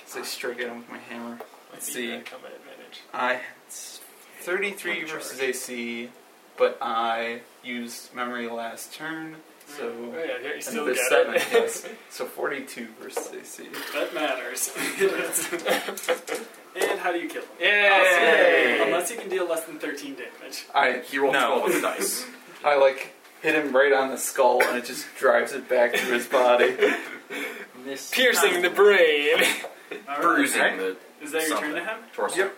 So I strike at him with my hammer. Let's
Maybe
see.
I come at advantage.
I it's 33 versus AC, but I used memory last turn,
Oh
so
yeah, yeah, you
and
still
the
get
seven,
it.
yes. So 42 versus AC.
That matters. and how do you kill him?
Yay!
Unless you can deal less than 13 damage.
I
He rolled
no,
12 on the dice.
I like hit him right on the skull, and it just drives it back through his body.
this
Piercing the brain.
Alright.
Bruising the
Is that your turn
something.
to him?
torso.
Yep.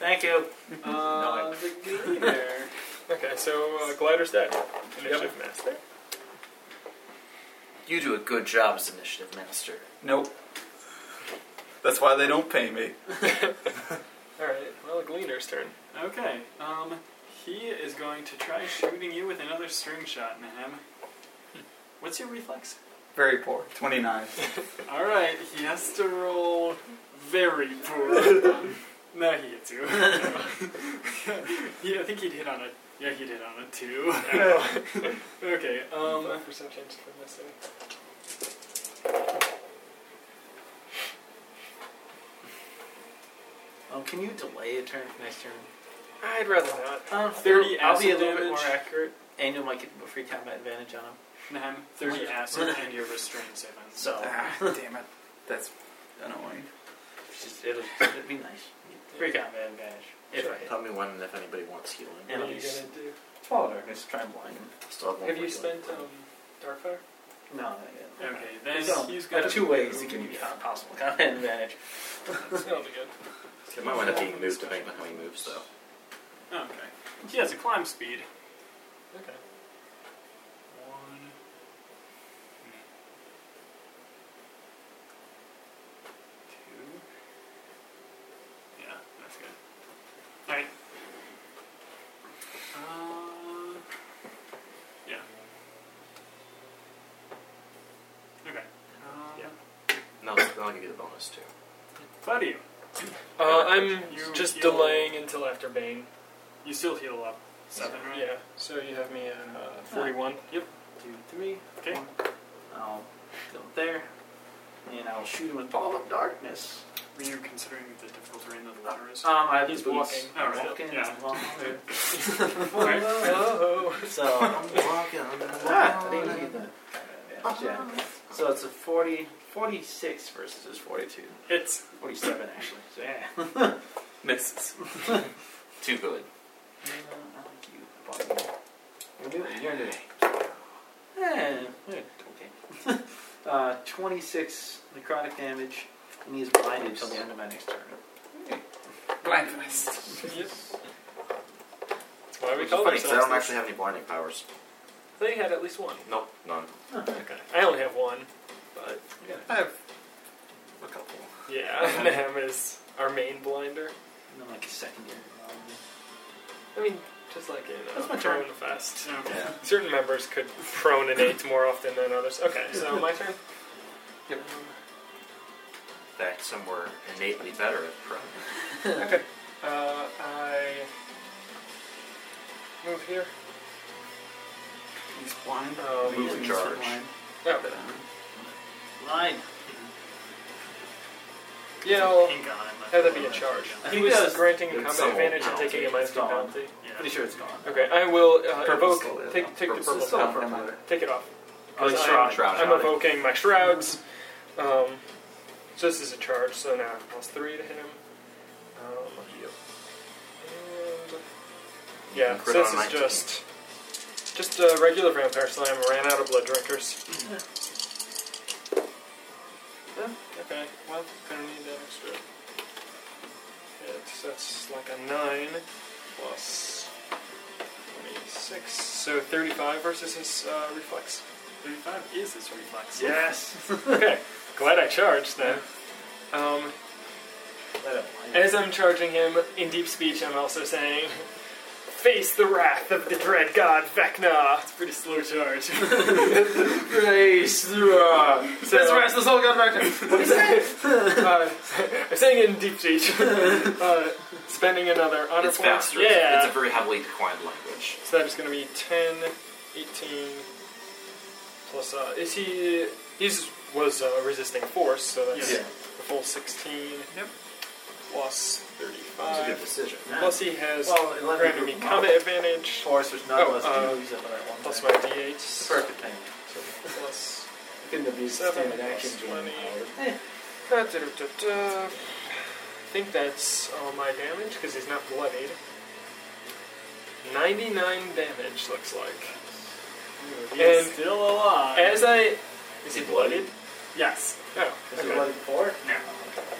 Thank you.
Uh, the gainer.
okay, so uh, glider's dead. Initiative master.
You do a good job as initiative master.
Nope. That's why they don't pay me.
All right. Well, Gleaner's turn.
Okay. Um, he is going to try shooting you with another string shot, man. What's your reflex?
Very poor. 29.
All right, he has to roll very poor. no, he hits you. yeah, I think he'd hit on a. Yeah, he'd hit on a two. okay. Um.
percent chance for missing.
Um, can you delay a turn for next turn?
I'd rather not.
Um,
30
I'll be a
acid
little bit
damage.
more accurate. And you might get a free combat advantage on him.
Nahem, 30 acid and your restraint saving.
So,
Oh.
ah, damn it. That's annoying.
it's just, it'll, it'll be nice. Free combat advantage. If I hit.
Tell me when and if anybody wants healing.
And
What
I'll
are you
just
gonna do?
follow darkness, try and blind him.
Still have one
Have
more
you
healing.
spent um, Darkfire?
No, not yet.
Okay, then
So,
he's
I
going
have two ways to give you a possible combat advantage.
That'll be good.
It might wind up being moved depending on how he moves, though.
Okay. He has a climb speed.
Okay.
One. Two. Yeah, that's good. Alright. Uh, yeah. Okay. Uh,
Yeah. No, then I'll give you the bonus too.
Claudio,
Uh, I'm
You
just
heal-
delaying until after Bane.
you still heal up seven, right?
Yeah. So you have me at uh, 41.
Two, three.
Okay.
I'll go there. And I'll shoot him with Ball of Darkness.
Were you considering the difficult terrain that the water is?
Um, I have
He's
the boots.
walking.
I'm
Alright.
walking.
Yeah.
I'm walking.
Alright.
Oh.
So,
walking.
ah, I didn't get that. Yeah. So it's a 40, 46 versus his 42.
Hits.
47, actually. So, yeah.
Misses.
Too good.
I like you, Bobby.
You're doing
Eh, okay. uh, 26 necrotic damage, and he's blinded until the end of my next turn.
Blind fist.
Yes. That's why we
Which is funny,
call
'cause I
ourselves.
don't actually have any blinding powers.
They had at least one.
Nope, none.
Oh, Okay. I only have one, but
I have
A couple.
yeah, Nam is our main blinder.
And then, like, a secondary. round.
I mean, just like in uh,
That's my turn.
Prone Fest.
Okay.
Yeah.
Certain members could proninate more often than others. Okay, so my turn.
Yep.
That's somewhere innately better at pro.
Okay. Uh, I move here.
He's blind.
Um,
He's
Moving
Mr.
charge.
Blind.
Oh,
Line.
yeah, I'll
Pink on him.
have that be a charge.
I
He
think
was
that was-
granting a
It's
combat
some
advantage and
old
taking a
penalty.
minus
It's
two
gone.
penalty.
Yeah.
Pretty sure it's gone.
Okay, I will uh,
Purple
evoke.
skull, yeah.
Take, take the
Purple
purple
skull.
skull.
Never mind.
Take it off.
Oh, he's
Because
shrouded.
Shroud.
I'm
Shrouded.
evoking my shrouds. Um, so this is a charge, so now I plus three to hit him. Um,
Oh,
and- yeah,
Crit
so this
on
is
19.
just just a regular vampire slam. Ran out of blood drinkers. Yeah, okay, well, gonna need that extra. Hit. So that's like a nine plus twenty-six, so thirty-five versus his uh, reflex.
35 is his reflex.
Yes. okay. Glad I charged then. Um,
Let it blind.
as I'm charging him in deep speech, I'm also saying, Face the wrath of the dread god Vecna.
It's pretty slow charge.
Grace through. Says rest the soul god back. What is that?
Uh, I'm saying it in deep speech. uh, spending another honor
It's
point.
faster. It's-
Yeah.
It's a very heavily declined language.
So that is going to be 10, 18, plus, uh, is he, he's, was uh, resisting force, so that's
Yeah.
the full 16.
Yep.
Plus
That's a
35.
good decision.
Plus he has
Ah. Well, it let me
granted me
do-
combat advantage,
Force, which none
Oh,
of us
uh,
can use it at one
plus
time.
my d8s.
Perfect thing.
Plus,
Couldn't have used
Seven
standard
plus
action during the
twenty.
hour.
da, da, da, da, da. I think that's all my damage, because he's not bloodied. 99 damage, looks like.
He's
And-
still alive.
As I,
Is he blooded?
yes.
oh,
Is
okay.
it blooded four?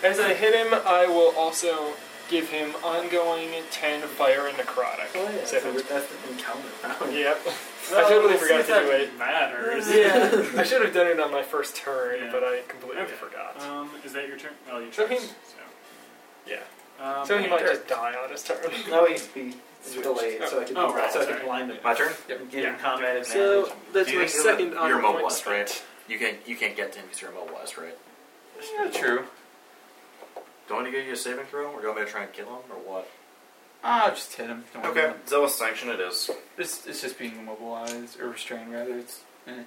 As I hit him, I will also give him ongoing 10 fire and necrotic.
Oh, yeah. That's,
So-
the- that's the encounter round.
Yep. I totally forgot to do it.
Matters.
Yeah. I should have done it on my first turn,
Yeah.
but I completely
Okay.
forgot.
Um, is that your turn? Well, your
So
turn.
he- yeah.
Um,
So he might just die on his turn.
No, he's be delayed, so I could,
Oh, right,
so I could
sorry.
blind him.
My turn.
Give
Yeah.
him combat advantage.
So that's
Do you
my
think you're-
second
You're
honor point.
immobilized, right? You can't you can't get to him because you're immobilized, right?
Yeah, true.
Do I want to give you a saving throw, or do I want me to try and kill him, or what?
Ah, just hit him. Don't worry about it.
zealous sanction it is.
It's, it's just being immobilized or restrained, rather. It's eh.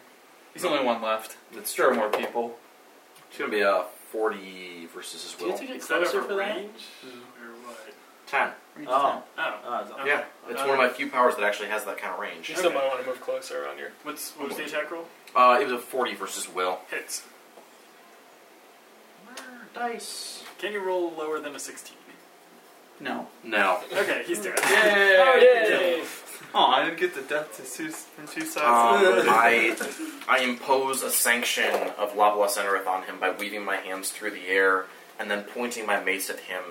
he's only one left. It's there are more people.
It's gonna be a forty versus his
Do you
will.
have to get
Is that
closer
over
for that?
range? Or what?
Ten.
Oh.
Oh.
Oh, it's all-
Yeah, it's one of my few powers that actually has that kind of range.
You still might want to move closer on your.
What's, what was the attack roll?
Uh, it was a forty versus will.
Hits.
Dice.
Can you roll lower than a 16?
No.
No.
Okay, he's dead.
Yay!
Oh, yay!
Oh, I didn't get the death to two, from two
Um,
sides.
I I impose a sanction of Lavalas Enerith on him by weaving my hands through the air and then pointing my mace at him,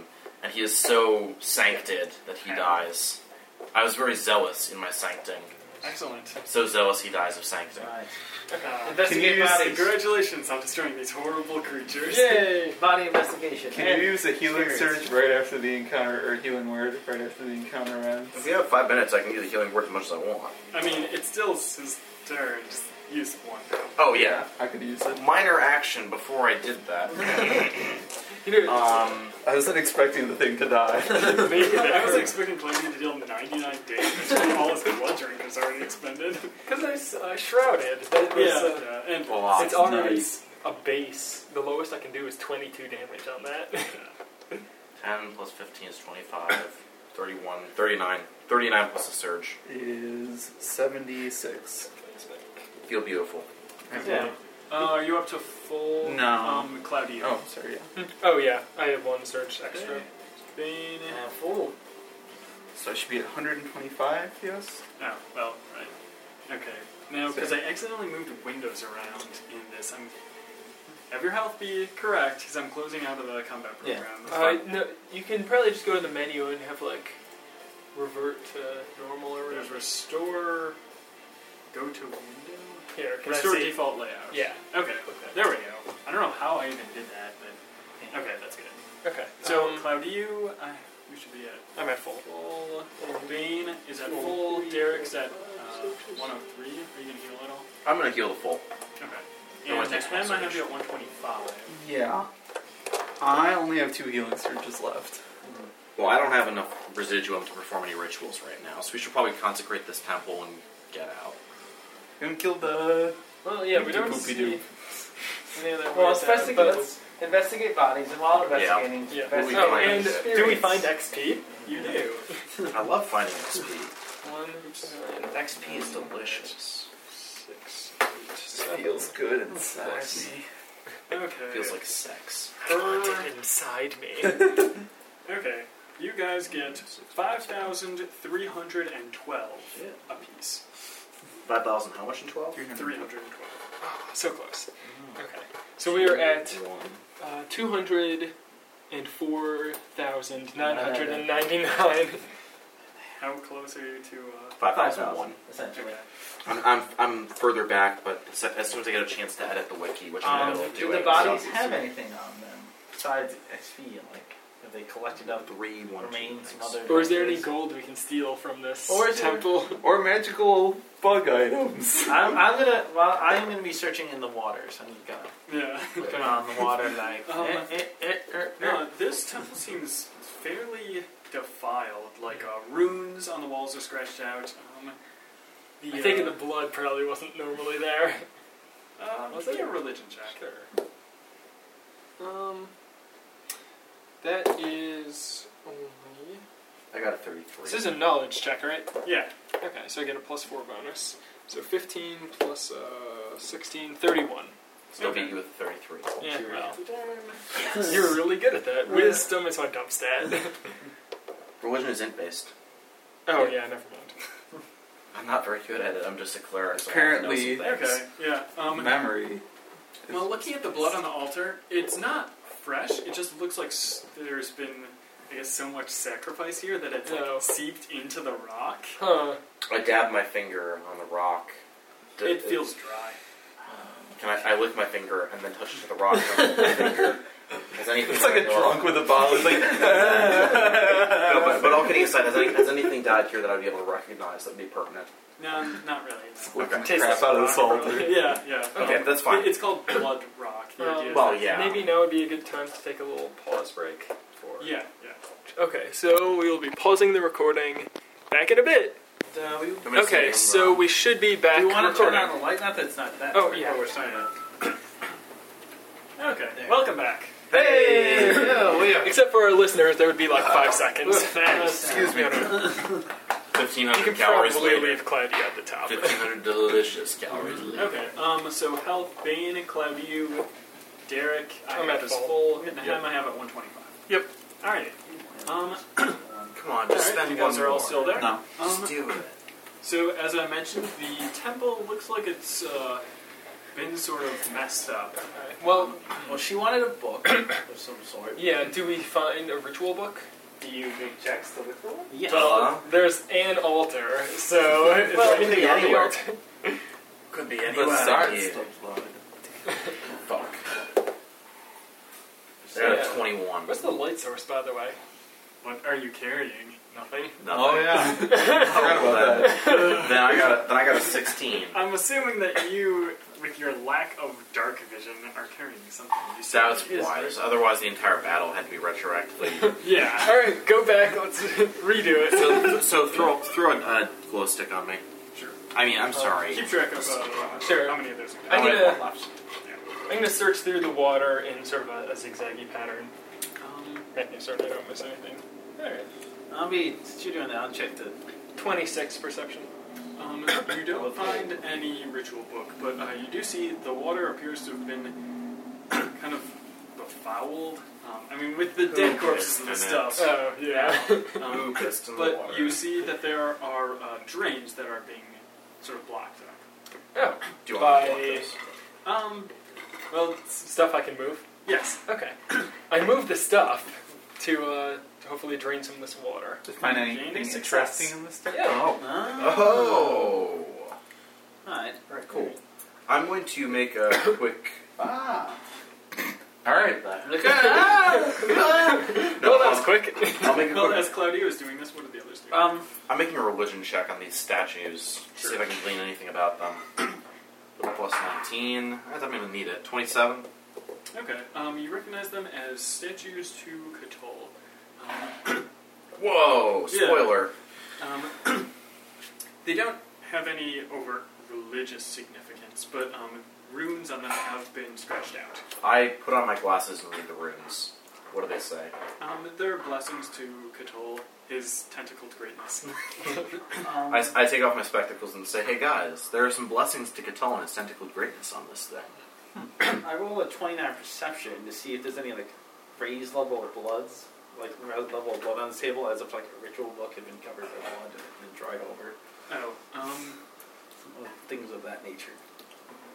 and he is so sancted that he dies. I was very zealous in my sancting.
Excellent.
So zealous he dies of sancting.
Nice.
Uh,
Investigate
use-
bodies.
congratulations on destroying these horrible creatures.
Yay!
Body investigation.
Can you use a healing
Experience.
surge right after the encounter, or healing word right after the encounter ends?
If we have five minutes, I can use a healing word as much as I want.
I mean, it's still his turn. Just use one.
Oh yeah.
I could use it.
Minor action before I did that.
You know,
um,
I wasn't expecting the thing to die.
I was expecting Clayton to deal 99 damage when all his blood drink was already expended.
because I s- I shrouded. That was, uh,
Uh, and
well,
it's
uh,
already
nice.
a base. The lowest I can do is 22 damage on that.
10 plus 15 is 25, 31, 39. 39 plus a surge.
Is seventy six.
Feel beautiful.
Yeah.
uh, are you up to full?
No.
Um, Cloudy.
Oh, sorry. Yeah.
Oh yeah, I have one search extra.
Bane.
Yeah, fool.
So I should be at 125. Yes.
Oh, well, right. Okay. Now, because I accidentally moved windows around in this, I'm. Have your health be correct, because I'm closing out of the combat
Yeah.
program.
Uh, no, you can probably just go to the menu and have like revert to normal or
There's
whatever.
restore. Go to window.
Here, can I
Restore
see?
default layout.
Yeah.
Okay. There we go. I don't know how I even did that, but okay, that's good.
Okay.
So
um,
Claudio, I, we should be at
I'm at full.
full. Bane is at full. Derek's at uh, 103. Are you gonna heal at all?
I'm going to heal the full.
Okay.
No,
And
it takes one
Hem, I have
surge.
you at 125.
Yeah. I only have two healing surges left.
Well, I don't have enough residuum to perform any rituals right now, so we should probably consecrate this temple and get out.
Gonna kill the.
Well, yeah, we don't
Poopy-doo.
see any other.
Well,
ways out,
investigate,
but-
let's investigate bodies, and while investigating,
Yeah.
investigate
Well,
Oh,
we
and
find
do we find XP? You do.
I love finding XP.
One, nine,
XP is delicious.
six, eight, seven.
Feels good and sassy.
Okay.
Feels like sex.
her.
Uh. inside me.
Okay. You guys get 5,312 apiece.
5,000 how much in 12?
312.
so close. Okay. So we are at Uh, 204,999.
How close are you to? Uh,
5,001.
essentially.
okay.
I'm, I'm, I'm further back, but as- as soon as I get a chance to edit the wiki, which I'm
Um,
going to do
do the
it,
bodies
so-
have anything on them besides XP and like? Have they collected up
Three, one, two,
remains and
thanks.
other?
Or is there any
things?
gold we can steal from this
Or is there-
temple?
Or magical bug items.
I'm, I'm gonna. Well, I'm gonna be searching in the waters. I'm gonna
Yeah.
put on the water like.
Oh,
Um,
eh, eh, eh, er, er.
No, this temple seems fairly defiled. Like uh, runes on the walls are scratched out. Um, the,
I think
uh,
the blood probably wasn't normally there.
Um,
Was
give me
it?
a religion check.
Um, that is only.
I got a 33.
This is a knowledge check, right?
Yeah.
Okay, so I get a plus four bonus. So 15 plus uh, 16, 31.
Still
Okay.
beat you with 33.
Yeah, well.
Yes.
You're really good at that. Uh, Wisdom is my dump stat.
Religion is int based.
oh, yeah, never mind.
I'm not very good at it. I'm just a cleric. so I have to know
Apparently,
some things.
Okay. Yeah. Um,
memory.
well, looking at the blood on the altar, it's not fresh. It just looks like s- there's been, I guess, so much sacrifice here that it's
No.
like seeped into the rock.
Huh.
I dab my finger on the rock. D-
It feels dry.
Can I, I lick my finger and then touch it to the rock? and lick my finger. Has anything
It's like a
died?
drunk with a bottle. It's
No,
like.
but, but all kidding aside, has, any, has anything died here that I'd be able to recognize that would be pertinent?
No, not really. no.
Looking
Okay.
crap out of this altar.
yeah. Yeah.
Okay,
Um,
that's fine.
it- it's called blood rock. The
Um,
idea is
well,
that-
yeah.
Maybe now would be a good time to take a little pause break. For
Yeah. Yeah.
Okay, so we will be pausing the recording back in a bit.
Uh, we,
I'm gonna say-
Okay, so we should be back
we want to turn
recording.
on the light. Not that it's not that.
Oh,
dark,
yeah.
but we're starting to-
Okay.
There.
Welcome back.
Hey, yeah, we are.
Except for our listeners, there would be like five seconds.
Excuse
me.
I don't know. You can
1,500 calories
probably
later.
leave Cloudy at the top.
1,500 delicious calories later.
Okay, um, so health, Bane, Claviu, Derek, I
I'm
have
at
as
full.
full, and him I have at 125.
Yep.
Alright. Um,
Come on,
alright,
just spend
you
one
guys are all
more.
still there?
No.
Um,
do it.
so, as I mentioned, the temple looks like it's uh, been sort of messed up.
Well,
Well, she wanted a book of some sort.
yeah, do we find a ritual book?
Do you make checks to look for one?
Yeah.
Duh.
There's an altar, so is
Well,
there anything on the
anywhere.
altar?
Could be
The Zart
Yeah. Fuck.
Yeah.
They're at 21.
What's the light source, by the way?
What are you carrying?
Nothing.
Oh yeah. Forgot about
Then, then I got a, then I got a 16.
I'm assuming that you, with your lack of dark vision, are carrying something. You said
That's
it is-
wise. Otherwise, the entire battle had to be retroactively.
Yeah.
All right, go back. Let's redo it.
so, so throw throw a uh, glow stick on me. Sure. I mean, I'm sorry.
Keep track of uh,
Sure.
how many of those are
I
only
need
have one
a-
left.
I'm gonna search through the water in sort of a, a zigzaggy pattern.
Um,
Right, so I don't miss anything. All right.
I'll be. Since you're doing that, I'll check the.
Twenty-six perception.
Um, you don't find any ritual book, but uh, you do see the water appears to have been kind of befouled. Um, I mean, with the dead corpses and the
pissed in
stuff.
Oh yeah.
Um,
pissed in the
but
water?
you see that there are uh, drains that are being sort of blocked up.
oh,
Do you want me
by
to block this?
Um,
well, s- stuff I can move.
yes.
Okay. I move the stuff to uh, to hopefully drain some of this water.
Did you find anything
Gaining success.
interesting in this deck?
Yeah.
Oh.
Ah,
Oh.
Alright.
Alright, cool. I'm going to make a quick.
Ah.
All right.
Look
Ah!
at
No,
well, that was
I'll-
quick.
I'll make a
Well,
quick-
as Claudio is doing this, what are the others doing?
Um.
I'm making a religion check on these statues. See if I can glean anything about them. Plus 19. I think I'm going to need it. 27.
okay. Um, you recognize them as statues to Katol. Um,
Whoa!
Yeah.
Spoiler.
Um, they don't have any overt religious significance, but um, runes on them have been scratched out.
I put on my glasses and read the runes. What do they say?
Um, they're blessings to Katol, his tentacled greatness.
um,
I, I take off my spectacles and say, hey guys, there are some blessings to Catal and his tentacled greatness on this thing.
I roll a 29 perception to see if there's any like raised level or bloods, like raised level of blood on the table, as if like a ritual book had been covered by blood and had been dried over,
oh, um,
or things of that nature.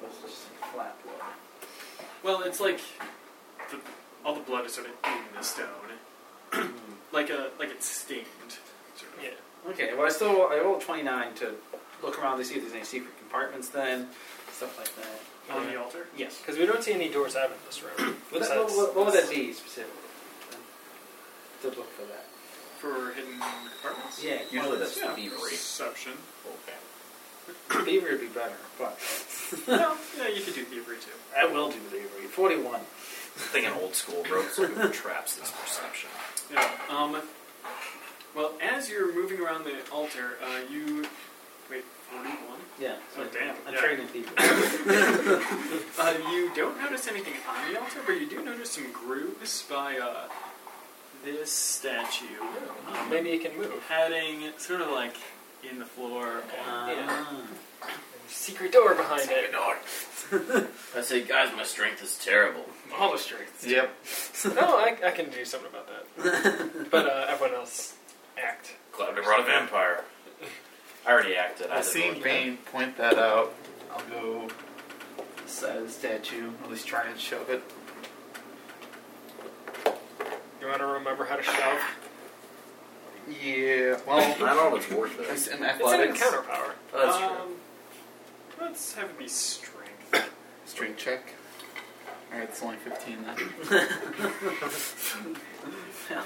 It was just like flat blood.
well, it's like the, all the blood is sort of in the stone, like a like it's stained. Sort of.
Yeah.
Okay, well I still I roll 29 to look around to see if there's any secret compartments then, stuff like that.
On the altar.
Yes.
Because we don't see any doors out of this room.
Would that, what, what, what would that be specifically? to look for that.
For hidden compartments?
Yeah,
Usually that's
Yeah.
thievery.
Perception.
thievery would be better, but
no, yeah, you could do thievery too.
I will do thievery. Forty-one.
Thinking old school, rogues looking for traps is perception.
Yeah. Um, well, as you're moving around the altar, uh, you. Wait, 41?
Yeah.
Oh, damn.
I'm
Yeah.
trained in thievery.
Uh, you don't notice anything on the altar, but you do notice some grooves by uh, this statue. Um,
Maybe it can move.
Padding, sort of like in the floor.
Ah.
Secret door behind it.
I say, guys, my strength is terrible.
All the strength.
Yep.
no, I, I can do something about that. but uh, everyone else act.
Glad we brought a vampire. I already acted. I
I've
did
seen
one.
Bane point that out. I'll go side of the statue, at least try and shove it.
You want to remember how to shove?
Yeah,
Oh,
well,
I don't know if it's worth it.
it's in
It's an
athletics.
encounter power.
Oh, that's true.
um, Let's have it be strength.
Strength check. Alright, it's only 15 then.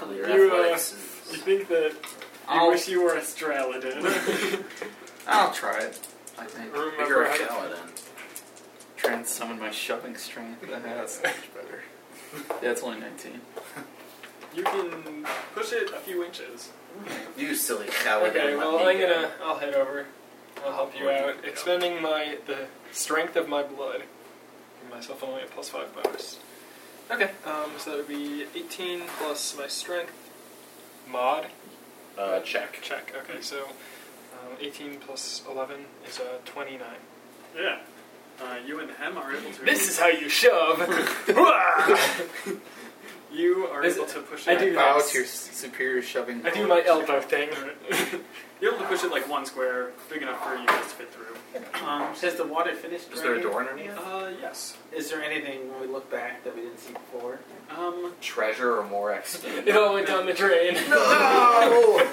Well, your
You, uh,
athletics
You
is-
think that you
I'll,
wish you were a Straladin.
I'll try it. I think.
You're
Remember
a
how to
paladin.
Try and summon my shoving strength. That has so much better. Yeah, it's only 19.
you can push it a few inches.
You silly coward.
Okay,
let
well,
me
I'm
go.
gonna. I'll head over. I'll help you
Where'd you
out.
go?
Expending my the strength of my blood. Give myself only a plus five bonus. Okay, um, so that would be 18 plus my strength mod.
Uh, check.
Check. Okay, so um, 18 plus 11 is uh, 29.
Yeah. Uh, you and Hem are able to.
This is how you shove.
You are
This-
able to push
I
it.
do
bow
that.
to your s- superior shoving.
I do my elbow thing.
You're able to push it like one square, big enough for you guys to fit through.
Um, has the water finished?
Is there a
draining?
door underneath?
Uh, yes.
Is there anything when we look back that we didn't see before?
Um,
Treasure or more XP?
It all went down the drain.
no!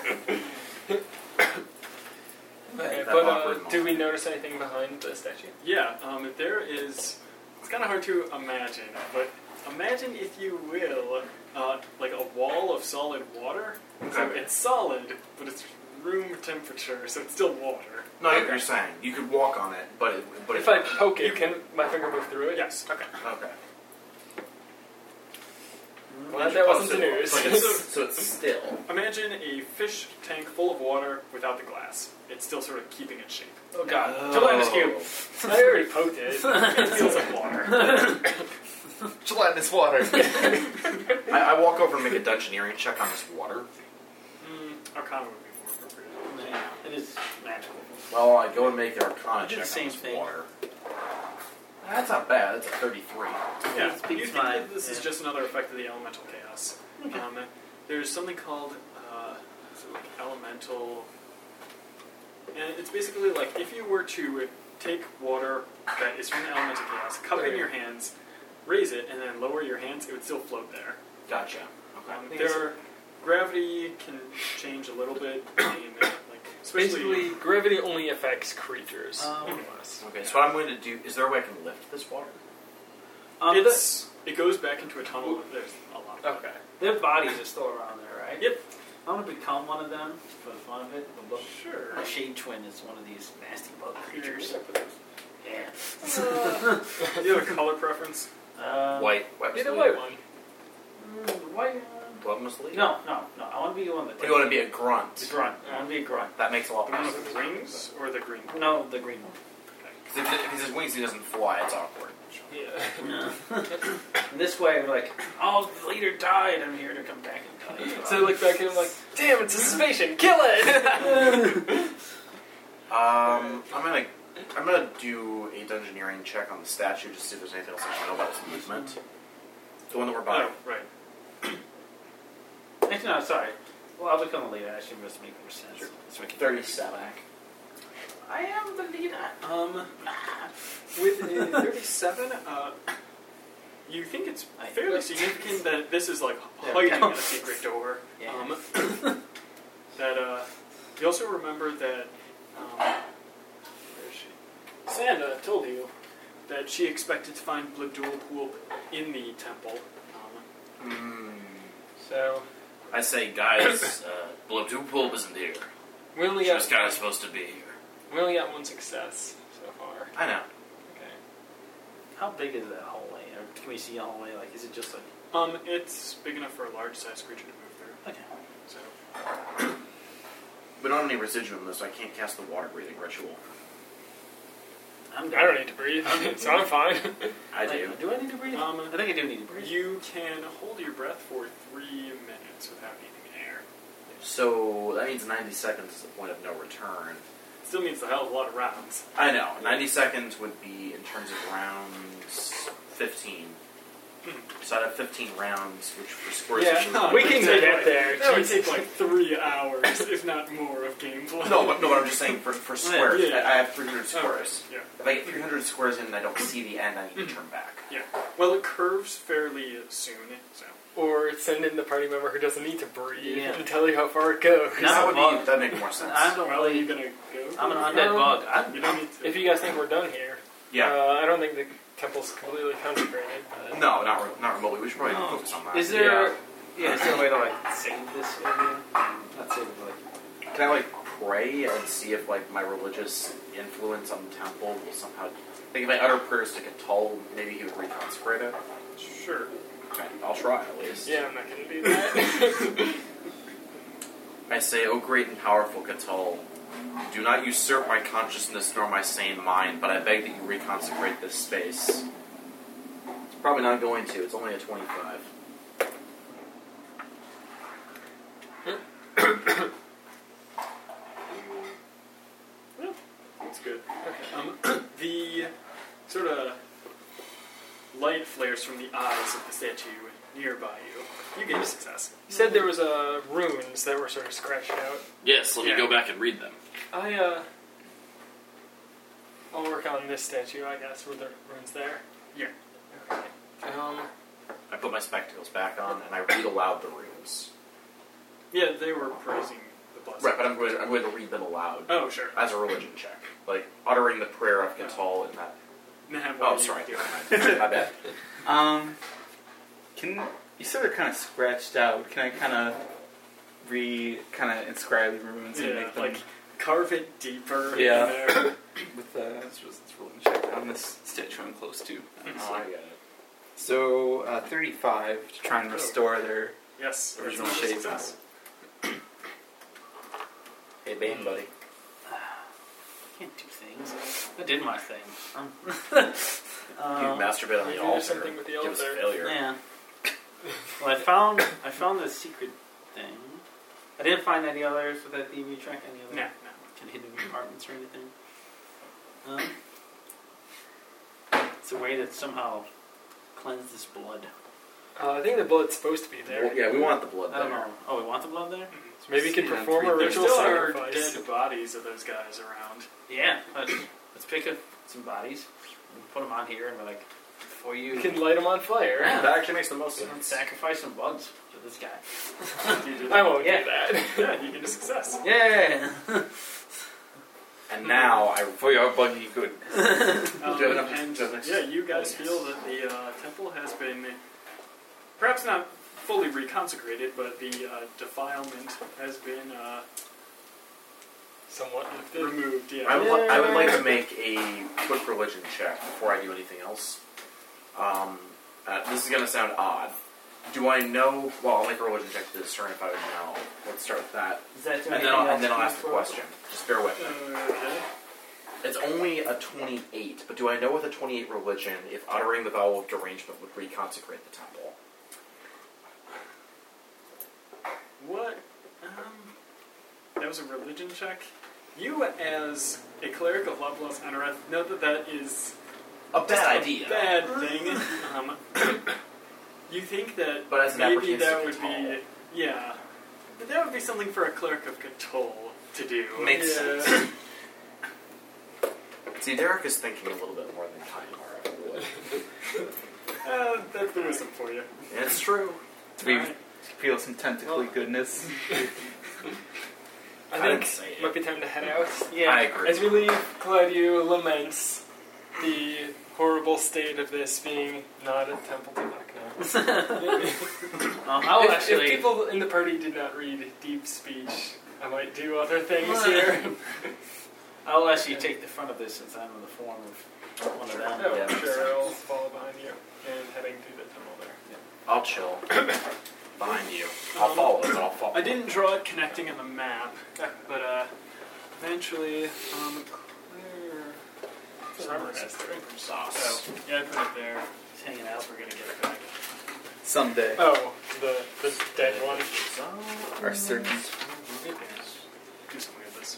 Okay,
That
but
awkward
uh, do we
moment.
notice anything behind the statue?
yeah, um, there is. It's kind of hard to imagine, but imagine, if you will, uh, like a wall of solid water. So
Okay.
it's solid, but it's room temperature, so it's still water.
No, you're, you're saying you could walk on it, but it, but
If
it,
I poke it, can my finger move through it?
Yes. Okay.
okay.
Glad that wasn't the news.
So it's, so it's still.
Imagine a fish tank full of water without the glass. It's still sort of keeping its shape.
oh god. Gelatinous cube. I already poked it.
It feels like water.
Gelatinous water.
I, I walk over and make a dungeoneering check on this water.
Mm, Arcana would be more appropriate.
It is magical.
Well, I go and make an arcana
do
check
the same
on this
thing.
water. That's not bad. That's a 33.
Yeah,
It
you
speaks
think
my-
that this is
yeah.
just another effect of the elemental chaos. Um, there's something called uh, is it like elemental, and it's basically like if you were to take water that is from the elemental chaos, cup it in your hands, raise it, and then lower your hands, it would still float there.
Gotcha.
Um,
Okay.
there, gravity can change a little bit, in, like especially
Basically, gravity only affects creatures.
Um,
Okay, so what I'm going to do is there a way I can lift this water?
Um,
it's it goes back into a tunnel. There's a lot. Of
okay.
their bodies are still around there, right?
Yep.
I want to become one of them for the fun of it. The book.
Sure.
A shade twin is one of these nasty bug creatures. Yeah.
Do you have a color preference?
Um,
White.
Be the white one.
mm, White. uh,
Blood must lead?
No, no, no. I want to be one of the.
Or you want to be a
The
grunt?
grunt. I want to be a grunt.
That makes a lot
The
more
one
sense.
with the wings or the green?
No, the green one.
'Cause If, if he says wings, he doesn't fly. It's awkward.
Yeah.
And this way, like, oh, the leader died. I'm here to come back and tell you.
So I look back and I'm like, damn, it's a suspicion. Kill it!
Um, I'm gonna I'm gonna do a dungeoneering check on the statue just to see if there's anything else I don't know about its movement. The one that we're buying.
Oh, right.
Actually, no, sorry. Well, I'll become a leader. I should just make more sense.
So we can Oh, thirty-seven.
I am the leader.
Um, with a 37, uh, you think it's
I-
fairly significant that this is like
There we
hiding
go.
a secret door.
Yeah.
Um, that uh, you also remember that um, where is she? Santa told you that she expected to find Bladual Pool in the temple. Um,
Mm.
so,
Hmm, I say, guys, uh, Blob Pulp isn't here.
We only
This
got
guy's supposed to be here.
we only got one success so far.
I know.
Okay.
How big is that hallway? Or can we see a hallway? Like, is it just like
Um, it's big enough for a large-sized creature to move through.
okay?
So
We don't have any residuum, though, so I can't cast the water breathing ritual.
I'm
I don't need to breathe, so I'm fine.
I
like,
do.
Do I need to breathe?
Um,
I think I do need to breathe.
you can hold your breath for three minutes without needing air.
So that means 90 seconds is the point of no return.
Still means a hell of a lot of rounds.
I know. 90 seconds would be, in terms of rounds, 15. So I'd have 15 rounds, which for squares
Yeah.
we can
Exactly.
get there.
That would
Jesus.
take like three hours, if not more, of gameplay.
No, but, no, but I'm just saying for, for squares.
Yeah. Oh,
I, I have 300 squares.
Yeah.
If I get 300 squares in and I don't see the end, I need to turn back.
Well, it curves fairly soon, so.
Or send in the party member who doesn't need to breathe
Yeah.
and tell you how far it goes.
No.
that would
Well,
be, that'd make more sense.
I don't
Well, are you gonna
really.
go?
I'm an
No.
undead bug. I'm,
You don't need to.
If you guys think we're done here,
yeah.
uh, I don't think the temple's completely consecrated. But
no, not, re- not remotely. We should probably
No.
focus on that.
is there? Yeah. Is there a way to like save this area? Not save it, but, like.
Can I like pray and see if like my religious influence on the temple will somehow? Like if I utter prayers to Katal, maybe he would reconsecrate it.
Sure.
Okay, I'll try at least.
yeah, I'm not gonna do that.
I say, O great and powerful Catul, do not usurp my consciousness nor my sane mind, but I beg that you reconsecrate this space.
It's probably not going to. It's only a twenty-five.
That's good. Um, the sort of light flares from the eyes of the statue nearby you. You get a success.
you said there was uh, runes that were sort of scratched out.
Yes, let
me go
back and read them.
I uh, I'll work on this statue, I guess, with the runes there.
Yeah.
Okay. Um,
I put my spectacles back on and I read aloud the runes.
Yeah, they were praising the blessing.
Right, but I'm going, to, I'm going to read them aloud
Oh, sure.
as a religion check, like uttering the prayer of Catul in that.
Nah,
Oh,
what do you
sorry,
do?
my bad.
Um, can you said they're kind of scratched out? Can I kind of re kind of inscribe the runes and
Yeah,
make them
like carve it deeper
Yeah.
in there.
with the it's just- it's rolling check on this statue I'm close to?
Oh, I got it.
So uh, 35 to
Oh.
try and restore their
Yes. that's
original
another
shape.
success.
Hey, Bane, buddy.
I can't do things. I did my thing. Um,
You
um,
masturbate on
you
the
do
altar.
something with the
Gives
altar.
failure.
yeah. Well, I found I found the secret thing. I didn't find any others with that DB track. Any other
Nah, nah.
kind of hidden compartments or anything. Um, it's a way that somehow cleanse this blood.
uh, I think the blood's supposed to be
Well,
there.
yeah, we want the blood
I don't know.
there.
Oh, we want the blood there?
Maybe you could
Yeah,
perform a
three-
There
ritual
still are
sacrifice.
dead bodies of those guys around.
Yeah. Let's, let's pick up some bodies and put them on here, and we're like, before you
You can light them on fire.
Yeah.
That actually makes the most sense.
sacrifice some bugs to this guy.
You do
I
that.
won't
Yeah.
do that.
Yeah, you get a success.
Yeah.
And now I
for your buggy good.
Um,
Do you have enough-
and
do you have next-
yeah, you guys
Oh, yes.
feel that the uh, temple has been perhaps not fully reconsecrated, but the uh, defilement has been uh,
Somewhat.
removed. Yeah.
I would, li- I would like to make a quick religion check before I do anything else. Um, uh, this is going to sound odd. Do I know? Well, I'll make a religion check to discern if I would know. Let's start with that,
Does that do
and
anything
then I'll,
else
and then I'll
for
ask the
you?
question. Just bear with me.
Okay.
It's only a twenty-eight, but do I know with a twenty-eight religion if uttering the vow of derangement would reconsecrate the temple?
What? Um, that was a religion check. You, as a cleric of Loblos Anoreth, know that that is
A bad
just
idea.
A bad thing. Um, you think that
But as an
maybe
opportunist
that
to
would be
control.
yeah, but that would be something for a cleric of Katol to do.
Makes
Yeah.
sense. See, Derek is thinking a little bit more than Kaimar ever would.
Uh, that's the wisdom for you.
And it's true.
Do we
Alright.
feel some tentacly goodness?
I
didn't
think
say it.
might be time to head out.
Yeah.
I agree.
As we leave, Claudio laments the horrible state of this being not a temple to Vecna.
Um, I will
if,
actually.
if people in the party did not read deep speech, I might do other things here.
I'll actually take the front of this since I'm in the form of one of them.
No,
Yeah.
Oh, I'm sure I'll follow behind you and heading through the tunnel there.
I'll chill behind you. I'll follow, but I'll follow.
I didn't draw it connecting on the map, but uh, eventually um, on the clear
Rubber nester.
sauce. So, Oh, yeah, I put it there.
It's hanging out. We're gonna get it back.
Someday.
Oh, the the dead one.
Our certain.
Do something with this.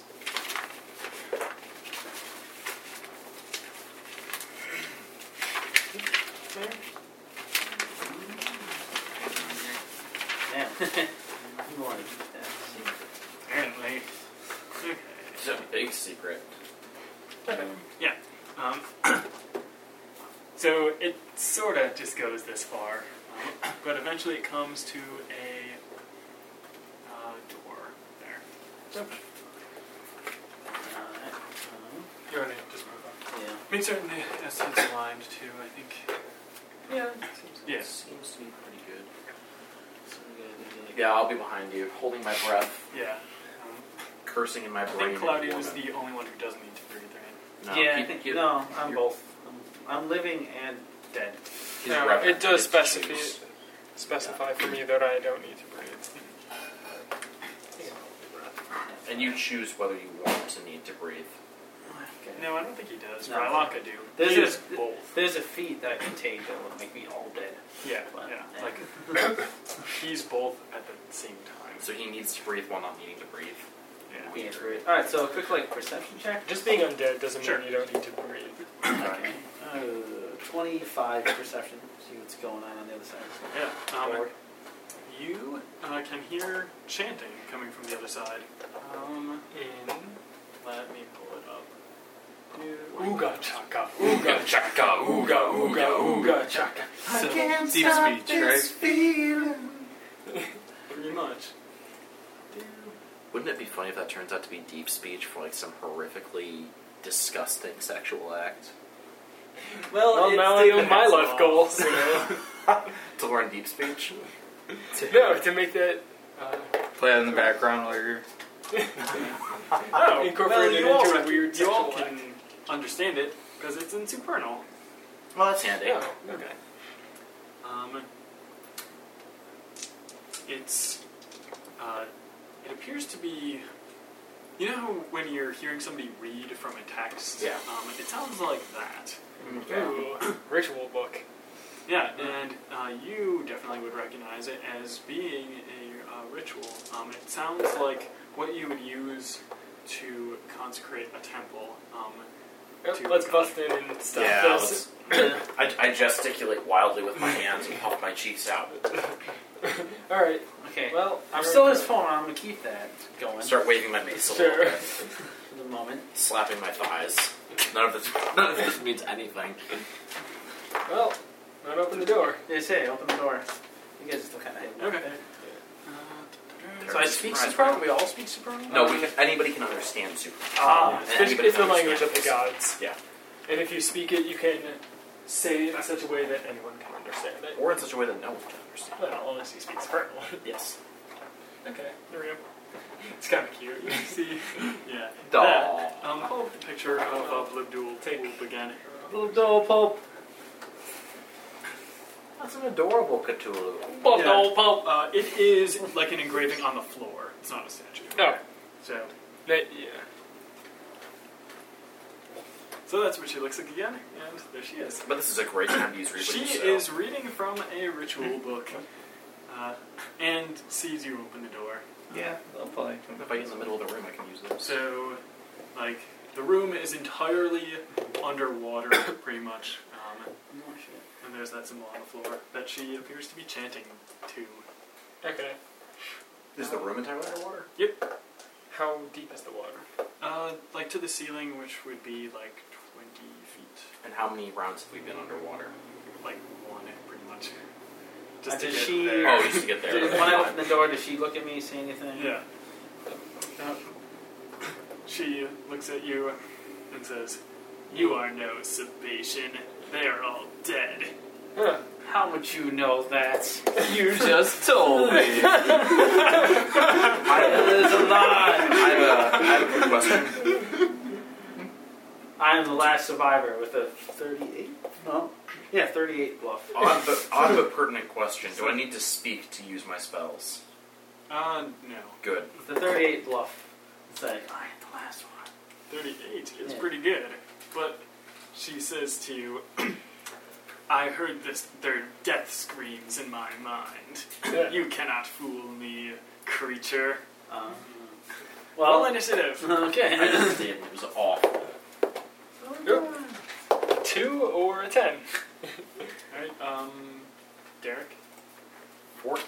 Damn. you want to keep that secret.
Apparently. Okay.
It's a big secret.
Um, so it sort of just goes this far, um, but eventually it comes to a uh, door there.
Alright. Um,
You want to just move on?
yeah.
I mean, certainly as it's aligned too, I think.
Yeah.
Yeah.
Seems to be pretty good.
So we gotta do the-
Yeah, I'll be behind you, holding my breath,
Yeah. Um,
cursing in my
I
brain.
think Claudia
at
was
woman.
the only one who doesn't need to breathe right
No,
yeah.
he- he-
no, I'm
you're-
both. I'm, I'm living and dead.
he's
No,
reverent.
it does
He has to
specify-
choose.
Specify for me that I don't need to breathe.
And you choose whether you want to need to breathe.
Okay.
No, I don't think he does.
No.
Rylock, I do.
There's
he
a-
is both.
There's a feat that I can take that would make me all dead.
Yeah,
But,
yeah.
eh.
Like he's both at the same time.
So he needs to breathe while not needing to breathe.
Yeah.
Yeah, great. Alright, so a quick like perception check.
Just being undead doesn't
Sure.
mean you don't need to breathe.
Okay. Uh, 25 perception. See what's going on on the other side.
Yeah. Um,
Forward.
you uh, can hear chanting coming from the other side. Um, in let me pull it up.
Ooga chaka.
Ooga chaka, ooga, ooga, ooga chaka.
So, deep speech, right?
Pretty much.
Wouldn't it be funny if that turns out to be deep speech for like some horrifically disgusting sexual act?
Well, now I know my life goal. so-
To learn deep speech?
no, to make that uh,
Play it in the background while you're.
Oh, well,
incorporated
you all,
into a weird
you all
sexual
can understand it because it's in Supernal.
Well, that's handy.
act. No.
Okay. Um, it's. Uh, it appears to be. You know how when you're hearing somebody read from a text?
Yeah.
Um, it sounds like that.
Mm-hmm. Ooh, ritual book.
Yeah, and uh, you definitely would recognize it as being a uh, ritual. Um, it sounds like what you would use to consecrate a temple. Um,
Oh,
Two.
Let's bust in and stop
Yeah,
this.
let's- I, I gesticulate wildly with my hands and puff my cheeks out.
All right.
Okay.
Well,
I'm
we're-
still his phone. I'm gonna keep that going
Start waving my mace a little
Sure.
bit,
for the moment.
slapping my thighs. None of this, none of this means anything.
Well, not open the door.
They say, open the door. You guys are still kind of hidden.
Okay.
So I speak
Surprise,
Supernal?
right?
We all speak Supernal?
No, we can, anybody can understand super.
Ah,
Oh,
and
it's,
anybody
it's the
can
language of the
understand
gods.
Yeah.
And if you speak it, you can say it in such a way that anyone can understand
this.
it.
Or in such a way that no one can understand.
Well, unless you speak Supernal.
Yes.
okay, there we go. It's kind of cute.
you see, yeah. That,
Doll.
um, pull up the picture of uh, Libdul take loop again.
Little doll pulp.
That's an adorable Cthulhu.
Yeah. Uh, it is like an engraving on the floor. It's not a statue.
No.
So,
That, yeah.
so that's what she looks like again, and there she is.
But this is a great time to use reason.
She
so.
is reading from a ritual book, uh, and sees you open the door.
Yeah, they'll play.
If I get in the middle of the room, I can use those.
So, like, the room is entirely underwater, pretty much. Um,
Oh, shit.
and there's that symbol on the floor that she appears to be chanting to.
Okay.
Is the room entirely underwater?
How deep is the water?
Uh, like to the ceiling, which would be like 20 feet,
And how many rounds have we been underwater?
like one, pretty much.
Uh,
to
does
get
she-
there.
Oh, just to get there.
Did, when I open the door, does she look at me, say anything?
Yeah. Uh, She looks at you and says, You are no Sabatian. They're all dead.
Huh.
How would you know that? You just told me.
I,
It is a
I
lie.
have a, I have a quick question.
I am the last survivor with a 38. No. Yeah, 38 bluff.
Odd but, odd but pertinent question. Do I need to speak to use my spells?
Uh, no.
Good.
The 38 bluff. It's like, I am the last one.
38 is
Yeah.
pretty good. But she says to you, I heard this, their death screams in my mind. You cannot fool me, creature.
Um,
Well,
well,
initiative.
I
okay.
just did. It was awful.
Two or a ten.
Alright, um, Derek?
14.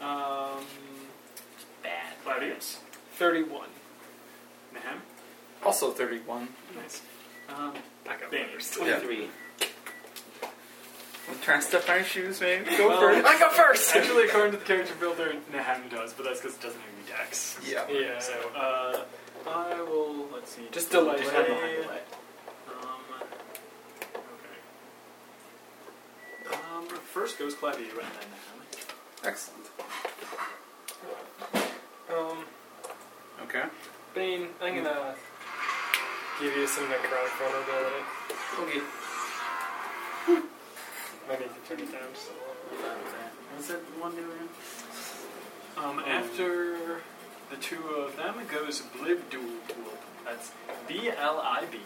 Um,
Bad.
Claudius?
Thirty-one.
Nahem?
Also 31.
Nice. Um,
I got
Bane.
letters.
23.
I'm trying to step my shoes, maybe. Go
Well,
for it.
I go first.
Actually, according to the character builder, Nahem does, but that's because it doesn't have any decks.
Yeah.
Yeah.
So, uh, I will, let's see.
Just delay.
Just
Hide behind the
delay.
light.
Um, okay. Um, first goes Clavio and then Nahem.
Excellent.
um,
Okay.
Bane, I'm gonna give you some necrotic vulnerability.
Okay.
Maybe you can turn it down just a little.
What's that one doing?
Um, after the two of them goes Blibdulwulp. That's B L I B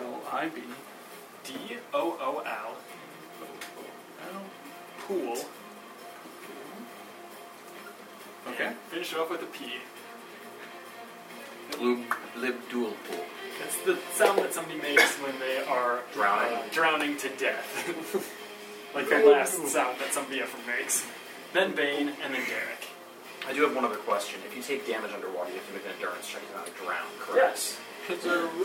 L I B.
D O O L Pool.
Okay.
And Finish it off with a P.
Lib, lib dual pool.
It's the sound that somebody makes when they are
Drowning.
uh, drowning to death. like the last sound that somebody ever makes. Then Bane, and then Derek.
I do have one other question. If you take damage underwater, you have to make an endurance check and not drown, correct?
Yes.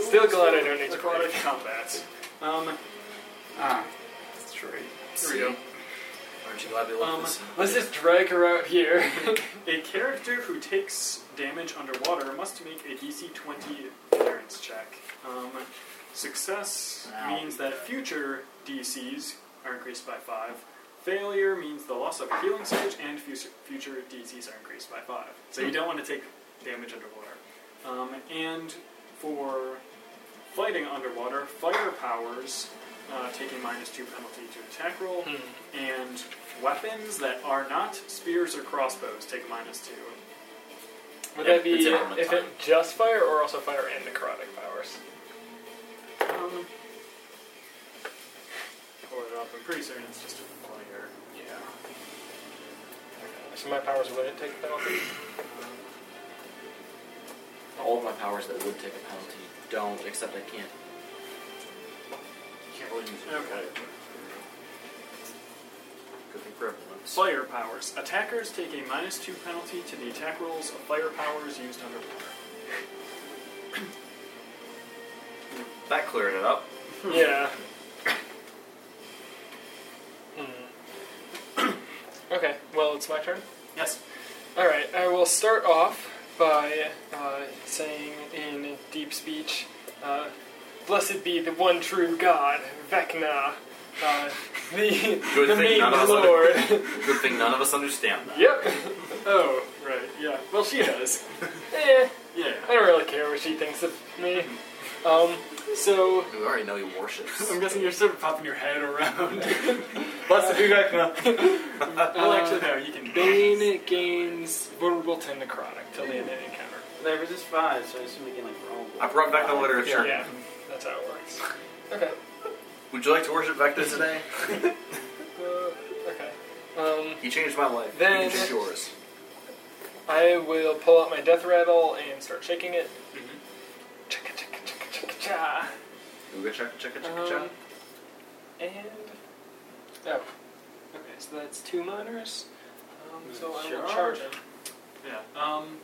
Still glad I don't need to
aquatic
play.
combat. Um,
Ah. That's true.
here we go.
Aren't you glad they left
Um,
this?
Let's just drag her out here.
A character who takes damage underwater must make a DC 20 endurance check. Um, success
Wow.
means that future DCs are increased by 5. Failure means the loss of a healing surge and fu- future DCs are increased by 5. So you don't want to take damage underwater. Um, and for fighting underwater, fire powers uh, take a minus 2 penalty to attack roll
Hmm.
and weapons that are not spears or crossbows take minus two.
Would that be
It's an element
if it
time.
just fire or also fire and necrotic powers?
Um, pull it up. I'm pretty certain it's just a player.
Yeah. So my powers wouldn't take penalty.
All of my powers that would take a penalty don't, except I can't. Can't really use it.
Okay.
Good thing for everyone.
Fire powers. Attackers take a minus two penalty to the attack rolls of fire powers used underwater.
That cleared it up.
Yeah. Hmm. okay, well, it's my turn.
Yes.
Alright, I will start off by uh, saying in deep speech uh, Blessed be the one true God, Vecna, uh, the,
Good
the
thing none of
maiden
us
lord.
Good thing none of us understand that.
yep.
Oh, right. Yeah. Well, she does.
Eh,
Yeah. Mm-hmm.
I don't really care what she thinks of me. Um, so,
We already know he worships.
I'm guessing you're sort of popping your head around.
Blessed be Vecna.
well, actually, no. You can.
Bane gains vulnerable to necrotic till the end of the encounter.
They resist 5, so I assume we can, like, roll.
I brought back the
Five.
literature.
Yeah, that's how it works. Okay.
Would you like to worship Vecna today?
Uh, okay. Um,
He changed my life.
Then-
you can change yours.
I will pull out my death rattle and start shaking it. Chicka chicka chicka chicka cha.
Ooga chaka chaka chaka
Um,
chaka.
and oh, okay. So that's two minors. Um, so I will
Charge.
charge him.
Yeah. Um,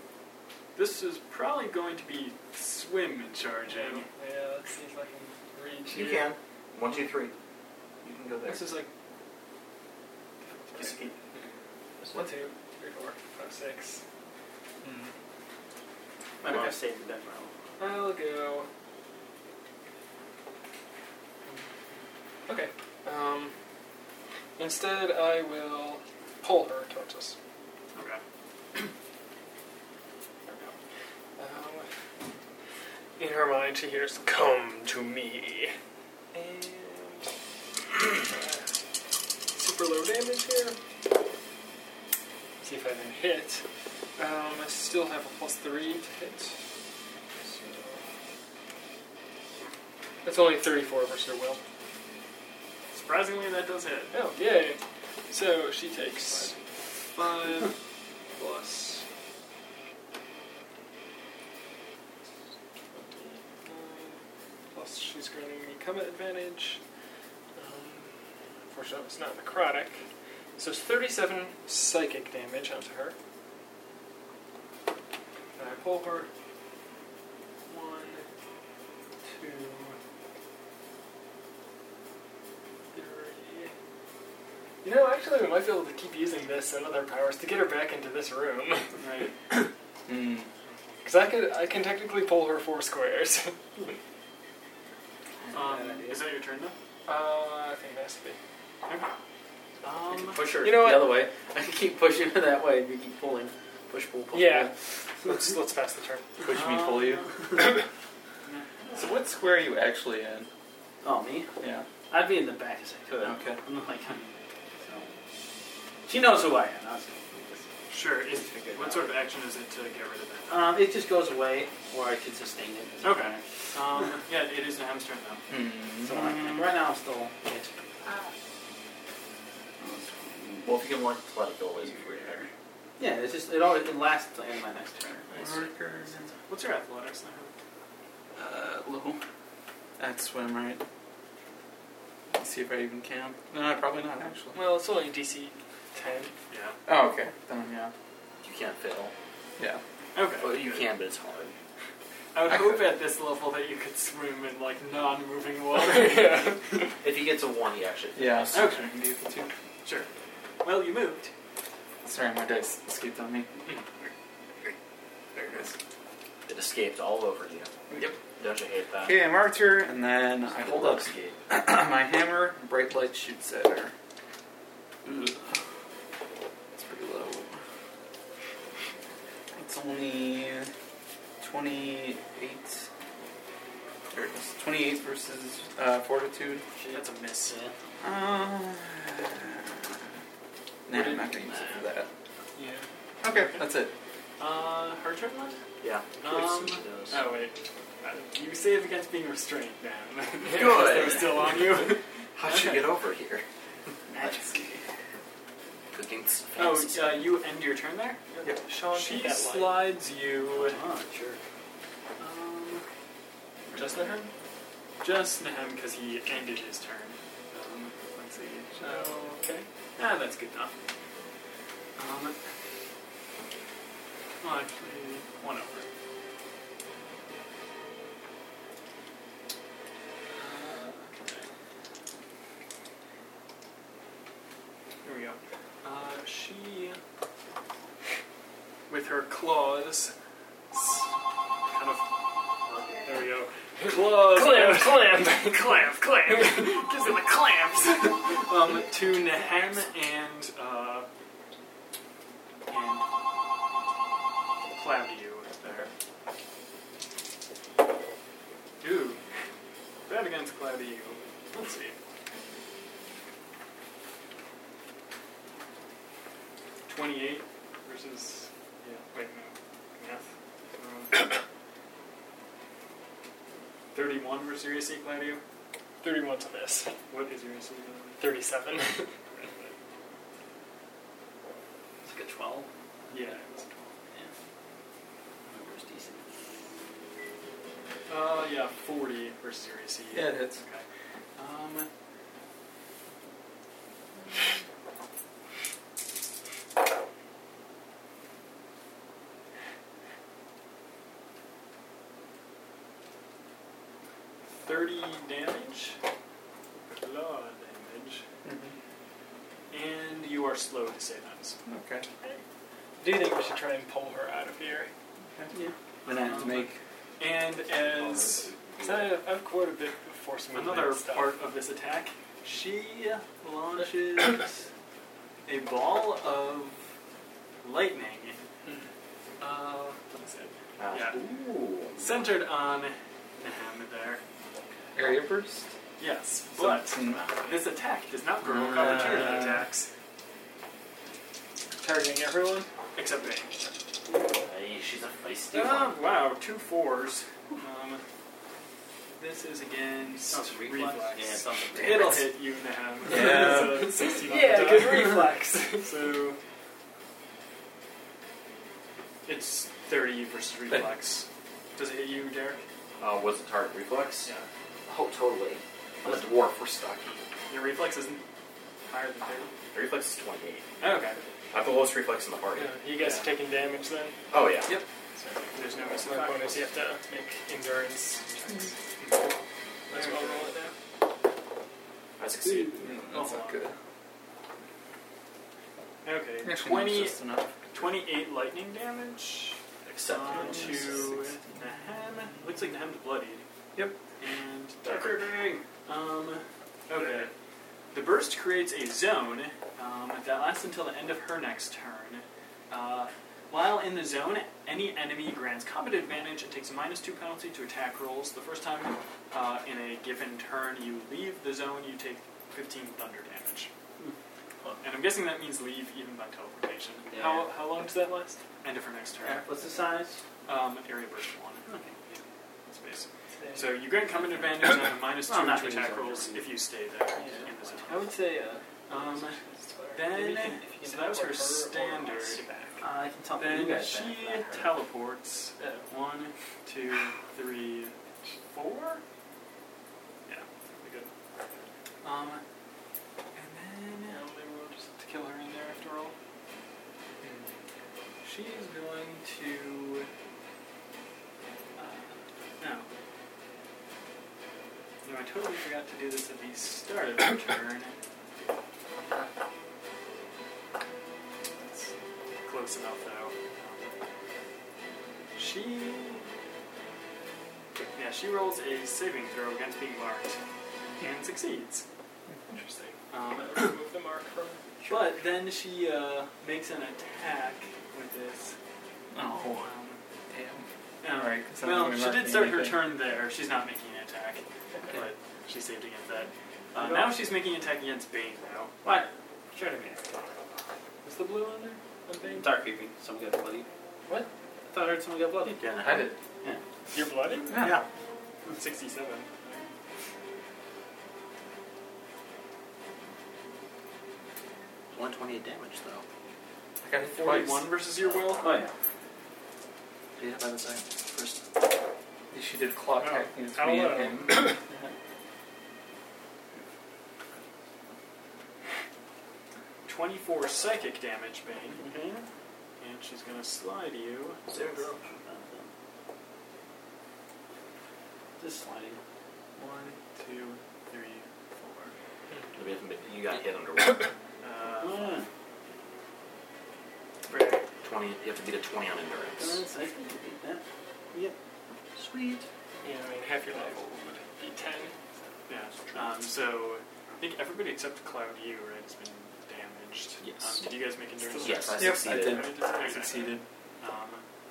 this is probably going to be swim eh? charging.
Yeah, let's see if I can reach
You
here.
can. One, two, three. You can go there.
This is like
Just keep-
One, two, three, four, five, six.
I might have saved the death roll.
I'll go. Okay. Um, Instead, I will pull her towards us.
Okay.
There we go. Um, in her mind, she hears, Come to me. And. uh, super low damage here. See if I can hit. Um, I still have a plus three to hit. So. That's only 34 versus her will.
Surprisingly, that does hit.
Oh, yay. So she takes five plus. Plus, she's granting me combat advantage. Um, Fortunately, it's not necrotic. So it's 37 psychic damage onto her. And I pull her. One, two, three. You know, actually, we might be able to keep using this and other powers to get her back into this room.
Right.
Mm.
Because I could, I can technically pull her four squares.
Um, is that your turn though?
uh, I think that's be.
Okay.
Um,
Push her
You know
the
what?
other way.
I can keep pushing her that way if you keep pulling. Push, pull, pull.
Yeah. Let's let's pass the turn.
Push me, pull you. so what square are you actually in?
Pull. Oh, me?
Yeah.
I'd be in the back as I could.
Okay.
I'm like, I'm, so. She knows who I am. I was gonna
Sure. Is, what sort of action is it to get rid of that?
do this. um, it just goes away, or I could sustain it.
Okay. Um, yeah, it is Nahem's turn though.
Mm.
So I'm- right now I'm still hit.
Well, if you can like let it go away before you're there.
Yeah, it's just it always it lasts in my next turn.
What's your athletics, Nahem?
Uh, low. I'd swim, right? Let's see if I even can. No, probably not, actually.
Well, it's only DC ten.
Yeah.
Oh, okay. Then, yeah.
You can't fail.
Yeah.
Okay.
Well, you can, but it's hard.
I would
I
hope
could.
at this level that you could swim in like non-moving water.
If he gets a one, he actually.
Yeah.
fails.
Okay. I can do the two.
sure. Well, you moved.
Sorry, my dice escaped on me.
There it is.
It escaped all over you.
Yep.
Don't you hate that?
Okay, I'm Archer, and then I hold up
Escape.
my hammer, and bright light shoots at her. Ugh. It's pretty low. It's only 28. There it is. 28 versus uh, Fortitude.
That's a miss.
Yeah.
Uh, nah, I'm not going to use it for that.
Yeah.
Okay, that's it.
Uh, her turn left?
Yeah.
Um,
He does.
Oh wait. Uh, You save against being restrained, man.
Good.
Oh,
they were still on you.
How'd you
okay.
get over here?
Magic.
Cooking
Oh,
fancy.
uh, you end your turn there.
Sean,
She
take that light.
slides you.
Ah, sure.
Um,
Just the hand?
just Nahem because he ended his turn. Um, let's see.
okay.
Ah, that's good enough. Um, well, actually, one over. Here we go. Uh, she, with her claws, s- kind of. There we go. Claws.
Clamp,
out-
clamp.
clamp, clamp. Gives him the clamps. um, to Nahem and uh, and Claudio there. Ooh, bad against Claudio. Let's see. Twenty-eight versus yeah. Wait no, math. Um, Thirty-one versus your AC, Claudio.
Thirty-one to miss.
What is your AC?
Thirty-seven.
It's like a twelve.
Yeah, it was
My number's decent.
Uh, yeah, 40 versus your AC.
Yeah, it hits.
Okay. Um, Thirty damage, claw damage,
mm-hmm.
and you are slow to save ends.
Okay.
Do you think we should try and pull her out of here?
Yeah. Um,
Then I have to make.
And as 'cause I have, I have quite a bit of
force movement
Another
stuff.
part of this attack, she launches a ball of lightning. Uh, what is it? Yeah.
Ooh.
Centered on Nahem there.
Area burst?
Yes, but
Something.
this attack does not provoke opportunity
Uh.
attacks. Targeting everyone except me.
Hey, she's a feisty
Um,
Ah, wow, two fours. Um, this is against
Sounds reflex. Yeah, it sounds like
It'll
reflex.
hit you now.
Yeah.
It's a 16 on
Yeah,
the
good
die.
reflex.
So it's 30 versus reflex. Does it hit you, Derek?
Uh, was it target reflex?
Yeah.
Oh, totally. I'm a dwarf. We're stuck.
Your reflex isn't higher than 30.
The reflex is 28.
Oh, okay.
I have the lowest reflex in the party.
Yeah, you guys
Yeah.
are taking damage then.
Oh yeah.
Yep.
So there's no movement bonus. Mm-hmm. You have to make endurance checks. Let's all roll it now.
I succeed.
Oh.
Mm, that's not good.
Okay.
Actually, no, it's
20,
just enough.
28 lightning damage
Except
on
it
Uh, to
is
Nahem. Looks like Nahem's bloodied.
Yep.
And
Darker.
Um, okay. The burst creates a zone um, that lasts until the end of her next turn. Uh, while in the zone, any enemy grants combat advantage and takes a minus two penalty to attack rolls. The first time uh, in a given turn you leave the zone, you take 15 thunder damage. And I'm guessing that means leave even by teleportation.
Yeah.
How, how long does that last? End of her next turn.
What's the size?
Um, area burst one. Yeah, that's basic. So you grant combat advantage and a uh, minus two
Well, not
to
really
attack
zone
rolls
difference.
if you stay there.
Yeah.
in the zone.
I would say, uh,
Um,
Maybe
then,
you can- if you can
so that was her
teleport
standard.
her or us Uh, I can tell you
Then
guys
she
back that hurt.
teleports at one, two, three, four. Yeah, pretty good. Um, and then oh, maybe we'll just to kill her in there after all. She is hmm, going to. Uh, no. No, I totally forgot to do this at the start of her turn. That's close enough, though. She. Yeah, she rolls a saving throw against being marked and succeeds.
Interesting.
Um,
Remove the mark from.
but then she uh, makes an attack with this. Um,
Oh, damn.
yeah.
All right, 'cause I'm
Well,
gonna be
she did
marking
start her
anything.
turn there. She's not making an attack, but she saved against that. Uh, now she's making an attack against Bane, though.
What? Sure to me.
Is the blue on there? On Bane?
Dark creepy. Someone got bloody. What? I thought I heard someone got bloody.
Yeah.
I did.
You're bloody?
Yeah.
67.
One twenty damage though.
I got it twice.
41 versus your will? Uh,
Oh yeah.
Beat it by the second. First.
She did claw
Wow.
attack against
How
me
low?
and him.
Twenty-four psychic damage, Bane. And she's gonna slide you.
Zero girl. Just sliding.
One, two, three,
We haven't been- You got hit under what?
four. Uh,
Mm.
Brave.
Twenty. You have to beat a twenty on endurance.
That's- I think you beat that.
Sweet.
Yeah, I mean half your level would be ten.
Yeah. Um, so I think everybody except Cloud U, right, has been damaged.
Yes.
Um, did you guys make endurance?
Yes, I
Mm-hmm. Yep, I
succeeded.
did.
checks?
I
Okay.
succeeded.
Um,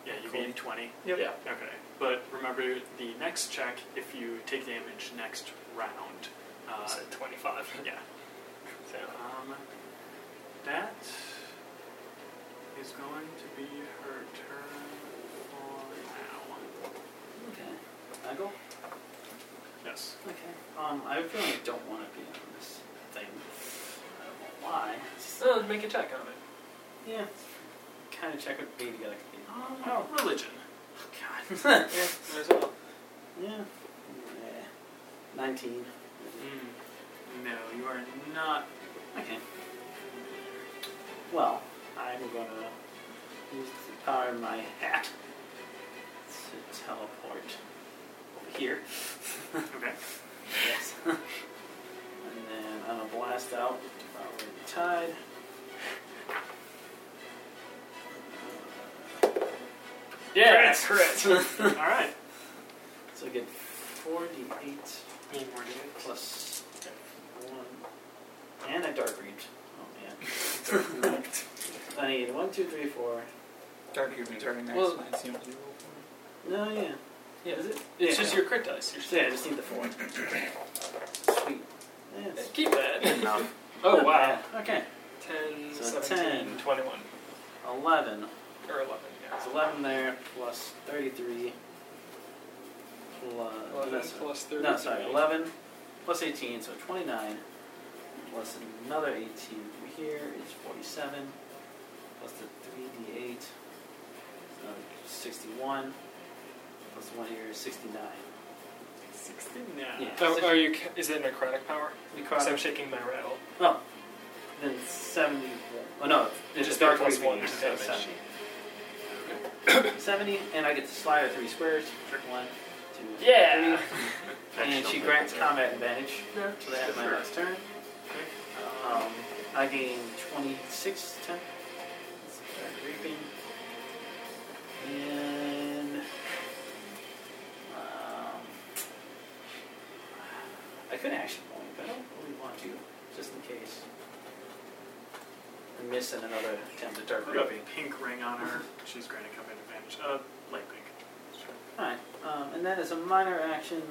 yeah, you
Cool.
beat twenty.
Yep.
Yeah.
Okay. But remember, the next check, if you take damage next round, uh,
so twenty-five.
yeah.
So
Um, that is going to be her turn for now.
Okay. I go.
Yes.
Okay. Um, I really don't want to be on this thing. I don't know why. It's just-
oh, make a check on it.
yeah. Kind of check with B to get a key.
Um, Religion.
Oh God.
Yeah, might as well.
yeah. yeah. Nineteen.
Mm. No, you are not.
Okay. Well, I'm gonna use the power of my hat to teleport over here.
Okay.
Yes. and then I'm gonna blast out probably the tide.
Yeah,
Crit.
All right.
So I get 48
Need more damage.
plus one and a dark reach. Oh man. I need one, two, three, four.
Dark Reach already next.
Well-
Well, I assume you
No, yeah.
Yeah,
Is it?
It's
yeah.
just your crit dice. You're
Yeah, I just need the four. Sweet. Yeah, it's-
Keep that.
enough.
Oh
not
wow.
bad. Okay.
10,
So
17,
10.
21.
11.
Or 11, yeah.
It's 11 there, plus 33. Oh, Plus,
11
no, sorry.
plus 30.
No, sorry, 11 plus 18, so 29. Plus another 18 from here is 47. Plus the 3d8, so 61. Plus one here is 69.
69.
Yeah.
Oh, are you? ca- Is it necrotic power? Because I'm
Necrotic.
shaking my rattle.
Oh, then 71. Oh no, it's
Just
just dark
plus
plus
one
one. So
damage.
70. 70, and I get to slide her three squares. One, two,
Yeah.
three. And she grants combat advantage.
Yeah.
So that's my last turn. Um, I gain 26 temp. Start reaping. And. Um, I could action point, but I don't really want to, just in case. I'm missing another attempt at dark
I've got
reaping.
a pink ring on her. She's granted combat advantage. Uh, light pink.
Alright, um, and then as a minor action,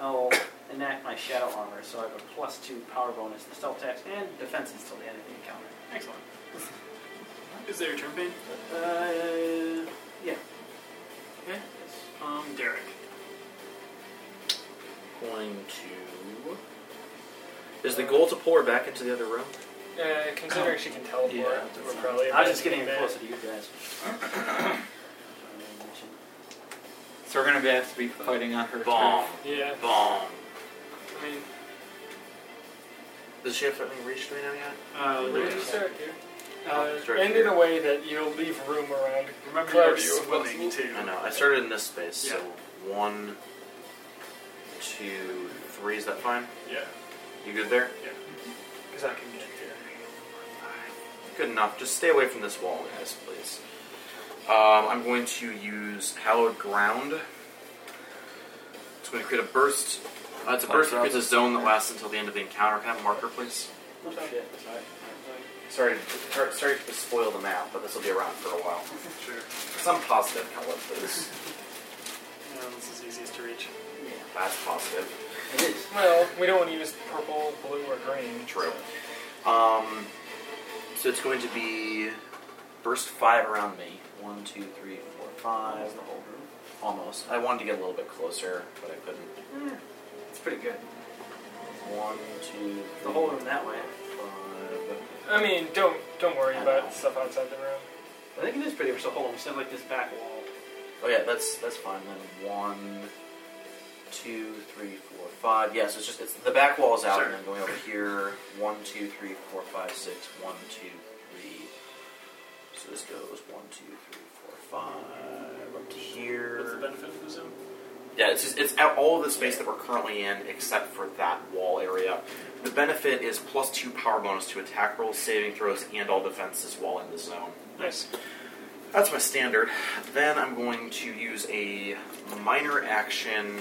I'll enact my shadow armor, so I have a plus two power bonus to stealth attacks and defense until the end of the encounter.
Excellent. Is there a turn pain?
Uh, yeah.
Okay. Um, Derek.
Going to. Is the goal to pull her back into the other room?
Uh, considering she can teleport,
Yeah,
we're
that's
probably.
I was just
imagining
getting
that.
closer to you guys.
So we're gonna be, have to be fighting on her.
Bomb.
Yeah,
Bomb.
I mean,
Does she have something reached right now yet?
Uh,
Yeah.
we'll
Larry.
just start here.
Oh, it's
Uh,
right
end
here.
in a way that you'll leave room around.
Remember
Clear
you're
view.
swimming too.
I know. I started in this space, so one, two, three. Is that fine?
Yeah.
You good there?
Because Mm-hmm. I can get here.
Good enough. Just stay away from this wall, guys, please. Um, I'm going to use Hallowed Ground. It's going to create a burst. Uh, it's a burst that creates a zone that lasts until the end of the encounter. Can I have a marker, please?
Oh, shit.
Sorry, to- sorry to spoil the map, but this will be around for a while.
Sure.
Some positive color, please.
No, this is easiest to reach.
Yeah,
That's positive.
it is.
Well, we don't want to use purple, blue, or green.
True. Um, so it's going to be burst five around me. One, two, three, four, five.
Almost the whole room.
Almost. I wanted to get a little bit closer, but I couldn't.
It's pretty good.
One, two, three,
The whole room that way.
five.
I mean, don't don't worry about stuff outside the room.
I think it is pretty much the whole room, instead of like this back wall.
Oh yeah, that's that's fine then. One, two, three, four, five. Yeah, so it's just it's the back wall is out, and then going over here. One, two, three, four, five, six. One, two, three. So this goes one, two, three, four, five. Up to
What's the
here.
benefit of the zoom?
Yeah, it's just, it's out all of the space that we're currently in except for that wall area. The benefit is plus two power bonus to attack rolls, saving throws, and all defenses while in the zone.
Nice.
That's my standard. Then I'm going to use a minor action,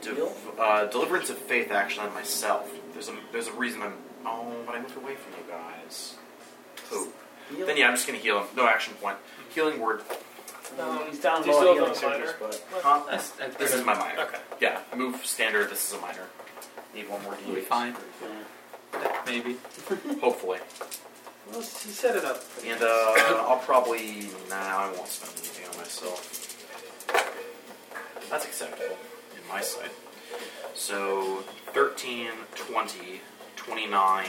div- uh, deliverance of faith action on myself. There's a there's a reason I'm. Oh, but I moved away from you guys. Poop. Then yeah, I'm just gonna heal him. No action point. Healing word.
Um,
Um,
he's down
do you
low
still
on healing
have a minor?
surface, but
Huh?
That's, that's
This is my minor.
Okay.
Yeah, move standard. This is a minor. Need one more
We'll be
D8.
fine.
yeah.
Maybe.
Hopefully.
Well, he set it up. pretty
And
nice.
uh, I'll probably nah, I won't spend anything on myself. That's acceptable in my sight. So 13, 20, 29,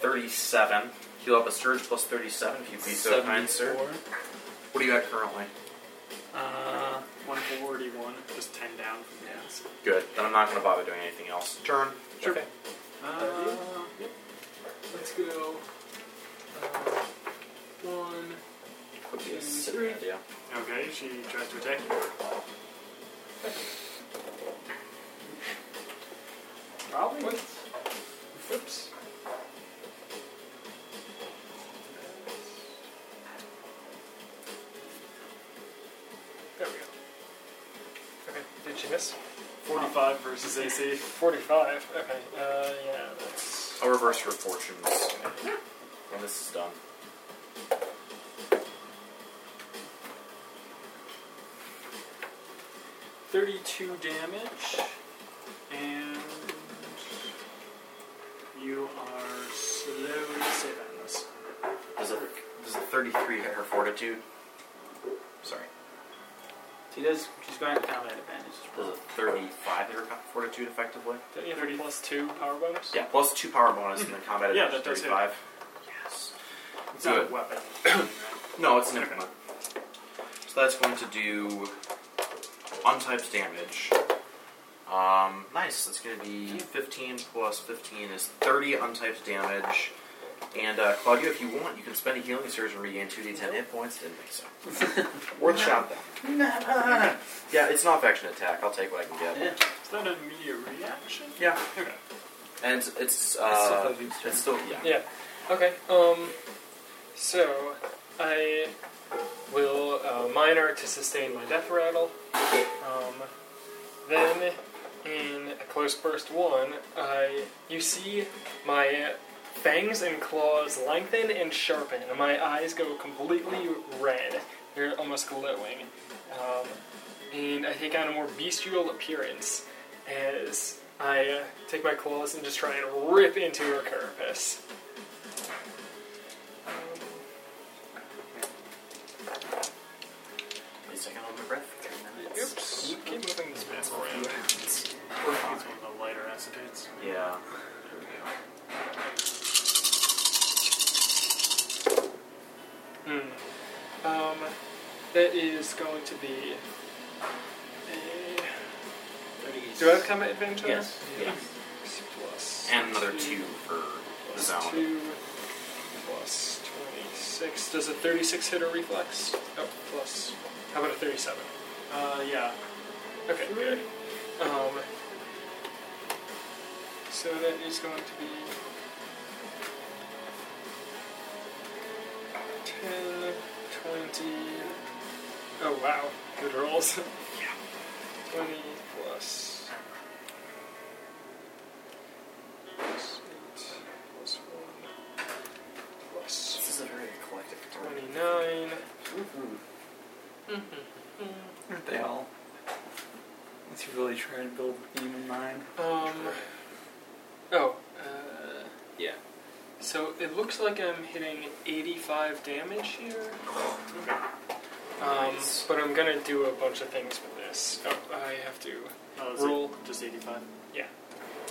37. Heal up a surge plus 37 if you'd be so kind, sir.
74.
What do you at currently?
Uh,
141, just 10 down from the ends.
Good. Then I'm not going to bother doing anything else. Turn.
Sure.
Uh, yep. Let's go. Uh, one.
Would be a
Two,
sick
three.
idea.
Okay, she tries to attack you.
probably.
What?
It's
Oops. There we go. Okay, did she miss?
45. 45 versus AC.
45. Okay. Uh, yeah, that's.
I'll reverse your fortunes. And this is done.
Thirty-two damage, and you are slowly saving this.
Does a, does a 33 hit her fortitude? Sorry.
She does. She's going to combat advantage. as
Does a
well.
35 hit her co- fortitude effectively?
Don't you have a plus two power bonus?
Yeah, plus 2 power bonus and then combat
Yeah,
advantage
that does hit.
35.
Yes. It's
Do
not
it.
a weapon.
No, it's an implement. So that's going to do untyped damage. Um, nice. That's going to be 15 plus 15 is 30 untyped damage. And uh, Claudio, if you want, you can spend a healing surge and regain 2d10 hit points. Didn't think so. Worth shot though.
Nah.
Yeah, it's an off-action attack. I'll take what I can get.
Yeah.
It's not an immediate reaction.
Yeah.
Okay.
And it's- it's
still
uh,
Claudio's turn.
it's still yeah.
Yeah. Okay. Um. So, I will uh, minor to sustain my death rattle. Um. Then, in a close burst one, I you see my fangs and claws lengthen and sharpen, and my eyes go completely red. They're almost glowing. Um, and I take on a more bestial appearance as I uh, take my claws and just try and rip into her carapace.
At least I can hold my breath for three minutes.
Oops. Keep moving this mess around.
Or if it's one of the lighter acetates.
Yeah.
Hmm. Um, that is going to be. A... Do I have combat advantage? on
Yes.
this?
Yeah.
Six plus
And another two for the
plus
zone.
two plus twenty-six. Does a thirty-six hit a reflex? Oh, plus. How about a thirty-seven?
Uh, yeah.
Okay, good. Um, so that is going to be 10, 20. Oh, wow. Good rolls. yeah. 20 plus. Plus 8, plus 1, plus
This is a very eclectic.
Oh, 29.
Mm-hmm.
Mm-hmm.
Aren't they all? Once you really try and build a theme in mind.
Um. Oh. Uh, yeah. So it looks like I'm hitting 85 damage here. Um,
Nice.
but I'm gonna do a bunch of things with this. Oh, I have to
Oh, is
roll,
it just 85?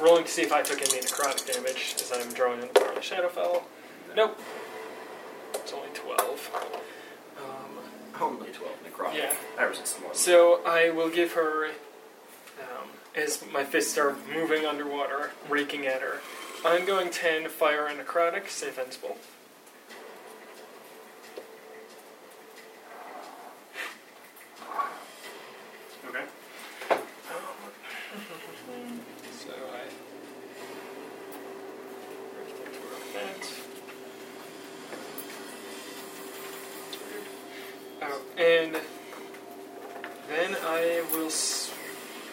rolling to see if I took any necrotic damage as I'm drawing in the Shadowfell. Nope. It's only 12. Um,
Only 12 necrotic.
Yeah.
I resist one.
So I will give her, um, as my fists are moving underwater, raking at her, ongoing 10 fire and necrotic, safe and spell.
Okay.
So I. raked into her offense. Oh, and then I will. S-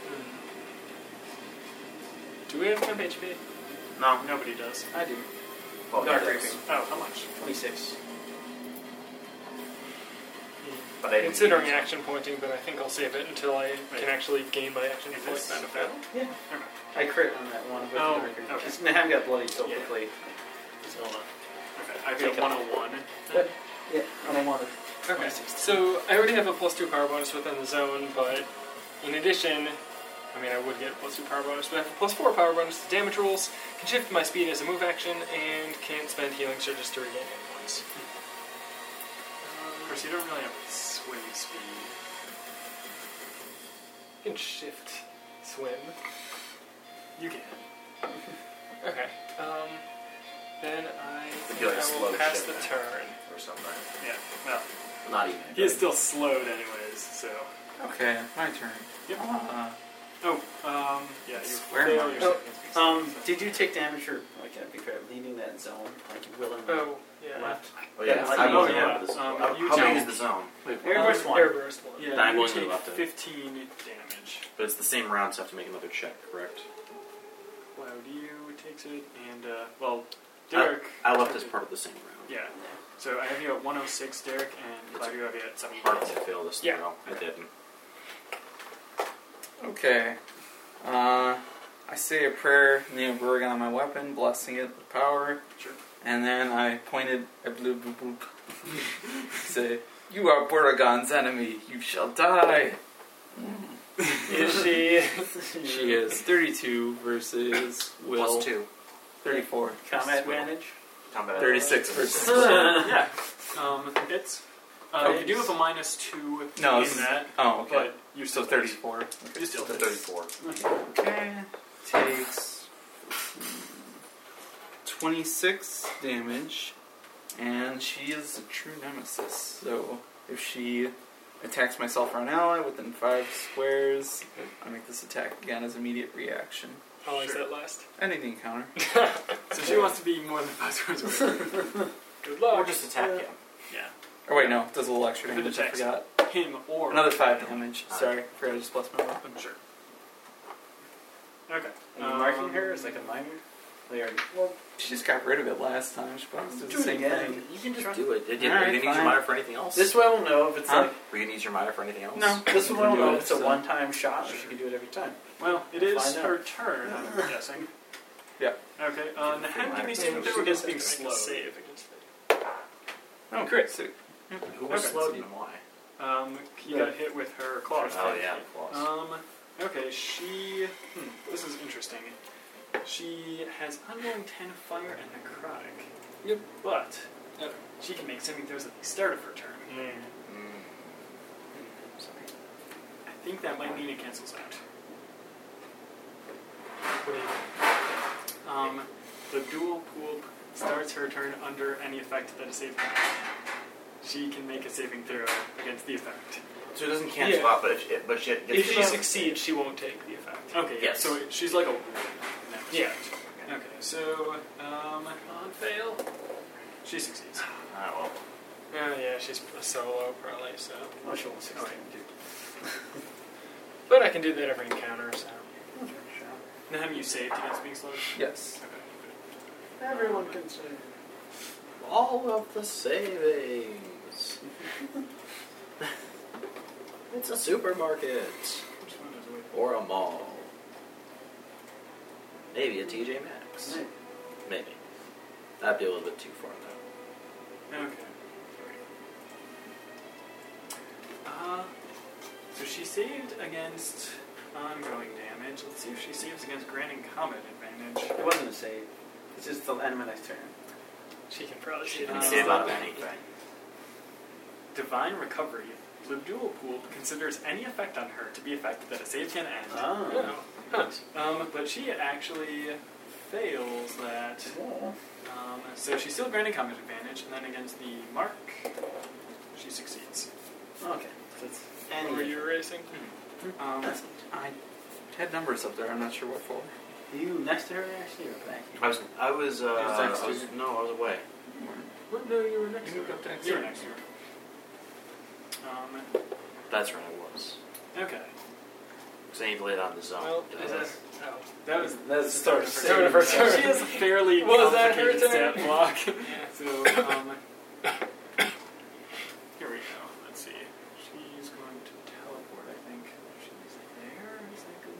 hmm. Do we have temp HP?
No.
Nobody does.
I do.
Well,
Dark
it does,
Reaping.
Oh, how much?
26.
But I didn't
Considering action pointing, but I think I'll save it until I
Right.
can actually gain my action
Is
point
this
benefit.
Yeah. I crit on that one with
Oh,
the record.
okay.
Man, I got bloody so
Yeah.
quickly.
Just hold on. Okay, I
Take
get
it.
101.
But, yeah, I don't want to.
Okay, so I already have a plus two power bonus within the zone, but in addition, I mean, I would get a plus two power bonus, but I have a plus four power bonus to damage rolls, can shift my speed as a move action, and can spend healing surges to regain hit points.
Of course, you don't really have swing speed.
You can shift, swim.
You can.
Okay, um, then I, think
you like
I will
slow
pass
shift
the
that.
turn.
Or something.
Yeah, well,
Not even.
he is still slowed, anyways, so.
Okay, my turn.
Yep.
Uh,
Oh, um, yeah, you
Swear
fail
mark.
your
Oh,
second piece.
Um, did you take damage for like that'd be fair, leaving that zone like willingly
Oh, yeah.
left?
Oh, yeah.
Yeah,
I
oh,
wasn't
yeah.
aware of this.
Um,
how
you
how big
don't-
is the zone?
um, Airburst one.
Airburst one.
Yeah,
Nine
you
wounds
take
left it.
15 damage.
But it's the same round, so I have to make another check, correct?
Claudio takes it, and, uh, well, Derek.
I left as part of the same round.
Yeah. So I have you at 106, Derek, and Claudio have you at 75.
Part of it failed this
Yeah.
round. I didn't.
Okay. Uh, I say a prayer, name Berg on my weapon, blessing it with power.
Sure.
And then I pointed at Blue Blue Blue. Say, You are Buragon's enemy. You shall die.
Is she?
She is 32 versus Will.
Plus two.
34.
Combat advantage.
Combat
36
advantage.
versus.
yeah. Um, it's. Uh,
Okay.
You do have a minus 2
No,
in
it's-
that,
Oh, okay.
but you're
So
still
34.
You still
Still 34.
Okay. Eh, Takes 26 damage, and she is a true nemesis. So if she attacks myself or an ally within five squares, I make this attack again as immediate reaction.
How long does that last?
Anything counter.
So she wants to be more than five squares away.
Good
Or
luck.
just attack him.
yeah.
Or wait, no, does a little extra
If it
damage. I
attacks.
forgot.
Him or.
Another five damage.
Alright.
Sorry, I forgot I just blessed my weapon.
I'm sure. Okay.
Are you marking her as like a minor? They already. Well,
She just got rid of it last time. She probably did
do
the
it
same
again.
thing.
You can just
Do it. Did you,
All
are
right,
you going to use
fine.
your miter for anything else?
This way we'll know if it's
Huh?
like
Were you going to use your miter for anything else?
No.
this
You
one
can
will
do
know
it,
if it's a
so-
one-time shot or she can do it every time.
Well, it is
Find out.
her turn, I'm guessing.
Yeah.
Okay, uh, Nahem, give me saving throw against being slowed.
Save against
Oh, great. So,
Who was
Okay.
slowed and why?
Um, he
Yeah.
got hit with her claw.
Oh, yeah.
Um, okay, she. Hmm, this is interesting. She has unknown 10 fire and necrotic.
Yep.
But uh, she can make saving throws at the start of her turn.
Mm.
I think that might mean it cancels out.
What do you think?
Um, the dual pool starts her turn under any effect that is saved. She can make a saving throw against the effect.
So it doesn't cancel
Yeah.
out, but if, it, but she gets
If she
hit.
succeeds, she won't take the effect.
Okay, yeah,
Yes.
so she's like a woman. in that respect. Okay, so, um, on fail, she succeeds.
Ah, well.
Oh yeah, she's a solo probably. So,
Oh, she won't succeed.
but I can do that every encounter. So.
Nahem, you saved against being slowed?
yes.
Okay.
Everyone can save.
All of the savings. it's a supermarket
Which one is it?
or a mall. Maybe a TJ Maxx. Maybe. That'd be a little bit too far though.
Okay. Uh, so she saved against ongoing damage. Let's see if she saves against granting combat advantage.
It wasn't a save. It's just the end of my next turn.
She can probably Uh,
She
shoot
can
Um,
save out of anything.
Divine Recovery. Libdual Pool considers any effect on her to be effective that a save can end.
Oh.
Um, but she actually fails that. Um, so she's still granted combat advantage, and then against the mark, she succeeds.
Okay. So it's
What
any.
were you racing?
Um,
That's-
I had numbers up there. I'm not sure what for.
Are you next to her actually or back?
I was, I was, uh,
was next
I
to
was,
you.
no, I was away.
what, no, you were next.
You moved up next.
You were next. to her. Um,
That's right, I was.
okay.
Because I need to lay down the zone.
Well,
Yeah.
is that? Oh.
That was
That's the start of
Start of her
She
turn.
has a fairly
Was that her
complicated stat
turn?
block. So, um, here we go. Let's see. She's going to teleport, I think. She's there. Is that good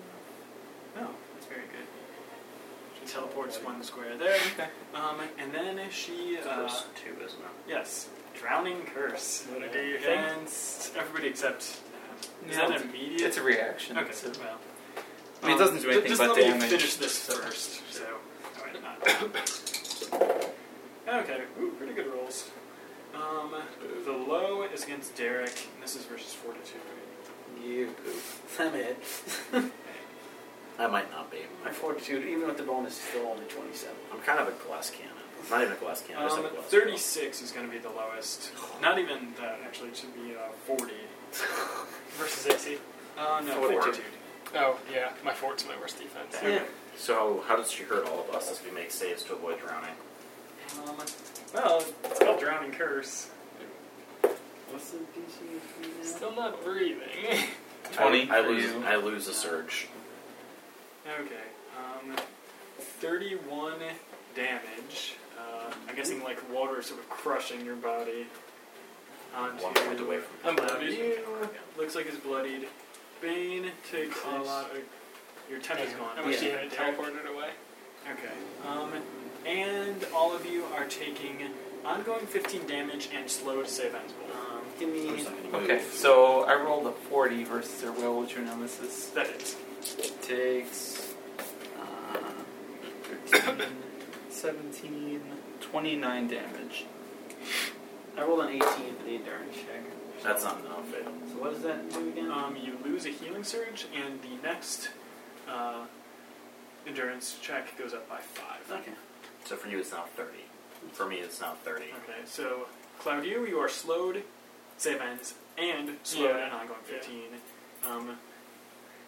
enough? No, that's very good. She teleports one square there.
Okay.
Um, and then she, uh,
Verse two, isn't it?
yes, drowning curse.
Wanna do your thing?
Against everybody except. uh, Is
No,
that an immediate?
It's a reaction.
Okay,
so-
well.
I mean, it doesn't do anything
just
but
let me
damage,
finish this
so-
first. So, alright, not- okay, ooh, pretty good rolls. Um, the low is against Derek, and this is versus fortitude.
You poop. I'm it.
That might not be.
My fortitude, even with the bonus, is still only 27.
I'm kind of a glass cannon. Not even a glass
right?
cannon. just
Um,
a glass bottle.
36 is going to be the lowest. Not even that, actually, it should be uh, 40.
Versus E. AC.
Uh, no,
Forward.
fortitude.
Oh, yeah, my fort's my worst defense.
Yeah. So, how does she hurt all of us as we make saves to avoid drowning?
Um, well, it's called Drowning Curse.
What's the DC?
Still not breathing.
20
I, I
for
lose.
you.
I lose a surge.
Okay. Um, 31 damage. Uh, I'm guessing like water sort of crushing your body. Onto
One point away from
I'm bloodied. Looks like it's bloodied. Bane takes a lot of. Your temp is gone.
I wish
Yeah.
he had teleported away.
Okay. Um, and all of you are taking ongoing 15 damage and slowed save ends. roll.
Um, give me.
I'm just not gonna move.
Okay, so I rolled a 40 versus their will, which your nemesis
That is.
takes uh, 13, 17, 29 damage.
I rolled an 18 for the endurance check.
That's not enough. It-
So what does that do again?
Um, you lose a healing surge, and the next uh, endurance check goes up by 5.
okay.
So for you, it's now thirty. For me, it's now thirty.
Okay, so Claudio, you are slowed, save ends, and slowed
Yeah.
and ongoing 15. Um,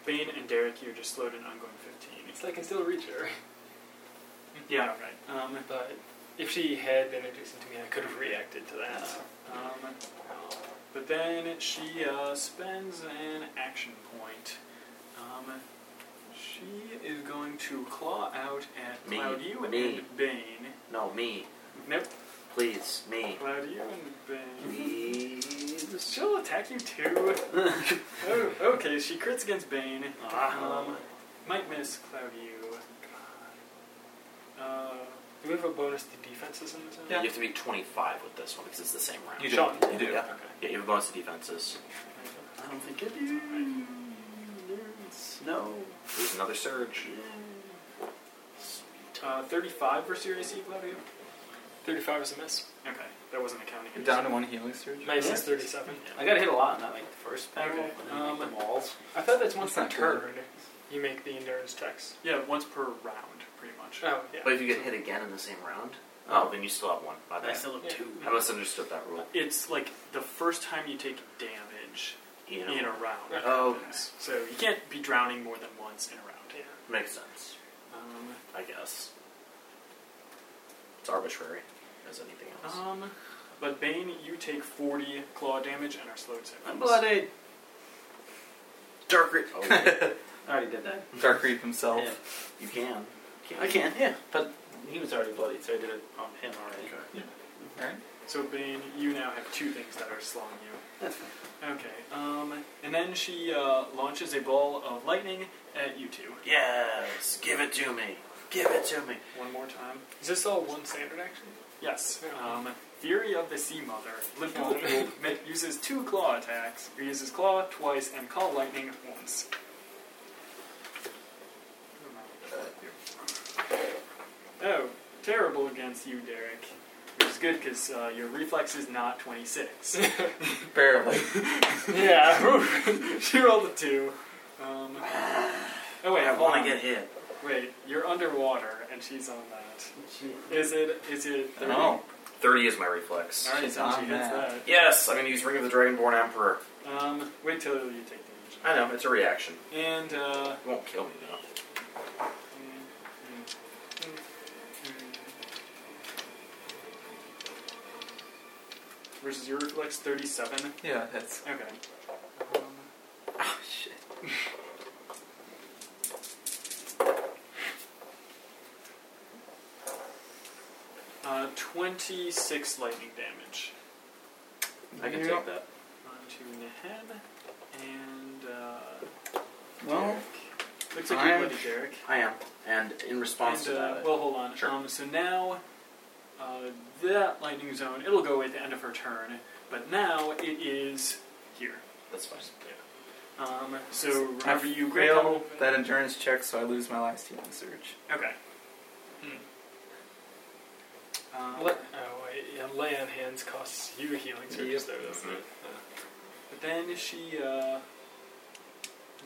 Bane and Derek, you're just slowed and ongoing 15.
So I can still reach her.
Yeah, right. Um,
But if she had been adjacent to me, I could have reacted to that.
um, but then she uh, spends an action point. Um, she is going to claw out at
Me.
Claudio
Me.
and Bane.
No, me.
Nope,
Please, me.
Claudio and Bane.
Please.
She'll attack you too. oh, okay, she crits against Bane.
Ah.
Um, might miss Cloudy. oh God. Uh,
Do we have a bonus to defenses in this? round?
You have to be twenty-five with this one because it's the same round.
You do.
Sean,
You do.
Yeah.
okay.
Yeah, you have a bonus to defenses.
I don't think it is.
Mm.
No.
There's another surge.
Uh, 35 versus your AC, Cloudy?
35 is a miss.
Okay, that wasn't accounting. for
Down
yourself.
to one healing surge.
My is 37.
I got hit a lot in that like the first panel.
Okay,
but then I hit
um,
the walls.
I thought that's once per
That's not
turn you make the endurance checks.
Yeah, once per round, pretty much.
Oh, yeah.
But if you get hit again in the same round, oh, then you still have one. My
I
bad.
still have
Yeah.
two.
I misunderstood that rule.
It's like the first time you take damage
You
in a
know,
round.
Yeah.
Oh, okay.
So you can't be drowning more than once in a round. Yeah.
makes sense.
Um,
I guess. It's arbitrary as anything else.
um, but Bane, you take 40 claw damage and are slowed 7
I'm blooded.
Dark re- oh,
I already did that.
Dark Reap himself.
Yeah.
You can.
I can, yeah. But he was already bloodied, so I did it on him already.
Okay.
Right?
So Bane, you now have two things that are slowing you.
That's
Okay. Um, and then she uh, launches a ball of lightning at you two.
Yes, give it to me. Give it to me.
One more time.
Is this all one standard action?
Yes. Um, Fury of the Sea Mother. Limpool will make, uses two claw attacks. He uses claw twice and call lightning once. Oh, terrible against you, Derek. Which is good because uh, your reflex is not 26.
Barely.
Yeah, she rolled a two. Um, oh wait,
I
hold
want
on.
to get hit.
Wait, you're underwater, and she's on that.
She,
Is it? Is it? 30?
Oh,
30 is my reflex.
All right,
She's
so she
on
hits
that.
that.
Yes, I'm going to use Ring of the Dragonborn Emperor.
Um, wait till you take damage.
I know, it's a reaction.
And uh,
It won't kill me, though.
versus your reflex, thirty-seven.
yeah, that's.
Okay. Um,
Oh, shit.
uh, twenty-six lightning damage.
I can
Yeah.
take that.
Onto Nehen, and uh,
Well,
looks like
I'm-
you're bloody, Derek.
I am. And in response
And,
to
uh,
that,
well, hold on.
Sure.
Um, so now uh, that lightning zone, it'll go away at the end of her turn, but now it is here.
that's fine.
Um, so
I
remember you
you
great
fail
combo-
that endurance check, so I lose my last healing surge.
Okay. Hmm. Um,
Le- oh, wait, yeah, lay on hands costs you healing surges, though, doesn't it?
But then she uh,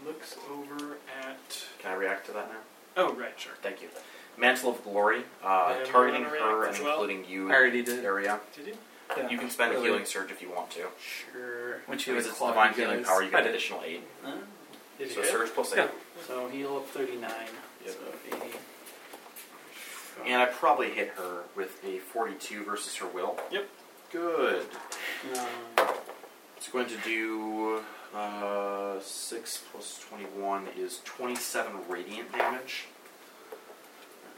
looks over at.
Can I react to that now?
Oh, right, sure.
Thank you. Mantle of Glory, uh,
Yeah,
targeting
we wanna
her
react
and
as well.
including you
I
in
already
the
did.
area.
Did you?
Yeah.
You can spend a
Really?
healing surge if you want to.
sure.
When she
Because
was
it's
clawed,
divine
you
healing
guys-
power, you
I
get an
did.
additional eight.
Huh?
Did
So
you hit?
surge plus eight.
Yeah.
So heal up 39.
Yep.
So 80.
And I probably hit her with a 42 versus her will.
Yep.
Good.
Um,
It's going to do uh, 6 plus 21 is 27 radiant damage.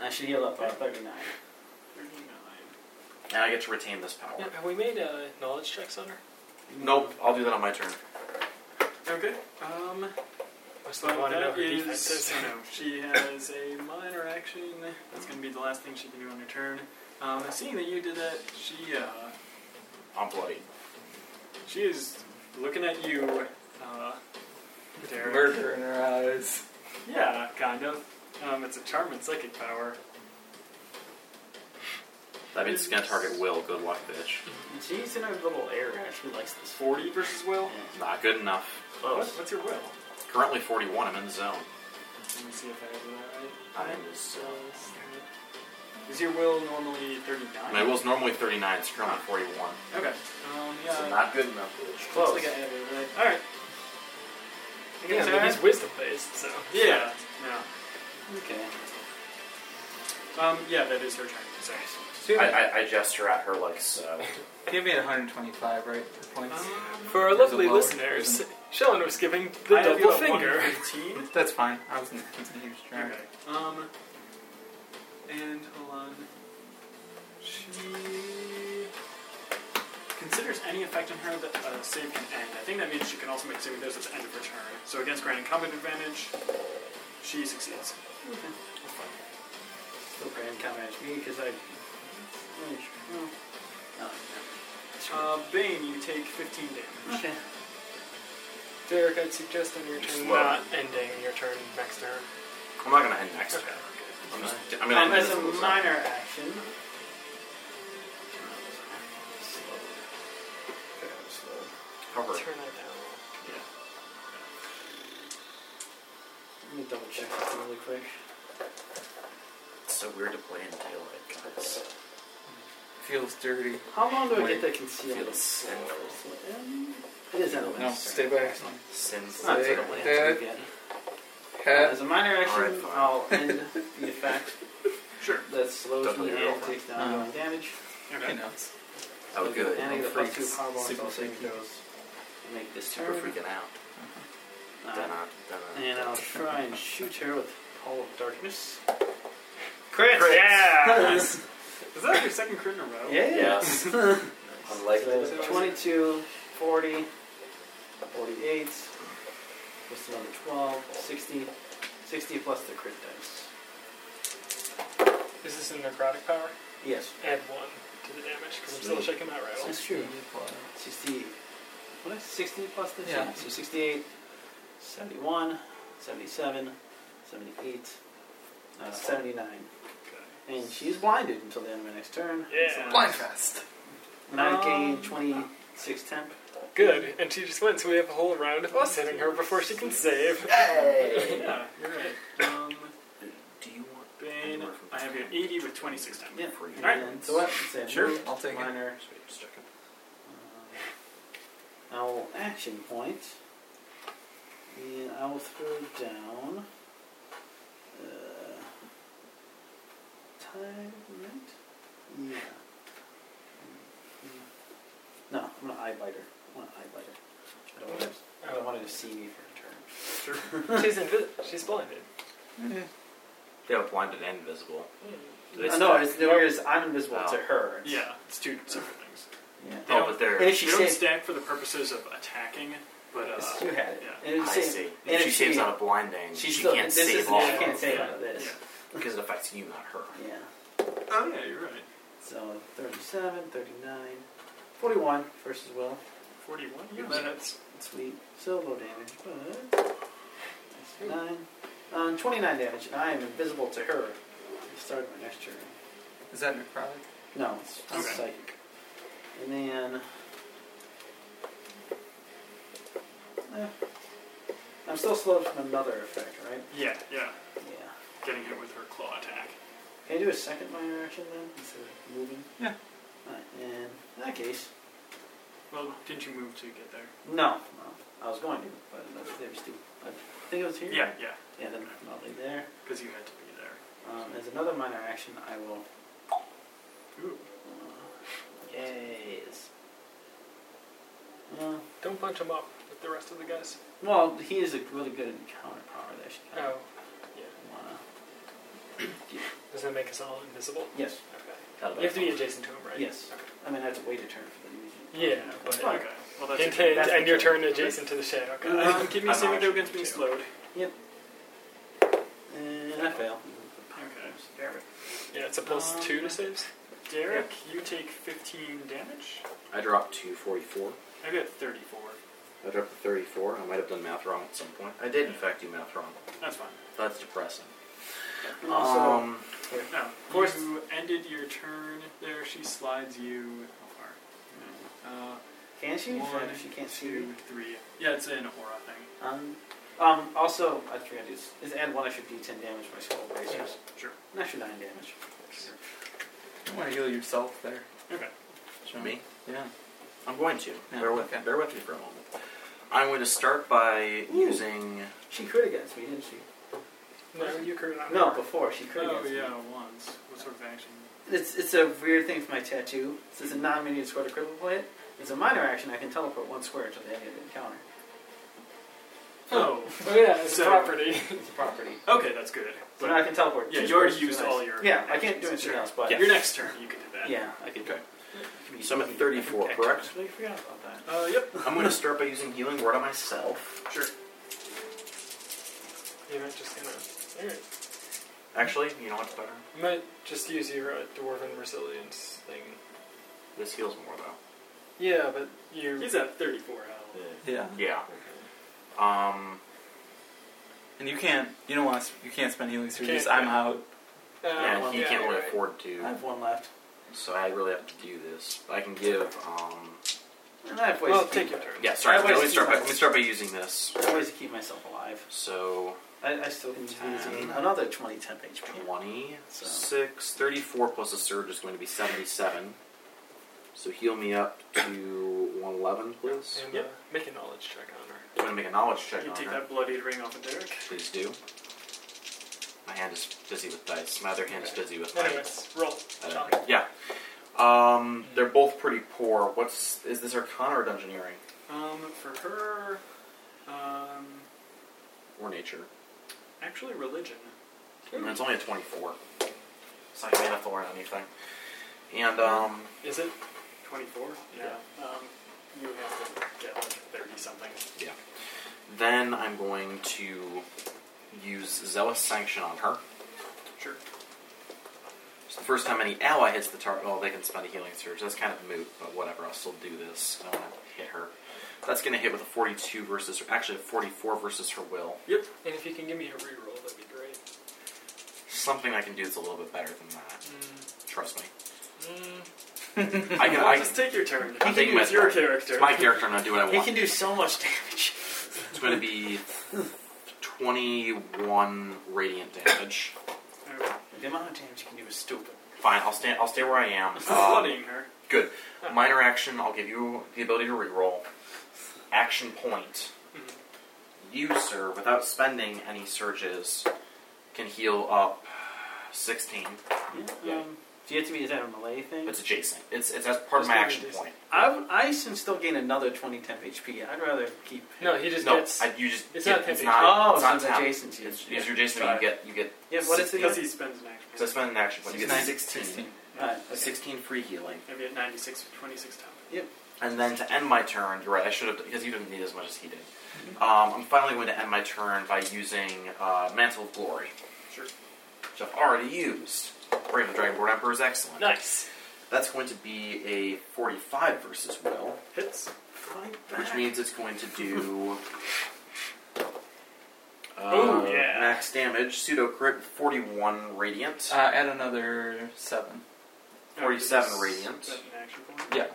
I should heal up by 39.
39.
And I get to retain this power.
Yeah, have we made uh, knowledge checks on her?
Nope, I'll do that on my turn.
Okay. Um,
I
so
still want to know
that
her
is.
defenses.
I know, she has a minor action. That's going to be the last thing she can do on her turn. Um, seeing that you did that, she uh,
I'm bloody.
she is looking at you, uh, Derek.
Murder in her eyes.
Yeah, kind of. Um, it's a charm and psychic power.
That means it's going to target will. Good luck, bitch.
And she's in her little area. She likes this.
40 versus will?
Not good enough.
What,
Close.
what's your will? Let
Currently 41. I'm in the zone.
me see if I have that right.
I'm in the zone.
Is your will normally 39?
My will's normally 39. It's currently 41.
Okay. Um, yeah.
So not good enough, bitch.
looks like I have it right. Alright.
Yeah, but he's wisdom based, so.
Yeah. No.
Okay.
Um, yeah, that is her turn. Sorry.
I, I, I gesture at her like so.
Give me 125, right? Points.
For our
Uh, There's a
lovely
lower
listeners, Sheldon was giving the
I have you
double
at
finger.
115.
That's fine. I was in a huge
Okay.
drag.
Um. And hold on. She considers any effect on her that a save can end. I think that means she can also make saving throws at the end of her turn. So against granting combat advantage, she succeeds.
Still praying combat at me because I. Oh, no.
Uh, Bane, you take 15 damage.
Okay.
Derek, I'd suggest on your turn
Slow.
not ending your turn next to her.
I'm not gonna end next.
Okay.
I'm just. I mean, I'm
And
in
that's a
the zone.
minor action.
Cover.
Turn it down.
Let me double check that really quick.
It's so weird to play in daylight, guys.
Feels dirty.
How long do I
Wait.
get that concealed?
Feels sinful.
It is Edelman's.
No, stay back.
Sinful.
Not
Stay
Edelman's.
back.
again.
Cat.
As a minor action,
Alright, fine.
I'll end the effect
Sure.
that slows me
Definitely
and
will.
takes down
Uh-huh.
one damage.
You
Okay.
know,
Oh, good.
And I get a plus two
Freaks.
power bonus.
Super
I'll save
freaking.
those. Make this
Super
turn.
freaking out.
Uh,
Dunno, dunno.
and I'll try and shoot her with Pall of Darkness.
Crit!
Crits.
Yeah! is that your second crit in a row?
Yes. Unlikely.
So 22, 40, 48, plus another 12, 60, 60 plus the crit dice.
Is this a necrotic power?
Yes.
Add one to the damage, because I'm still
Sweet.
shaking my rattle.
That's true. 60, what is 60 plus the
Yeah.
So 68, 71, 77, 78, uh, 79. And she's blinded until the end of my next turn.
Yeah.
fest.
And I gain
Um,
26 temp.
Good. And she just went, so we have a whole round of us hitting her before she can save.
Yeah, you're right. Um,
Do you want
Bane, I have you at 80 with 26 damage.
Yeah.
Free.
And
Alright.
So what? It's a
Sure,
move,
I'll take it.
minor,
Sweet, just checking.
Um, I will action point, and I will throw down uh, time right? Yeah. No, I'm an eye biter. I'm an eye biter. I don't want her to- I don't want her to see me for
She's invi- She's blinded.
They have blinded and invisible.
a
They
turn. Uh, no,
stack.
it's, no, it's, I'm invisible
Oh.
to her. It's-
Yeah, it's two separate things.
yeah.
They
Oh,
don't,
but they're.
And if
they
she
don't
saves,
stack for the purposes of attacking, but uh,
you had it.
yeah.
And if
I
she-
see.
and
If she
if
saves
she-
on a blinding,
She,
she
still,
can't
this
save
is,
all
She can't
of
save
Yeah.
out of this.
because it affects you, not her.
yeah.
Oh yeah, you're right.
So 37, 39, 41 versus Will.
Forty-one. Yeah,
Yeah.
that's
Sweet. So low damage, but. That's 9. Um, 29 damage, and I am invisible to her. I started my next turn.
Is that necrotic?
No, it's it's
Okay.
psychic. And then. Eh. I'm still slowed from another effect, right?
yeah, yeah.
Yeah.
Getting hit with her claw attack.
Can I do a second minor action then, instead of moving?
Yeah.
Alright, and in that case.
Well, didn't you move to get there?
No, no. I was going to, but that's- they were still. I think it was here.
Yeah, yeah,
Yeah, then probably there.
because you meant to be there.
Um, as another minor action, I will.
Ooh.
Yes. Uh,
Don't bunch him up with the rest of the guys.
well, he is a really good encounter power. They should kind
Oh,
of wanna.
does that make us all invisible?
Yes.
Okay.
that'll
You have to be
fine.
adjacent to him, right?
Yes.
Okay.
I mean, I have to wait a turn for the usual.
Yeah, but
Fine.
okay.
Well,
And,
that's it.
and-
That's
and
the
your
turn.
turn adjacent to the shed. Okay.
Um, give me a
I'm
saving
not
throw
sure
against being
too.
slowed.
And I fail.
Okay.
yeah, it's a plus
Um,
two to saves.
Derek, you take 15 damage.
I dropped to 44.
I got 34.
I dropped to 34. I might have done math wrong at some point. I did, in fact, do math wrong.
That's fine.
That's depressing.
Also,
Um,
No, of
course.
You ended your turn there. She slides you. How far?
can she?
Uh, one,
if she can't see
two,
me.
three. Yeah, it's an aura thing.
Um, um, also, I forgot to do this. Is add one extra d10 damage to my skull bracers.
Sure.
An extra 9 damage.
You want to heal yourself there.
Okay.
John.
me?
Yeah.
I'm going to.
Yeah,
bear, with,
okay.
bear with me for a moment. I'm going to start by using.
She crit against me, didn't she?
No, you crit on
No,
her.
before. She crit
Oh
against me.
yeah, once. What sort of action?
It's, it's a weird thing for my tattoo. Since it's a non minion square to cripple blade, it's a minor action. I can teleport one square until the end of the encounter.
Oh.
Oh yeah, it's
So-
a property.
It's a property.
Okay, that's good.
So now I can teleport.
Yeah,
two
you already
squares, which is
used all your
Yeah, I can't
actions,
do anything
sure.
else, but.
Your next turn, you can do that.
Yeah, I could.
Okay.
could be-
So I'm at
could be-
34,
I could-
correct?
I forgot about that.
Uh, yep.
I'm going to start by using Healing Word on myself.
Sure.
You might just gonna. Alright.
Actually, you know what? Better.
You might just use your uh, dwarven resilience thing.
This heals more though.
Yeah, but you.
He's at 34 health.
Yeah.
Yeah. Um.
And you can't. You don't want. To, you can't spend healing surges.
Can't,
I'm
yeah.
out.
Uh,
Yeah, he
yeah,
can't really
right.
afford
I
to,
have one left.
so I really have to do this. I can give. Um.
And I have ways,
Well,
to,
take
keep,
your turn.
Yeah. Sorry.
Alright,
Let me
wait,
start by
you-
let me start by using this.
I have ways to keep myself alive.
So
I, I still can use
Ten.
another 20 temp HP.
26, 34 plus a surge is going to be 77. So heal me up to 111, please.
And uh, make a knowledge check on her.
I'm going to make a knowledge check
You
on
take
her.
that bloodied ring off of Derek.
Please do. My hand is busy with dice. My other hand is busy with dice.
Anyways, roll.
Uh, yeah. Um, they're both pretty poor. What's is this Arcana or Dungeoneering
Um, for her, um,
or Nature?
actually religion.
And it's only a 24. So I can't have to learn anything. And um,
Is it 24? Yeah. Um, you have to get like 30 something.
then I'm going to use Zealous Sanction on her.
Sure.
So the first time any ally hits the target, well, they can spend a healing surge. That's kind of moot, but whatever. I'll still do this. I don't want to hit her. That's going to hit with a 42 versus, actually a 44 versus her will.
Yep.
And if you can give me a reroll, that'd be great.
Something I can do that's a little bit better than that.
Mm,
Trust me.
mm.
I can.
Well,
I,
just take your turn.
I'm
You can
taking
use
my
your
turn.
character.
it's my character, and I do what I
He
want.
can do so much damage.
It's going to be 21 radiant damage.
Okay.
The amount of damage he can do is stupid.
Fine. I'll stay. I'll stay where I am. Um,
Bloodying her.
good. Minor action. I'll give you the ability to reroll. Action point. you, sir, without spending any surges, can heal up 16.
Yeah. Um, do you have to be, is that a melee thing?
It's adjacent. It's, it's that's part of
Just
my
leave it
action
adjacent.
point.
I, would- I should still gain another 20 temp HP. I'd rather keep.
No, he just
no,
gets.
I, you just
it's
yeah,
not
it's
adjacent.
not
oh,
it's
so
not
it's
tapped.
adjacent to you.
It's, it's your adjacent. but You get you get
Yeah, what is the
Because
other?
he spends an action.
so I spend an action point. You get 16,
16.
Alright, okay.
16 free healing,
Maybe at 96, 26 times.
and then to end my turn, you're right. I should have because you didn't need as much as he did. Um, I'm finally going to end my turn by using uh, Mantle of Glory,
Sure.
which I've already used. Brave of Dragonborn Emperor is excellent.
nice.
That's going to be a 45 versus Will,
Hits.
which means it's going to do. Uh,
Ooh, yeah.
Max damage, pseudo crit, 41 radiant.
Uh, add another seven.
47
Is
radiant.
that an action point?
Yeah.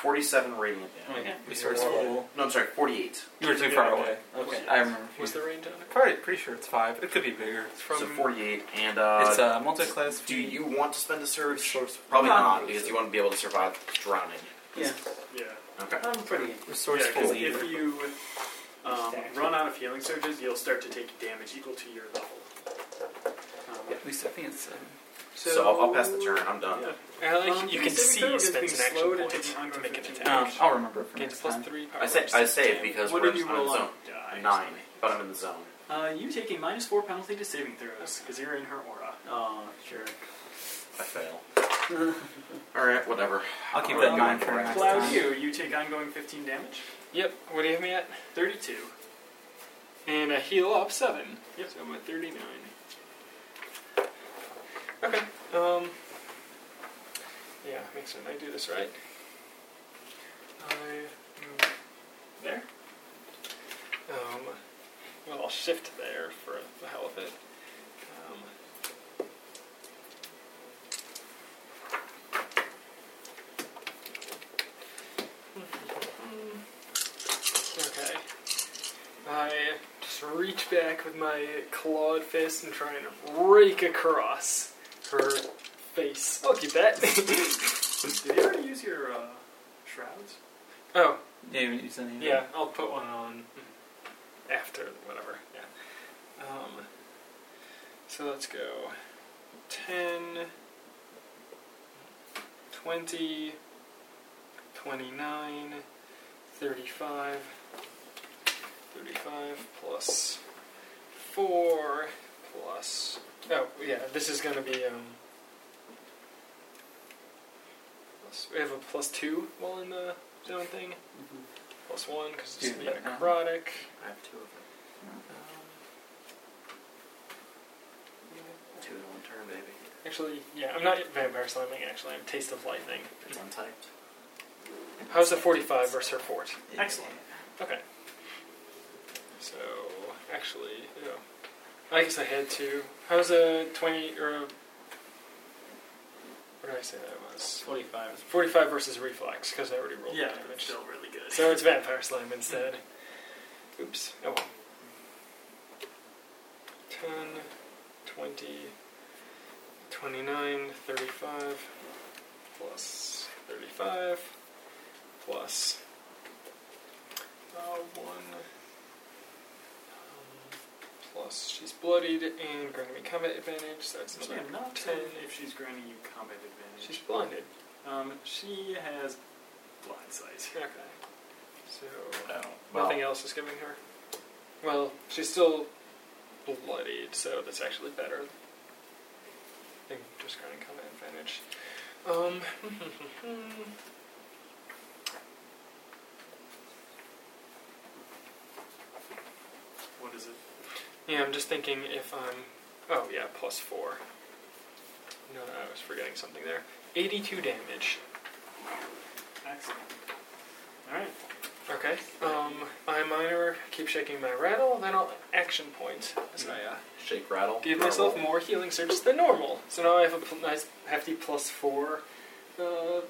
47 radiant damage.
Okay.
Resourceful.
No, I'm sorry, 48.
You were too far away.
Okay.
I remember.
What's the range on it?
Probably pretty sure it's five. It could be bigger.
It's from
so 48, and uh,
it's a multi-class.
do
feat.
you want to spend a surge?
Resourceful.
Probably
No.
not, because you want to be able to survive drowning.
Yeah.
Yeah.
Okay.
I'm pretty.
Yeah,
Resourceful
'cause
leader.
if you um, run out of healing surges, you'll start to take damage equal to your level. Um,
Yeah, at least I think it's uh, seven.
So, I'll, I'll pass the turn. I'm done.
Yeah.
I like
Um,
you can
because every
see
throw
he
is being
spends an action
slowed and
point
taking
to make an
150
attack.
Um, I'll remember for
Gains
next
plus
time.
three power.
I say I say it because
What
we're
did you
I'm in
roll
the
on
zone.
die?
Nine, but I'm in the zone.
Uh, you take a minus four penalty to saving throws.
Because you're in her aura.
Oh, sure.
I fail. All right, whatever.
I'll keep
Alright,
that in mind
go
for
on.
next
Cloud,
time.
you you take ongoing 15 damage,
Yep. What do you have me at?
32.
And I heal up seven.
Yep.
So I'm at 39. Okay. Um. Yeah, makes sense. I do this right. I move there. Um. Well, I'll shift there for the hell of it. Um. Okay. I just reach back with my clawed fist and try and rake across her face. I'll keep that.
Did you already use your uh, shrouds?
oh,
Yeah, you haven't used any of it.
yeah, I'll put one on after whatever. Yeah. Um, so let's go 10, 20, 29, 35, 35 plus 4 plus. Oh, yeah, this is going to be. Um, plus- we have a plus 2 while in the zone thing. Plus 1 because it's
Yeah,
going to be
but, uh,
necrotic. Um,
I have two of them. Two in one turn, baby.
Actually, yeah, I'm not vampire slamming. Actually, I'm taste of lightning.
It's untyped.
How's the 45 versus her fort?
Excellent.
Okay. So actually, yeah. I guess I had to. How's a 20 or a, what did I say that was?
25.
45 versus reflex because I already rolled
Yeah,
the
it's
damage.
still really good.
So it's vampire slam instead. Oops. Oh well. 10, 20, 29, 35, plus 35, plus uh, 1, um, plus she's bloodied and going to be combat advantage, so that's
Actually,
another
I'm not
10.
certain if she's granting you combat advantage.
She's blinded.
um, she has blind sight.
Okay. So.
Oh, well,
Nothing else is giving her. Well, she's still bloodied, so that's actually better. I think just going to come at advantage. Um.
What is it?
yeah, I'm just thinking if I'm. Oh yeah, plus four. No, I was forgetting something there. 82 damage.
Excellent. All right.
Okay. Um, I minor keep shaking my rattle, then I'll action point as I uh,
shake rattle.
Give
Or
myself
roll.
more healing surges than normal. So now I have a pl- nice hefty plus four. Uh,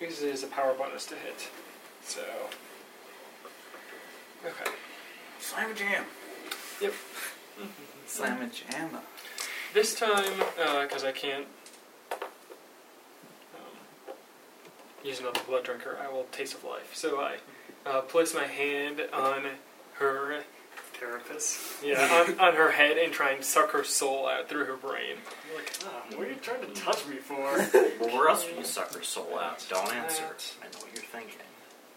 uses it as a power bonus to hit. So. Okay.
Slam jam.
Slam and jamma.
This time, because I can't um, use another blood drinker, I will taste of life. So I uh, place my hand on her.
Carapace.
Yeah, on, on her head and try and suck her soul out through her brain.
You're like, ah, what are you trying to touch me for?
Well, where else would you suck her soul out? Don't answer. I know what you're thinking.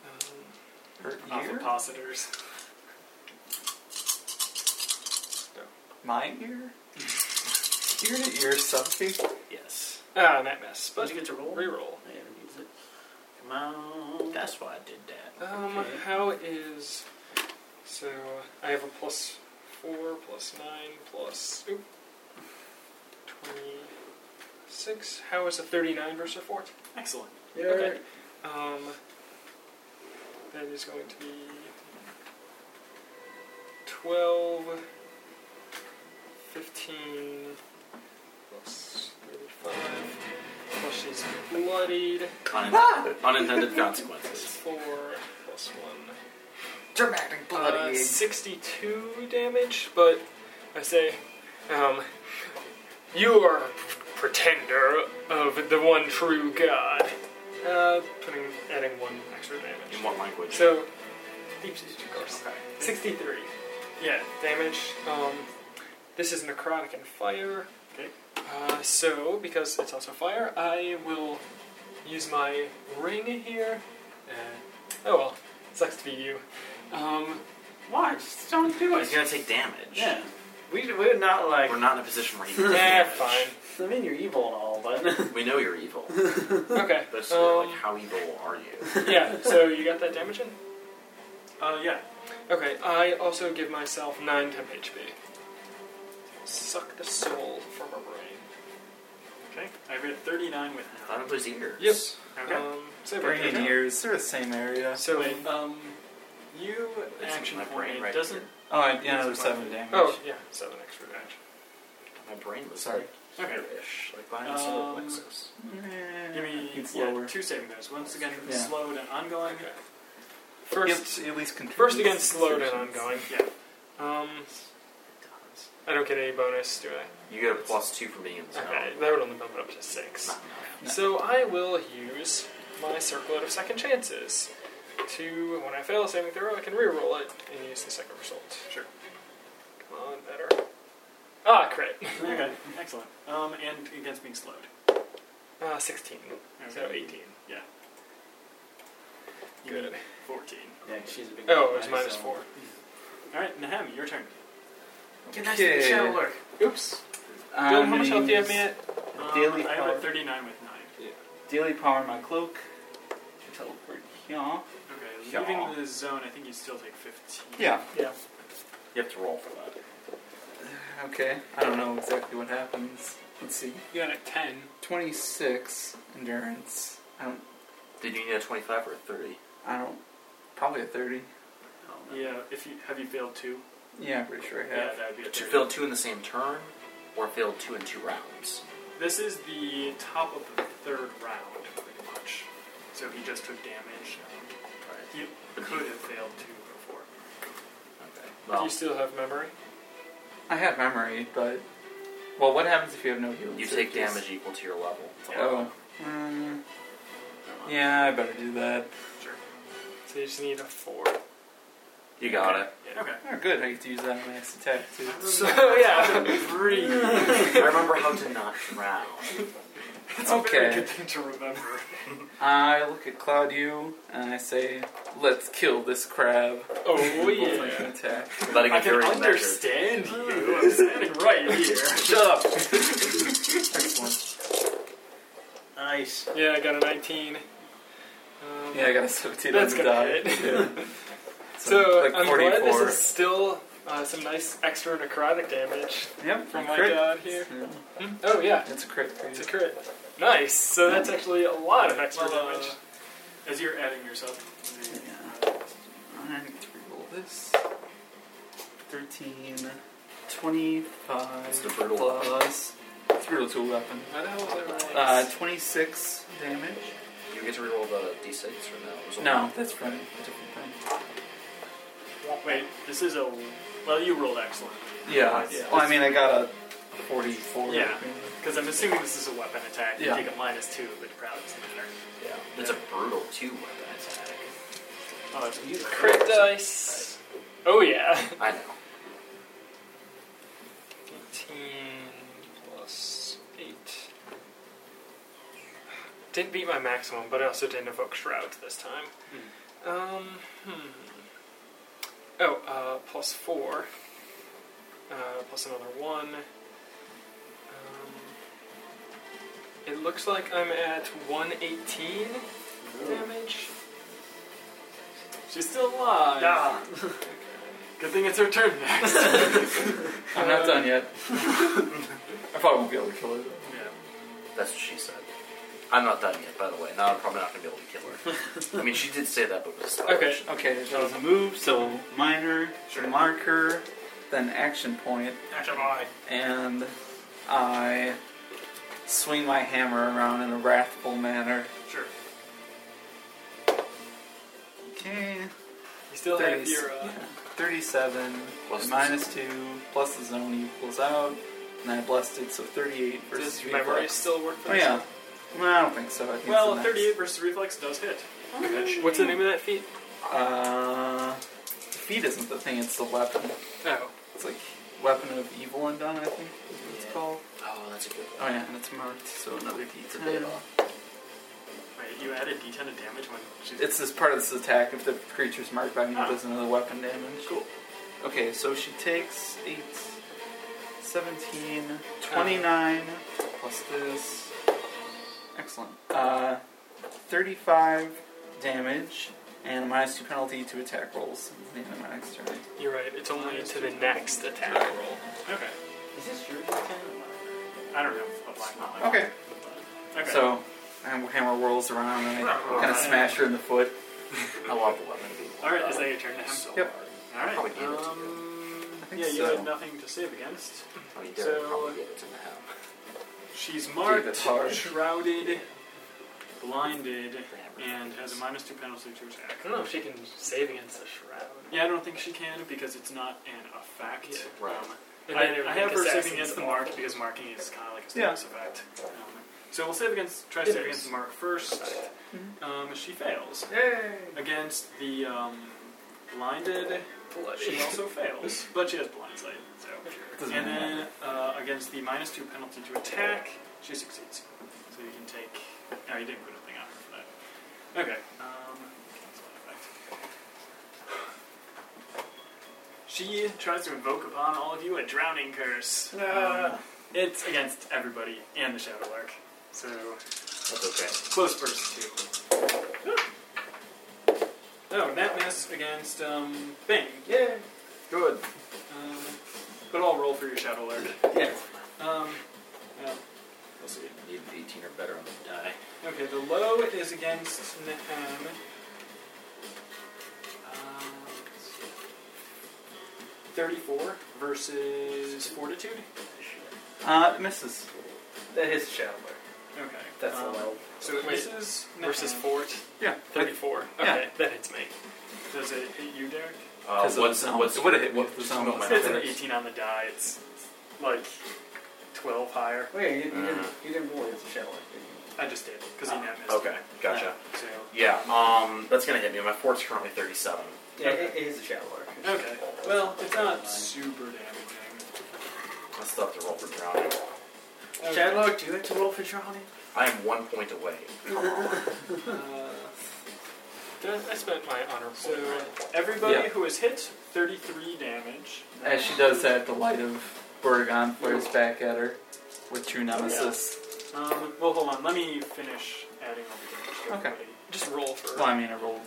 Um,
Hurt ear?
Ovipositors.
My ear? ear to ear something?
Yes,
ah, that mess.
Did
But
you get to roll?
reroll.
I haven't used it. Come on.
that's why I did that.
Um,
Okay.
how is so? I have a plus four, plus nine, plus oop, twenty-six. How is a thirty-nine versus a fort?
Excellent.
Okay. Um, that is going to be twelve, fifteen, plus thirty-five. Plus she's bloodied.
Unin- unintended consequences.
Four plus one.
Dramatic
Uh, 62 damage, but I say, um, you are a pretender of the one true God. Uh, putting adding one extra damage.
In what language?
So, deep siege, of course. Sixty-three. Yeah, damage. Um, this is necrotic and fire.
Okay.
Uh, so, because it's also fire, I will use my ring here. Uh, oh well, sucks to be you. Um,
Why? Just don't do
He's
it.
gonna take damage.
Yeah.
we we're not like.
We're not in a position where he can
Nah,
damage.
fine.
I mean, you're evil and all, but
We know you're evil.
Okay.
But it's
um,
like, how evil are you?
yeah. So you got that damage in?
Uh, yeah.
Okay, I also give myself 9 temp HP. Suck the soul from her brain.
Okay. I've hit 39 with
I thought it was ears.
Yes.
Okay.
Um, so
Brain and ears, they're the same area.
So,
Wait.
um,
you
It's in
action
my
point.
brain
it
right
doesn't.
here.
Oh, and, yeah, another seven damage.
oh, yeah, 7 extra damage.
My brain was
Sorry.
like
Okay.
ish, like behind the solar
Um,
plexus.
Give me
It's
yeah,
lower.
two saving throws. Once again,
Yeah.
slowed and ongoing.
Okay.
First,
First,
at least contributes.
first again, slowed and ongoing.
Yeah.
Um, I don't get any bonus, do I?
You get a plus two from being in the zone.
Okay, that would only bump it up to 6.
Not enough.
So I will use my circlet of second chances. To when I fail a saving throw, I can reroll it and use the second result. Sure. Come on, better. Ah, crit.
Okay. Excellent. Um, and against being slowed.
Uh, sixteen. So
Okay.
eighteen.
Yeah. You
Good.
need 14.
yeah, she's a big.
Oh, it's
guy,
minus
so-
four.
All right, Nahem, your turn.
Get nice in the
Okay.
shower.
Oops.
Uh,
Bill, how much health do you have me at?
Um,
Daily
I have
power.
a 39 with 9.
Daily power in my cloak. Teleport here.
Okay,
Yeah.
leaving the zone, I think you still take 15.
Yeah.
You have to roll for that.
Okay. I don't know exactly what happens. Let's see.
You got a 10.
26 endurance. I don't.
Did you need a 25 or a 30?
I don't. Probably a 30.
Yeah, if you have you failed two,
Yeah, I'm pretty sure I
yeah,
have.
that would be a
Did you
30.
fail two in the same turn, or fail two in two rounds?
This is the top of the third round, pretty much. So he just took damage. Um,
Right.
he could have failed two before.
Okay.
Do
Well,
you still have memory?
I have memory, but. Well, what happens if you have no healing?
you take
surges?
damage equal to your level.
Oh. Mm, yeah, I better do that.
So you just need a four.
You got it.
Okay.
Oh, good. I get to use that on my next attack, too.
So yeah.
Three.
I remember how to not drown.
It's a very
Okay. Oh,
good thing to remember.
I look at Claudio and I say, let's kill this crab.
Oh
Both make
yeah.
an attack.
Letting
I
it
can
very measured.
understand you. I'm standing right here.
Shut up! Excellent.
Nice.
Yeah, I got a nineteen. Um,
Yeah, I got a 17
That's
on the
gonna
die.
hit.
Yeah.
So
like
I'm
44.
glad this is still uh, some nice extra necrotic damage
Yep,
from
a
my
crit. Hmm.
god here.
Yeah,
Oh yeah,
That's a crit for
it's
you.
a crit. Nice. So that's actually a lot of extra
Well, uh,
damage.
As you're adding yourself, the, uh,
I need to reroll this. 13, 25
It's the brutal
plus. It's brutal to a weapon.
How the hell is that
Uh,
right?
26 damage.
You get to reroll the d6 or no? It was only-
No, that's from a different thing.
Wait, this is a. Well, you rolled excellent.
Yeah.
Yeah.
Well, I mean, I got a 44.
Yeah. Because I'm assuming this is a weapon attack.
Yeah.
You take a minus two, but probably doesn't matter.
Yeah. It's a brutal two weapon attack.
Oh, it's
You
Crit dice. Oh yeah.
I know.
18 plus 8. Didn't beat my maximum, but I also didn't evoke Shroud this time. Um, hmm. Oh, uh, plus 4. Uh, plus another 1. Um, it looks like I'm at 118 damage.
She's still alive.
Ah.
Good thing it's her turn next.
I'm not done yet. I probably won't be able to kill it.
That's what she said. I'm not done yet, by the way. Now I'm probably not going to be able to kill her. I mean, she did say that, but it was a
Okay.
spoilation.
Okay, that was a move, so minor, marker, then action point,
Action boy.
and I swing my hammer around in a wrathful manner.
Sure.
Okay,
You still have
Thirties.
your. Uh,
37
Plus
and minus 2 plus the zone equals out, and I blessed it, so 38 versus
does memory
reflex.
still work for
Oh
this?
yeah. No, I don't think so. I think it's
Well,
the
a
next.
38 versus reflex does hit. Eventually.
What's the name of that feat?
Uh, feet isn't the thing; it's the weapon.
Oh.
It's like weapon of evil and done. I think is what
Yeah.
it's called.
Oh, that's a good
Oh yeah, and it's marked. So another D10.
bit off.
Wait, you added d10 of damage when she.
It's this part of this attack. If the creature's marked by me, it
Ah.
does another weapon damage.
Cool.
Okay, so she takes 8, 17,
Ah.
29, plus this. Excellent. Uh, 35 damage, and a minus 2 penalty to attack rolls. At the end of my next turn.
You're right. It's only to the next attack roll.
Okay.
Is this your lieutenant?
I don't have a black knowledge.
Okay.
Okay.
So, and hammer whirls around, and I kind of smash her in the foot.
I love the weapon. being
All right,
locked
is
up
that your turn to him?
so
Yep.
hard.
All
Probably
right.
gave it to you.
Um,
think
yeah, you
so.
had nothing to save against.
Oh, you did.
so-
Probably gave it to him.
She's
Dude, that's
marked,
hard.
shrouded, blinded, and has a minus two penalty to attack.
I don't know if she can save against the shroud.
Yeah, I don't think she can because it's not an effect.
Yeah. Right.
Um,
And
I,
then it would
I have
make
her saving
assassins
against the
awful.
mark because marking is kind of like a
Yeah.
status effect. Um, so we'll save against, try
It
to save
is.
against the mark first. Um, she fails.
Yay!
Against the um, blinded, she also fails, but she has blindsight. So.
Doesn't
And
matter.
then uh, against the minus two penalty to attack, she succeeds. So you can take. No, you didn't put a thing on her for that. Okay. Um, cancel that effect. She tries to invoke upon all of you a drowning curse. Um, it's against everybody and the Shadow Lark. So
That's okay.
close first two. Oh, that miss against um, Bang.
Yeah. Good.
Um, but I'll roll for your Shadow Lark.
Yeah.
Um, yeah, we'll see.
Need an 18 or better on the die.
Okay, the low is against Nahem. Uh, let's see. 34 versus Fortitude.
Uh, it misses. That hits Shadow
Okay. um, So it
Wait,
misses
Versus
Nahem.
fort.
Yeah.
Thirty-four.
Yeah.
Okay, that hits me.
Does it hit you, Derek?
Uh,
Because of
what's,
the zone.
what's,
It would've hit me
what-
if the zone
what
was
my
It's an
there.
number?
18 on the die. It's like 12 higher.
Wait, oh, you, you, didn't,
Mhm.
you didn't roll against the shadow, did you?
I just did because he
Ah,
net missed.
Okay, gotcha.
So
Yeah, um, that's gonna hit me. My fort's currently 37.
Yeah, it, it is a shadow lark.
okay. Well, it's not super damaging.
I still have to roll for drowning.
Okay.
Shadow lark, do you have to roll for drowning?
I am one point away. Come on.
Uh,
Did I, I spent my honor point.
so
right?
everybody
Yeah.
who is hit, 33 damage.
As she does that, the light of Borgon flares back at her with true nemesis.
Um, well, hold on. Let me finish adding all the damage. to
Okay.
everybody.
Just roll for.
Well, I mean, I rolled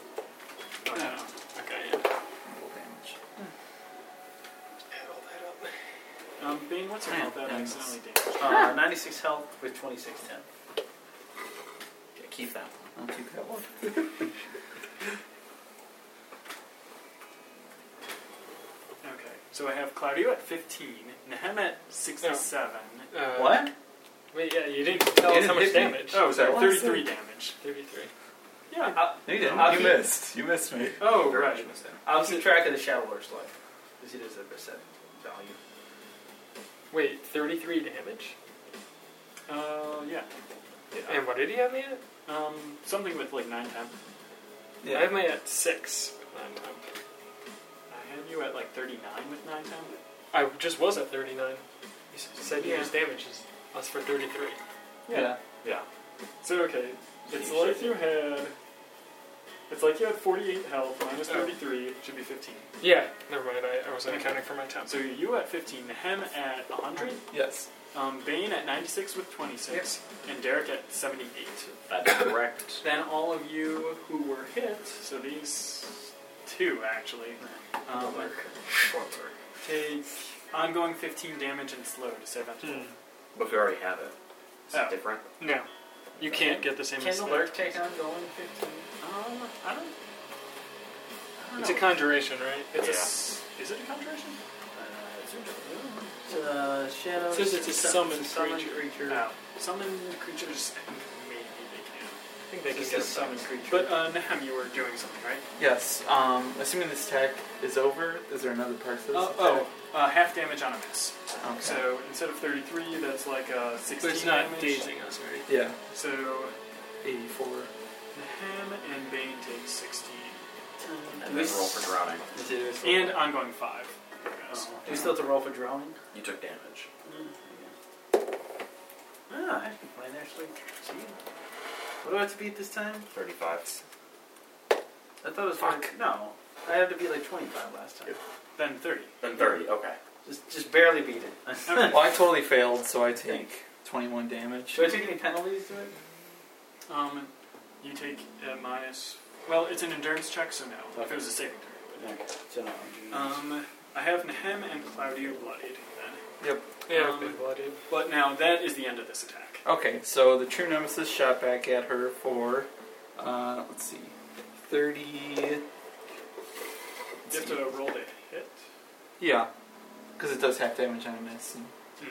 Oh, no, no.
Okay. Yeah. Add
roll damage.
all that up.
Um, Bane, what's your
Yeah,
health? That
yeah,
accidentally damaged.
Uh, 96 health with 2610.
Yeah, keep that.
I'll keep that one.
Okay. So I have Claudio at 15, Nahem at 67.
Uh,
What?
Wait, yeah, you didn't tell
You
us how
didn't
much
hit me.
damage.
Oh, sorry,
What?
33 damage.
Thirty-three.
Yeah.
No, you didn't.
Uh,
you
he-
missed. You missed me.
oh,
Very
right.
much missed that.
I'll keep track of the shadow lark's life. Because he does have a set value.
Wait, thirty-three damage.
Uh, yeah.
And what did he have me at?
Um, something with like 9 temp.
I have my at six. I'm- I'm-
I had you at like 39 with 9 temp.
I just was at thirty-nine. You s- said you
Yeah.
used damage is us for thirty-three.
Yeah.
So okay, it's like you had. It's like you had 48 health minus
Oh.
33 should be 15.
Yeah, never mind. I, I wasn't accounting for my time.
So you at 15, Nahem at 100,
Yes.
um, Bane at 96 with 26, and Derek at 78.
That's correct.
Then all of you who were hit, so these two actually,
Oh
um, take ongoing 15 damage and slow to save up to
Hmm.
But we already have it. Is
Oh.
it different?
No. You can't get the same
Can
as
the
that.
lark take on going 15?
Um, I don't, I
It's
don't know.
a conjuration, right?
It's a s- Is it a conjuration?
Uh, it's a Ah, shadow.
It says it's a summoned
it's a summoned
creature.
No. Summoned creatures, maybe they can.
I think they
It's
can
just a
get
summoned creature.
But uh, Nahem, you were doing something, right?
Yes. Um, assuming this attack is over, is there another part to this
Uh, oh,
attack?
uh, half damage on a miss.
Okay.
So instead of 33, that's like uh, 16
But it's not
damage.
dazing us or anything.
Yeah.
So 84. Nahem and Bane take 16.
And then roll for drowning.
Is it- Oh. is it-
And ongoing 5.
uh, Do we still have to roll for drowning?
You took damage.
Ah, I can play there. Sweet. Gee. What do I have to beat this time?
35.
I thought it was Fuck. No. I had to beat like 25 last time.
Then 30.
Then 30, okay.
Just just barely beat it.
Well, I totally failed, so I take 21 damage.
Should I take any penalties to it?
Um, you take uh, minus. Well, it's an endurance check, so no. If it was a saving throw.
Okay. So,
but- Um, I have Nahem and Claudio bloodied then.
Yep.
Yeah,
Um,
been But now that is the end of this attack.
Okay, so the true nemesis shot back at her for, uh, let's see, 30.
You have to roll to hit.
Yeah, because it does half damage on a miss. and-
Hmm.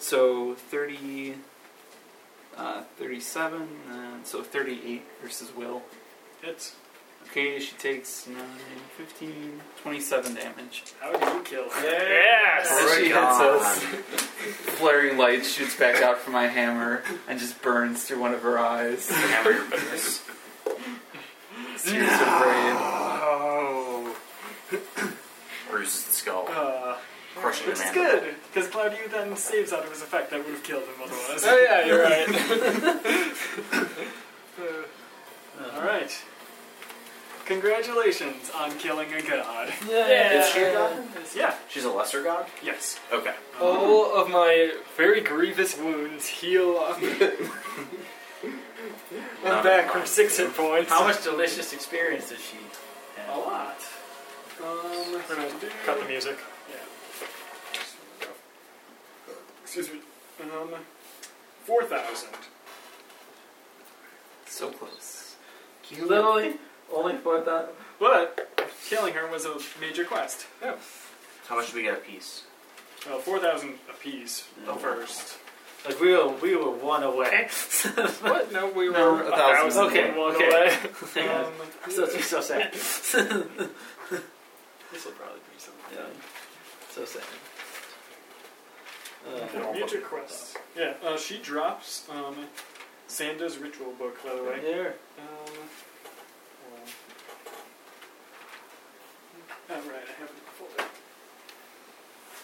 So 30, uh, 37, and so 38 versus Will.
Hits.
Okay, she takes 9, 15, 27 damage.
How do you kill her?
Yes!
As she hits
Right
us, flaring light shoots back out from my hammer and just burns through one of her eyes.
Hammer your business.
Tears of rain.
Oh.
Bruises the skull.
Oh,
Uh,
Crushing
which is
the mandible.
good, because Claudio then saves out of his effect that would have killed him otherwise.
Oh yeah, you're right.
Alright. Congratulations on killing a god.
Yeah.
yeah.
Is she a god?
Yeah,
She's a lesser god?
yes.
Okay.
All of my very grievous wounds heal up. I'm back from six hit points.
How much delicious experience does she
A
have?
lot. Um, we're gonna
Cut the music.
Excuse me. Um, 4,000.
So close.
Literally, only 4,000.
But killing her was a major quest.
How much do we get a piece?
Well, 4,000 apiece
Yeah.
first.
Like, we were, we were one away.
What? No, we
No,
were
a thousand.
Okay,
one
okay.
away.
Hang on. So, it's so sad.
This will probably be something.
Yeah. So sad. Uh,
Yeah. Major quest. Yeah, uh, she drops um, Sanda's ritual book, by the way.
right there.
Um, well, oh, right, I have it in the folder.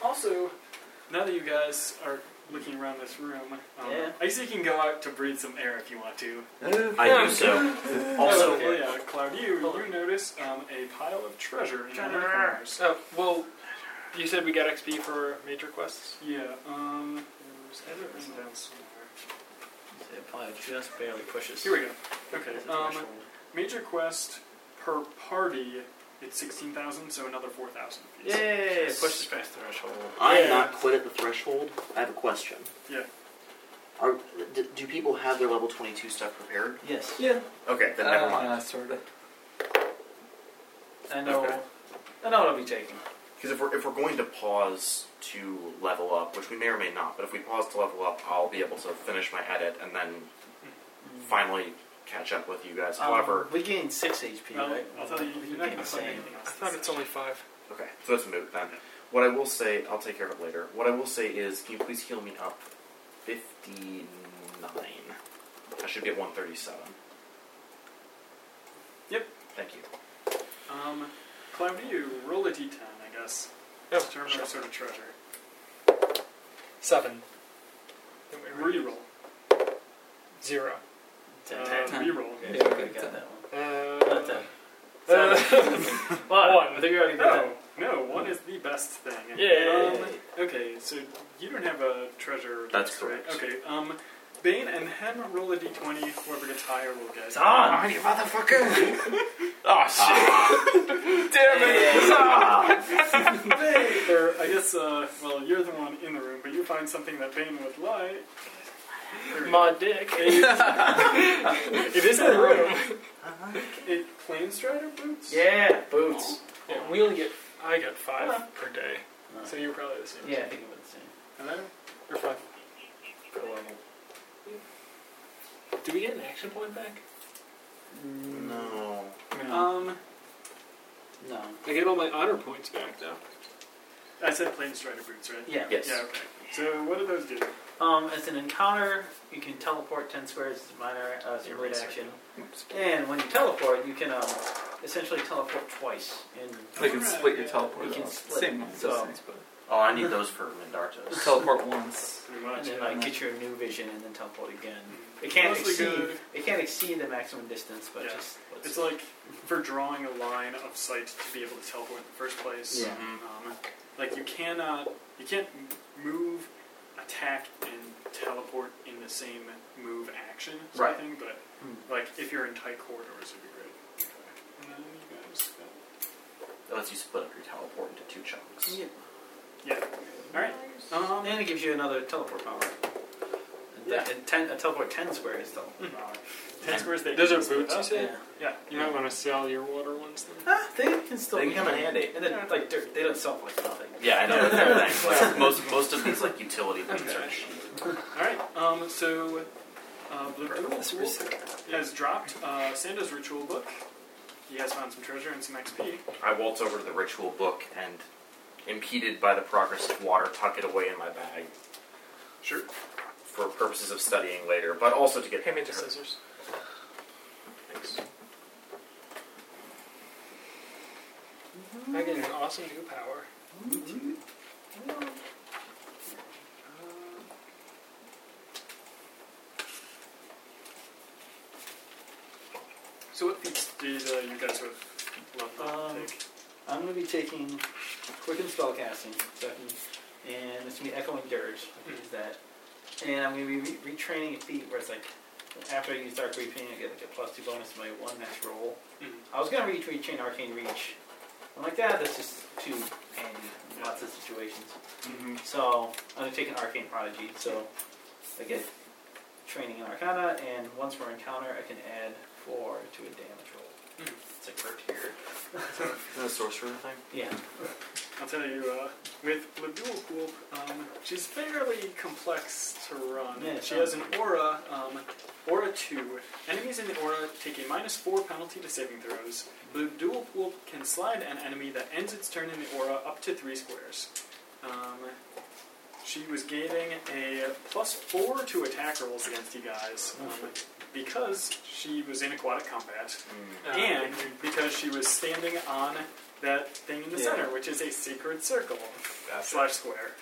Also, now that you guys are looking around this room, um,
Yeah.
I guess you can go out to breathe some air if you want to.
Uh,
I do so. Also,
oh, yeah, Cloud, you, you notice um, a pile of treasure in one of the corners.
Oh, well, you said we got XP for major quests?
Yeah, um, there's I have it written down somewhere.
It probably just barely pushes.
Here we go. Okay,
the
um,
threshold.
major quest per party, it's 16,000, so another 4,000 apiece.
Yay! It pushes
Pushes past threshold.
I
Yeah.
am not quit at the threshold. I have a question.
Yeah.
Are, d- do people have their level 22 stuff prepared?
Yes.
Yeah.
okay, then never mind.
Uh, sort of.
I know.
Okay.
I know what I'll be taking.
Because if we're, if we're going to pause to level up, which we may or may not, but if we pause to level up, I'll be able to finish my edit and then finally catch up with you guys. However,
Um, we gained 6 HP,
Well,
right?
I'll tell Oh, you,
We
you're not going to
gained the
play
same.
anything
I
else.
thought it's only five.
okay, so let's move then. What I will say, I'll take care of it later. What I will say is, can you please heal me up? 59. I should be at 137.
Yep.
Thank you.
Um, Cloudy, you roll a d10, I guess.
Oh,
to remember sort of treasure.
Seven. Then we were-
Reroll.
Zero.
Ten.
Uh,
Ten.
reroll.
Okay, so we already got that one.
Uh,
Not ten.
uh, Oh,
Well, I think we already did
No, no, one is the best thing.
Yay.
Um, okay, so you don't have a treasure.
That's
list, right?
correct.
Okay, um, Bane and Hem roll a d20. Whoever gets higher will get.
It's
Ah,
on!
Alrighty, motherfucker!
Oh, shit. Damn it.
Bane! Or, I guess, uh, well, you're the one in the room, but you find something that Bane would like. There we go.
my dick.
It,
It is in the room.
it plane strider boots?
Yeah, boots.
Yeah, we only get. I got five per day. So you're probably the same.
Yeah, I think it was the same.
Hello?
Or five. Per level. Do we get an action point back?
Mm,
No.
Um,
No.
I get all my honor points back now.
I said plane strider boots, right?
Yeah.
Yes.
Yeah, okay. So what do those do?
Um, as an encounter, you can teleport 10 squares as a minor uh, as your
Zero
rate
second.
action. And when you teleport, you can um, essentially teleport twice. In,
They can split your teleport.
You can
though.
split
Same
it, so-
distance, but
Oh, I need those for Mindartos.
teleport once.
Pretty
and
much.
then
yeah.
like get your new vision and then teleport again. It can't
Mostly
exceed.
good.
It can't exceed the maximum distance, but
Yeah.
just what's
It's like for drawing a line of sight to be able to teleport in the first place.
Yeah.
Um, like you cannot, you can't m- move, attack, and teleport in the same move action. Sort
Right.
of thing, but
Hmm.
like if you're in tight corridors, it'd be great. Okay. And then
Mm,
you guys go.
That lets you split up your teleport into two chunks.
Yeah.
All right. Um,
And it gives you another teleport power.
Yeah.
A, ten, a teleport 10 square is teleport power.
ten squares. They
Those
can
are
split
boots, you
up.
said?
Yeah.
Yeah.
You might want to sell your water ones then.
Ah, they can still
They
be-
can come in handy.
And then, like, they're, they don't sell like nothing.
Yeah, I know. They're like, most most of these like utility things are cheap.
All right. Um, so uh, Blue
Let's
Pool
reset.
has dropped uh, Santa's ritual book. He has found some treasure and some XP.
I waltz over to the ritual book and, impeded by the progress of water, tuck it away in my bag
Sure.
for purposes of studying later, but also to get
Hand me
to
the
her.
scissors.
Thanks.
I get an awesome new power.
So what feats did uh, you guys sort of love to
Um,
take?
I'm going to be taking Quicken Spellcasting, so I can, and it's going to be Echoing Dirge. I can use that. And I'm going to be re- retraining a feat where it's like, after I use Dark Reaping, I get like a plus two bonus to my one match roll.
Mhm.
I was going to reach, retrain Arcane Reach. I'm like, ah, that's just too handy in lots of situations. So I'm going to take an Arcane Prodigy. So I get training in Arcana, and once per encounter, I can add four to a damage roll.
Mhm.
It's like per tier.
The sorcerer thing.
Yeah.
I'll tell you, uh, with Labule Pool, um, she's fairly complex to run.
Yeah,
she
um,
has an aura, um, Aura 2. Enemies in the aura take a minus 4 penalty to saving throws. Labule Pool can slide an enemy that ends its turn in the aura up to 3 squares. Um, she was gaining a plus 4 to attack rolls against you guys um, because she was in aquatic combat.
Mm.
And because she was standing on that thing in the
Yeah.
center, which is a sacred circle slash square.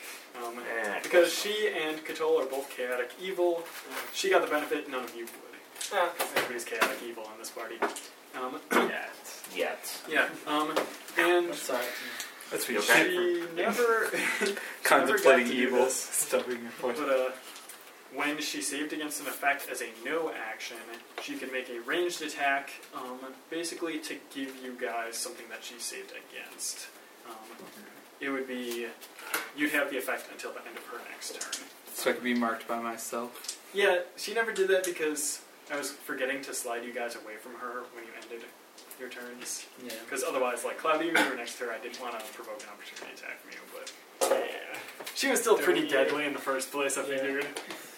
Um,
Eh.
because she and Katol are both chaotic evil, she got the benefit, none of you would. Because everybody's chaotic evil on this party. Um,
Yet.
yeah. Um, and
I'm sorry.
That's
You
what
okay?
she never
Contemplating
got to do
evil,
this.
stubbing your foot.
But uh, when she saved against an effect as a no action, she can make a ranged attack, um, basically to give you guys something that she saved against. Um, it would be you'd have the effect until the end of her next turn.
So I could be marked by myself.
Yeah, she never did that because I was forgetting to slide you guys away from her when you ended your turns.
Yeah.
Because otherwise, like Cloudy, you were next to her. I didn't want to provoke an opportunity attack from you, but yeah, she was still pretty deadly in the first place. I
Yeah.
figured.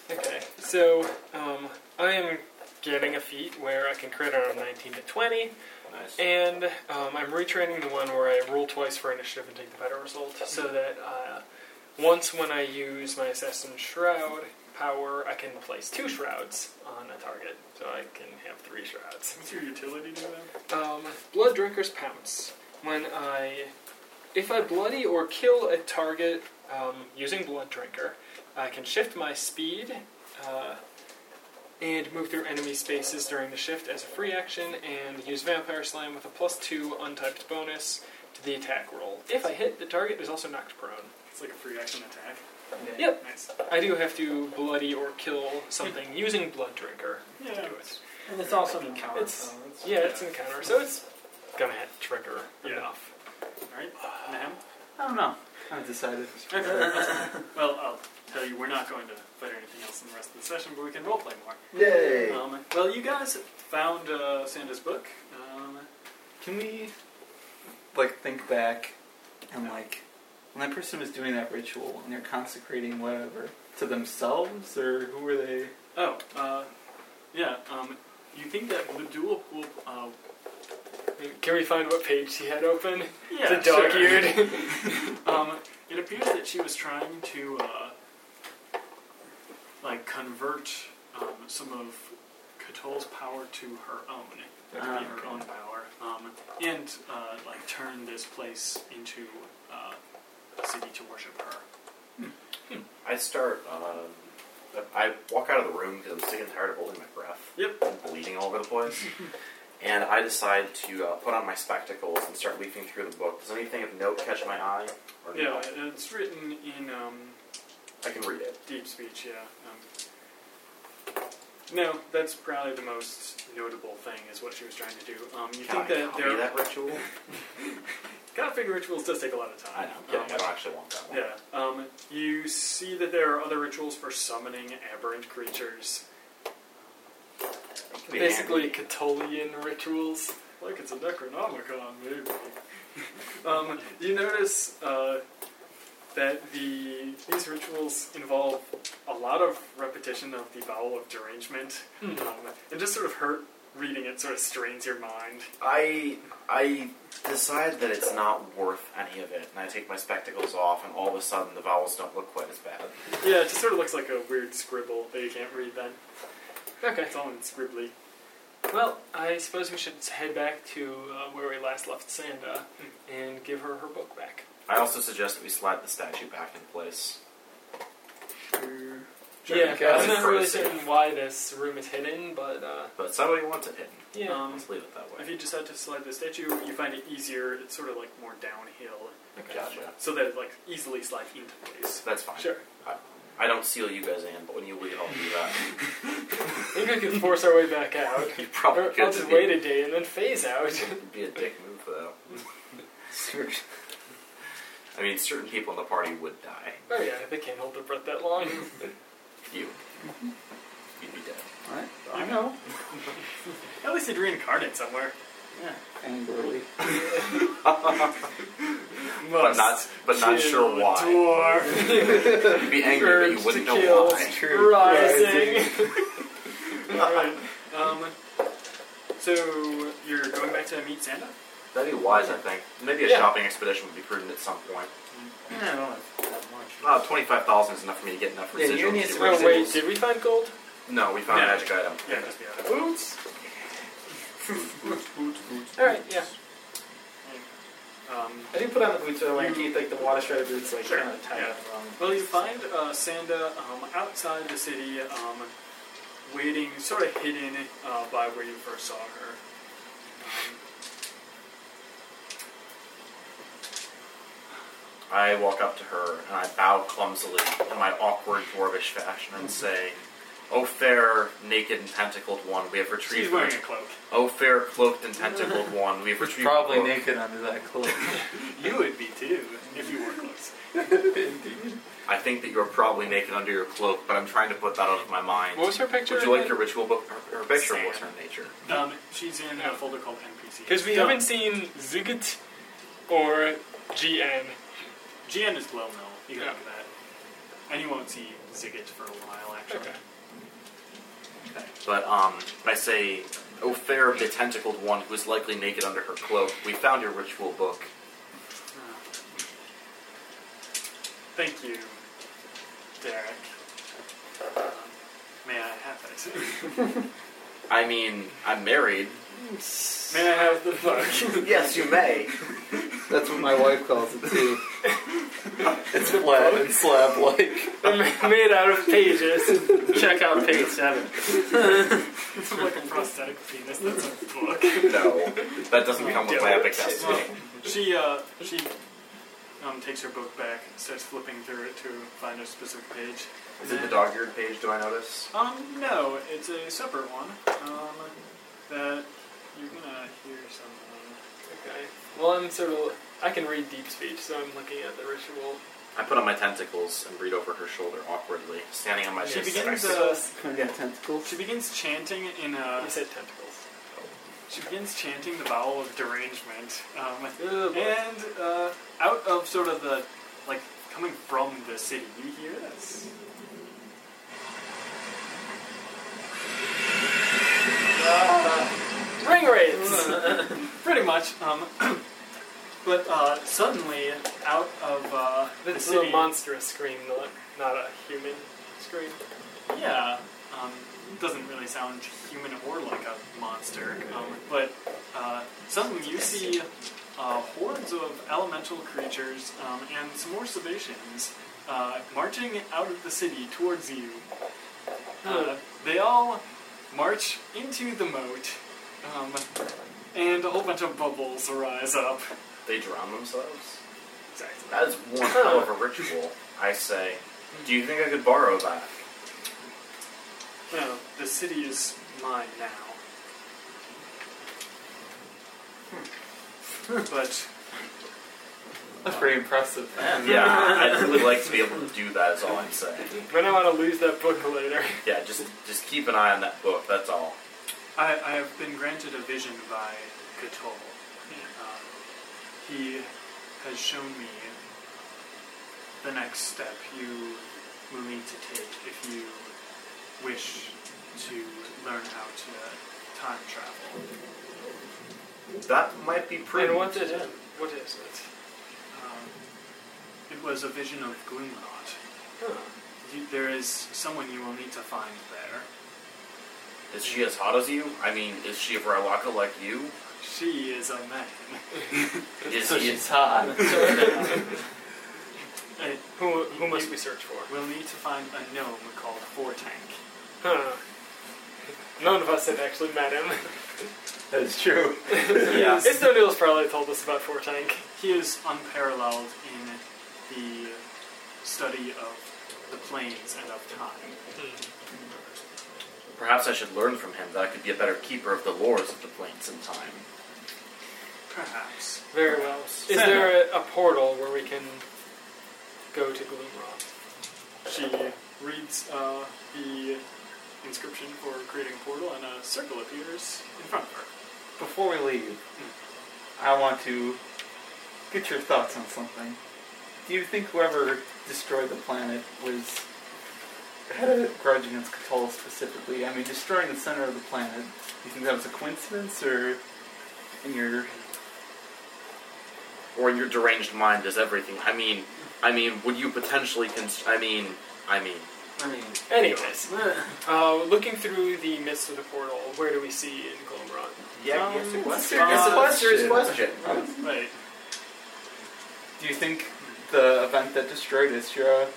Okay, so um, I am getting a feat where I can crit out of 19 to 20,
Nice.
and um, I'm retraining the one where I roll twice for initiative and take the better result, so that uh, once when I use my Assassin Shroud power, I can place two shrouds on a target, so I can have three shrouds.
What's your utility to them?
Um, blood drinkers pounce. When I, if I bloody or kill a target um, using blood drinker, I can shift my speed uh, and move through enemy spaces during the shift as a free action, and use vampire slam with a plus two untyped bonus to the attack roll. If I hit, the target is also knocked prone.
It's like a free action attack.
Yep,
Nice.
I do have to bloody or kill something using blood drinker
Yeah.
to do it.
And it's also an encounter.
It's-
so it's-
Yeah, it's an encounter, so it's gonna hit trigger
Yeah.
enough.
All right. Nahem.
I don't know. I decided.
Well, I'll tell you, we're not going to fight or anything else in the rest of the session, but we can roleplay more.
Yay!
Um, well, you guys found uh, Santa's book. Um,
Can we, like, think back and, like, when that person was doing that ritual and they're consecrating whatever to themselves or who were they?
Oh, uh, yeah. Um, you think that the dual pool? Uh,
Can we find what page he had open?
yeah,
the dog
sure.
eared.
Um, it appears that she was trying to uh, like convert um, some of Katol's power to her own, that could be her own power, um, and uh, like turn this place into uh, a city to worship her.
I start. Um, I walk out of the room because I'm sick and tired of holding my breath.
Yep.
and bleeding all over the place. and I decide to uh, put on my spectacles and start leafing through the book. Does anything of note catch my eye? Or no?
Yeah, and it's written in um,
I can read it.
Deep speech, yeah. Um, no, that's probably the most notable thing is what she was trying to do. Um, you think
Can I
that
copy
there
that ritual?
godfig rituals does take a lot of time.
I know. I'm kidding. I
Um,
don't actually want that one.
yeah. Um, you see that there are other rituals for summoning aberrant creatures.
It could be
Basically,
handy.
Catolian rituals.
Like it's a Necronomicon, maybe. um, you notice uh, that the these rituals involve a lot of repetition of the vowel of derangement, um, and just sort of hurt reading it sort of strains your mind.
I I decide that it's not worth any of it, and I take my spectacles off, and all of a sudden the vowels don't look quite as bad.
Yeah, it just sort of looks like a weird scribble that you can't read then.
Okay.
It's all in scribbly.
Well, I suppose we should head back to uh, where we last left Sanda and give her her book back.
I also suggest that we slide the statue back in place.
Sure,
yeah,
okay.
I'm not really
Proceed.
certain why this room is hidden, but uh,
But somebody wants it hidden.
yeah.
Um,
Let's leave it that
if
way.
you decide to slide the statue, you find it easier. It's sort of like more downhill,
Gotcha.
so that it like easily slides into place.
That's fine.
Sure.
I don't seal you guys in, but when you leave, I'll do that.
I think we could force our way back out.
You
Or
probably
I'll
could.
just wait a day and then phase out.
It'd be a dick move, though. Seriously. I mean, certain people in the party would die.
oh yeah, they can't hold their breath that long.
You. You'd be dead.
Alright, I know.
At least it reincarnates somewhere.
Yeah, angrily.
But not, but not sure why.
Dwarf.
You'd be angry, but
Urge
you wouldn't
to
know
kill.
why.
True.
Rising.
All right. Um, so you're going back to meet Santa?
That'd be wise, I think. Maybe a
Yeah.
shopping expedition would be prudent at some point.
Yeah, I don't have that much.
Uh, 25,000 is enough for me to get enough
Yeah, you
residual.
need
to do
some
oh wait,
residuals.
did we find gold?
No, we found a
Yeah.
magic item.
Yeah, just be out of
Boots. All right, yeah.
Um,
I didn't put on the boots, so I want to keep like the water shredder boots, like
Sure,
kind of tight. Um,
yeah. well, you find uh, Sanda um, outside the city, um, waiting, sort of hidden uh, by where you first saw her. Um,
I walk up to her and I bow clumsily in my awkward dwarvish fashion and say, "O fair, naked and tentacled one, we have retrieved."
she's wearing a cloak.
O fair, cloaked and tentacled one, we have
Which
retrieved.
probably
cloak."
naked under that cloak.
You would be too if you wore cloaks.
Indeed.
I think that you're probably naked under your cloak, but I'm trying to put that out of my mind.
What was her picture?
Would you like your ritual book? Her, her picture
Sand.
was her nature.
Um, she's in a folder called NPC.
Because we
Done.
haven't seen Zigget or GN.
GN is well known. You can look at that. And you won't see Zigget for a while, actually.
Okay.
But um, I say, "O fair, the tentacled one, who is likely naked under her cloak, we found your ritual book."
Uh, Thank you, Derek. Um, may I have it?
I mean, I'm married.
may I have the book?
yes, you may.
That's what my wife calls it too. it's flat and slab like.
They're made out of pages. Check out page seven.
it's like a prosthetic penis. That's a book.
No, that doesn't come with my epic destiny.
Well, she uh, she um, takes her book back, starts flipping through it to find a specific page.
Is it the dog-eared page? Do I notice?
Um, no, it's a separate one. Um, that you're gonna hear something.
Okay. Well, I'm sort of. I can read deep speech, so I'm looking at the ritual.
I put on my tentacles and read over her shoulder awkwardly, standing on my
She
ship's
begins.
back.
Uh,
Can I get tentacles?
she begins chanting in a.
You said tentacles.
She begins chanting the vowel of derangement, um,
Ugh,
and uh, out of sort of the, like, coming from the city, you hear this.
Ring rates.
Pretty much, um, but uh, suddenly out of uh, the
This is
city,
a monstrous scream, not- not a human scream.
Yeah, um, doesn't really sound human or like a monster, um, but uh, suddenly you see uh, hordes of elemental creatures um, and some more Sebastians uh, marching out of the city towards you. Uh, they all march into the moat, um, and a whole bunch of bubbles rise up.
They drown themselves?
Exactly.
That is one hell of a ritual, I say. Do you think I could borrow that?
Well, the city is mine now. but
That's pretty impressive.
Yeah, I'd really like to be able to do that. Is all I'm saying.
We're not want to lose that book later.
Yeah, just just keep an eye on that book. That's all.
I, I have been granted a vision by Katol. Um, he has shown me the next step you will need to take if you wish to learn how to time travel.
That might be pretty.
And what is it? What is it?
Um, it was a vision of Gloomrot.
Huh.
You, there is someone you will need to find there.
Is she as hot as you? I mean, is she a Varlaka like you?
She is a man.
Is
So
he?
she's hot.
It
Who, who must we search for?
will need to find a gnome called Fortank.
Huh. None of us have actually met him.
That is true.
Yeah.
It's no deal's probably told us about Fortank.
He is unparalleled in the study of the planes and of time.
Perhaps I should learn from him that I could be a better keeper of the lores of the plains in time.
Perhaps.
Very well. Is there a, a portal where we can go to Gloomrot?
She reads uh, the inscription for creating a portal, and a circle appears in front of her.
Before we leave, I want to get your thoughts on something. Do you think whoever destroyed the planet was had a grudge against Catola specifically? I mean, destroying the center of the planet. You think that was a coincidence, or in your
Or in your deranged mind is everything. I mean, I mean, would you potentially? Cons- I mean, I mean,
I mean,
Anyways, uh, looking through the midst of the portal, where do we see in Gloomrot?
yeah.
Um,
yes, it was.
it's a serious
It's a serious question.
question.
Right.
Do you think the event that destroyed Istria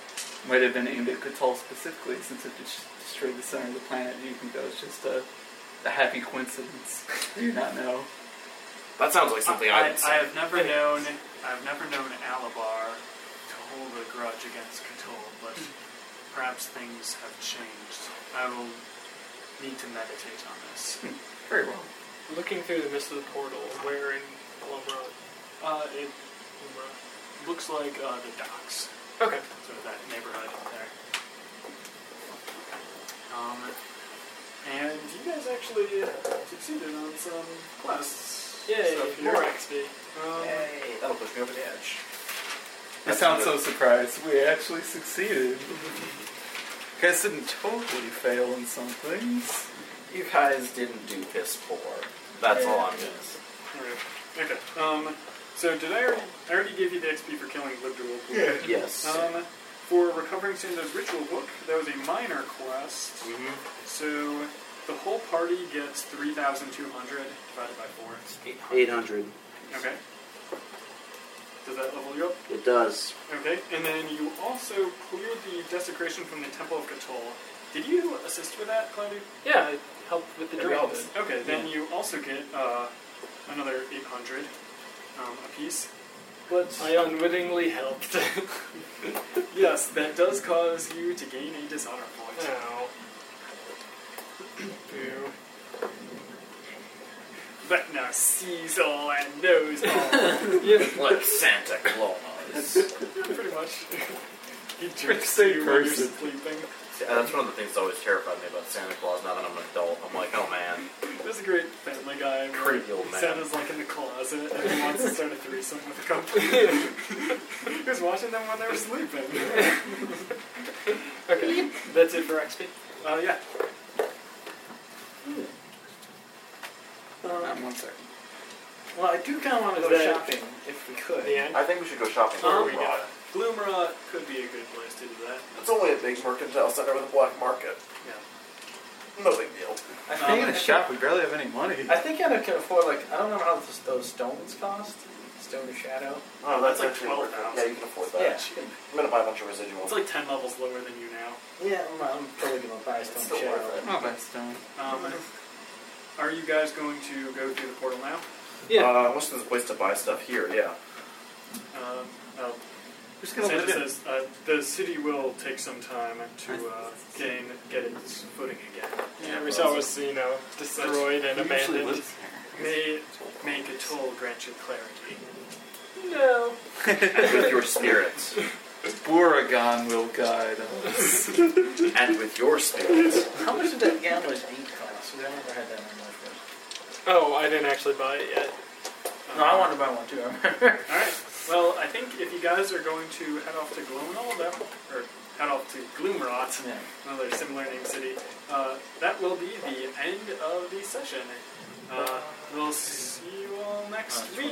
might have been aimed at Catola specifically, since it just destroyed the center of the planet? Do you think that was just a, a happy coincidence? Do you not know?
That sounds like something I,
I,
would
I
say.
have never known. I've never known Alabar to hold a grudge against Katol, but perhaps things have changed. I will need to meditate on this.
Very well.
Looking through the midst of the portal, where in Gloomrot?
Uh, it
Gloomrot.
looks like uh, the docks.
Okay.
sort of that neighborhood there. Um, and you guys actually succeeded on some quests.
Yay,
stuff here.
more XP. Um,
Hey, that'll push me over the edge.
I sound so surprised. We actually succeeded. You guys didn't totally fail in some things.
You guys didn't do piss poor. That's all I'm gonna say.
Alright. Okay. Um, so did I already? I already gave you the XP for killing Libdual.
Yes.
Um, for recovering Sando's ritual book, that was a minor quest.
mm-hmm.
So the whole party gets three thousand two hundred divided by four.
800.
Okay. Does that level you up?
It does.
Okay, and then you also cleared the desecration from the Temple of Katol. Did you assist with that, Cloudy?
yeah, it helped with the
Yeah, we all
dreams.
did.
Okay, then you also get uh, another 800 um, apiece. But
I unwittingly helped.
yes, that does cause you to gain a dishonor point.
Ow.
Boo. But now sees all and knows all.
Yeah,
Like Santa Claus.
Pretty much. He
Pretty
drinks
safe
you when you're
person.
sleeping.
Yeah, that's one of the things that always terrified me about Santa Claus. Now that I'm an adult, I'm like, oh man,
There's a great family guy. where
creepy old man.
Santa's like in the closet and he wants to start a threesome with a couple. he was watching them when they were sleeping.
okay. That's it for XP.
Uh, yeah.
Um, one second.
well, I do kind of want to
Is
go
that-
shopping if we could.
The end.
I think we should go shopping.
Um,
Abroad.
Gloomra could be a good place to do that.
It's only a big mercantile center with a black market.
Yeah. Oh,
No big deal.
I
I think in
um, I
a shop we barely have any money.
I think I can afford like I don't remember how those, those stones cost. Stone of Shadow.
Oh,
that's
that's,
like
actually
12,000.
Yeah, you can afford that.
Yeah, she can.
I'm gonna buy a bunch of residuals.
It's like 10 levels lower than you now.
Yeah, I'm, I'm probably gonna buy a
It's
Stone
still
of Shadow.
worth it.
Not that stone.
Um, are you guys going to go through the portal now?
Yeah.
Uh, what's the place to buy stuff here? Yeah.
Um, oh,
Who's gonna
Santa
live in?
says uh, the city will take some time to uh, gain get its footing again.
Yeah, we saw it was, you know, destroyed and
Who usually
abandoned.
lives
May may Gatol grant you clarity.
No.
And with your spirit.
there? Boragon will guide us.
and with your spirit.
How much did that gambler's eight cost? We never had that in my first.
Oh, I didn't actually buy it yet.
No, I wanted to buy one too. I remember.
All right. Well, I think if you guys are going to head off to Gloomrot, that or head off to Gloomrot,
yeah.
another similar named city, uh, that will be the end of the session. Uh, we'll see you all next
Uh,
week.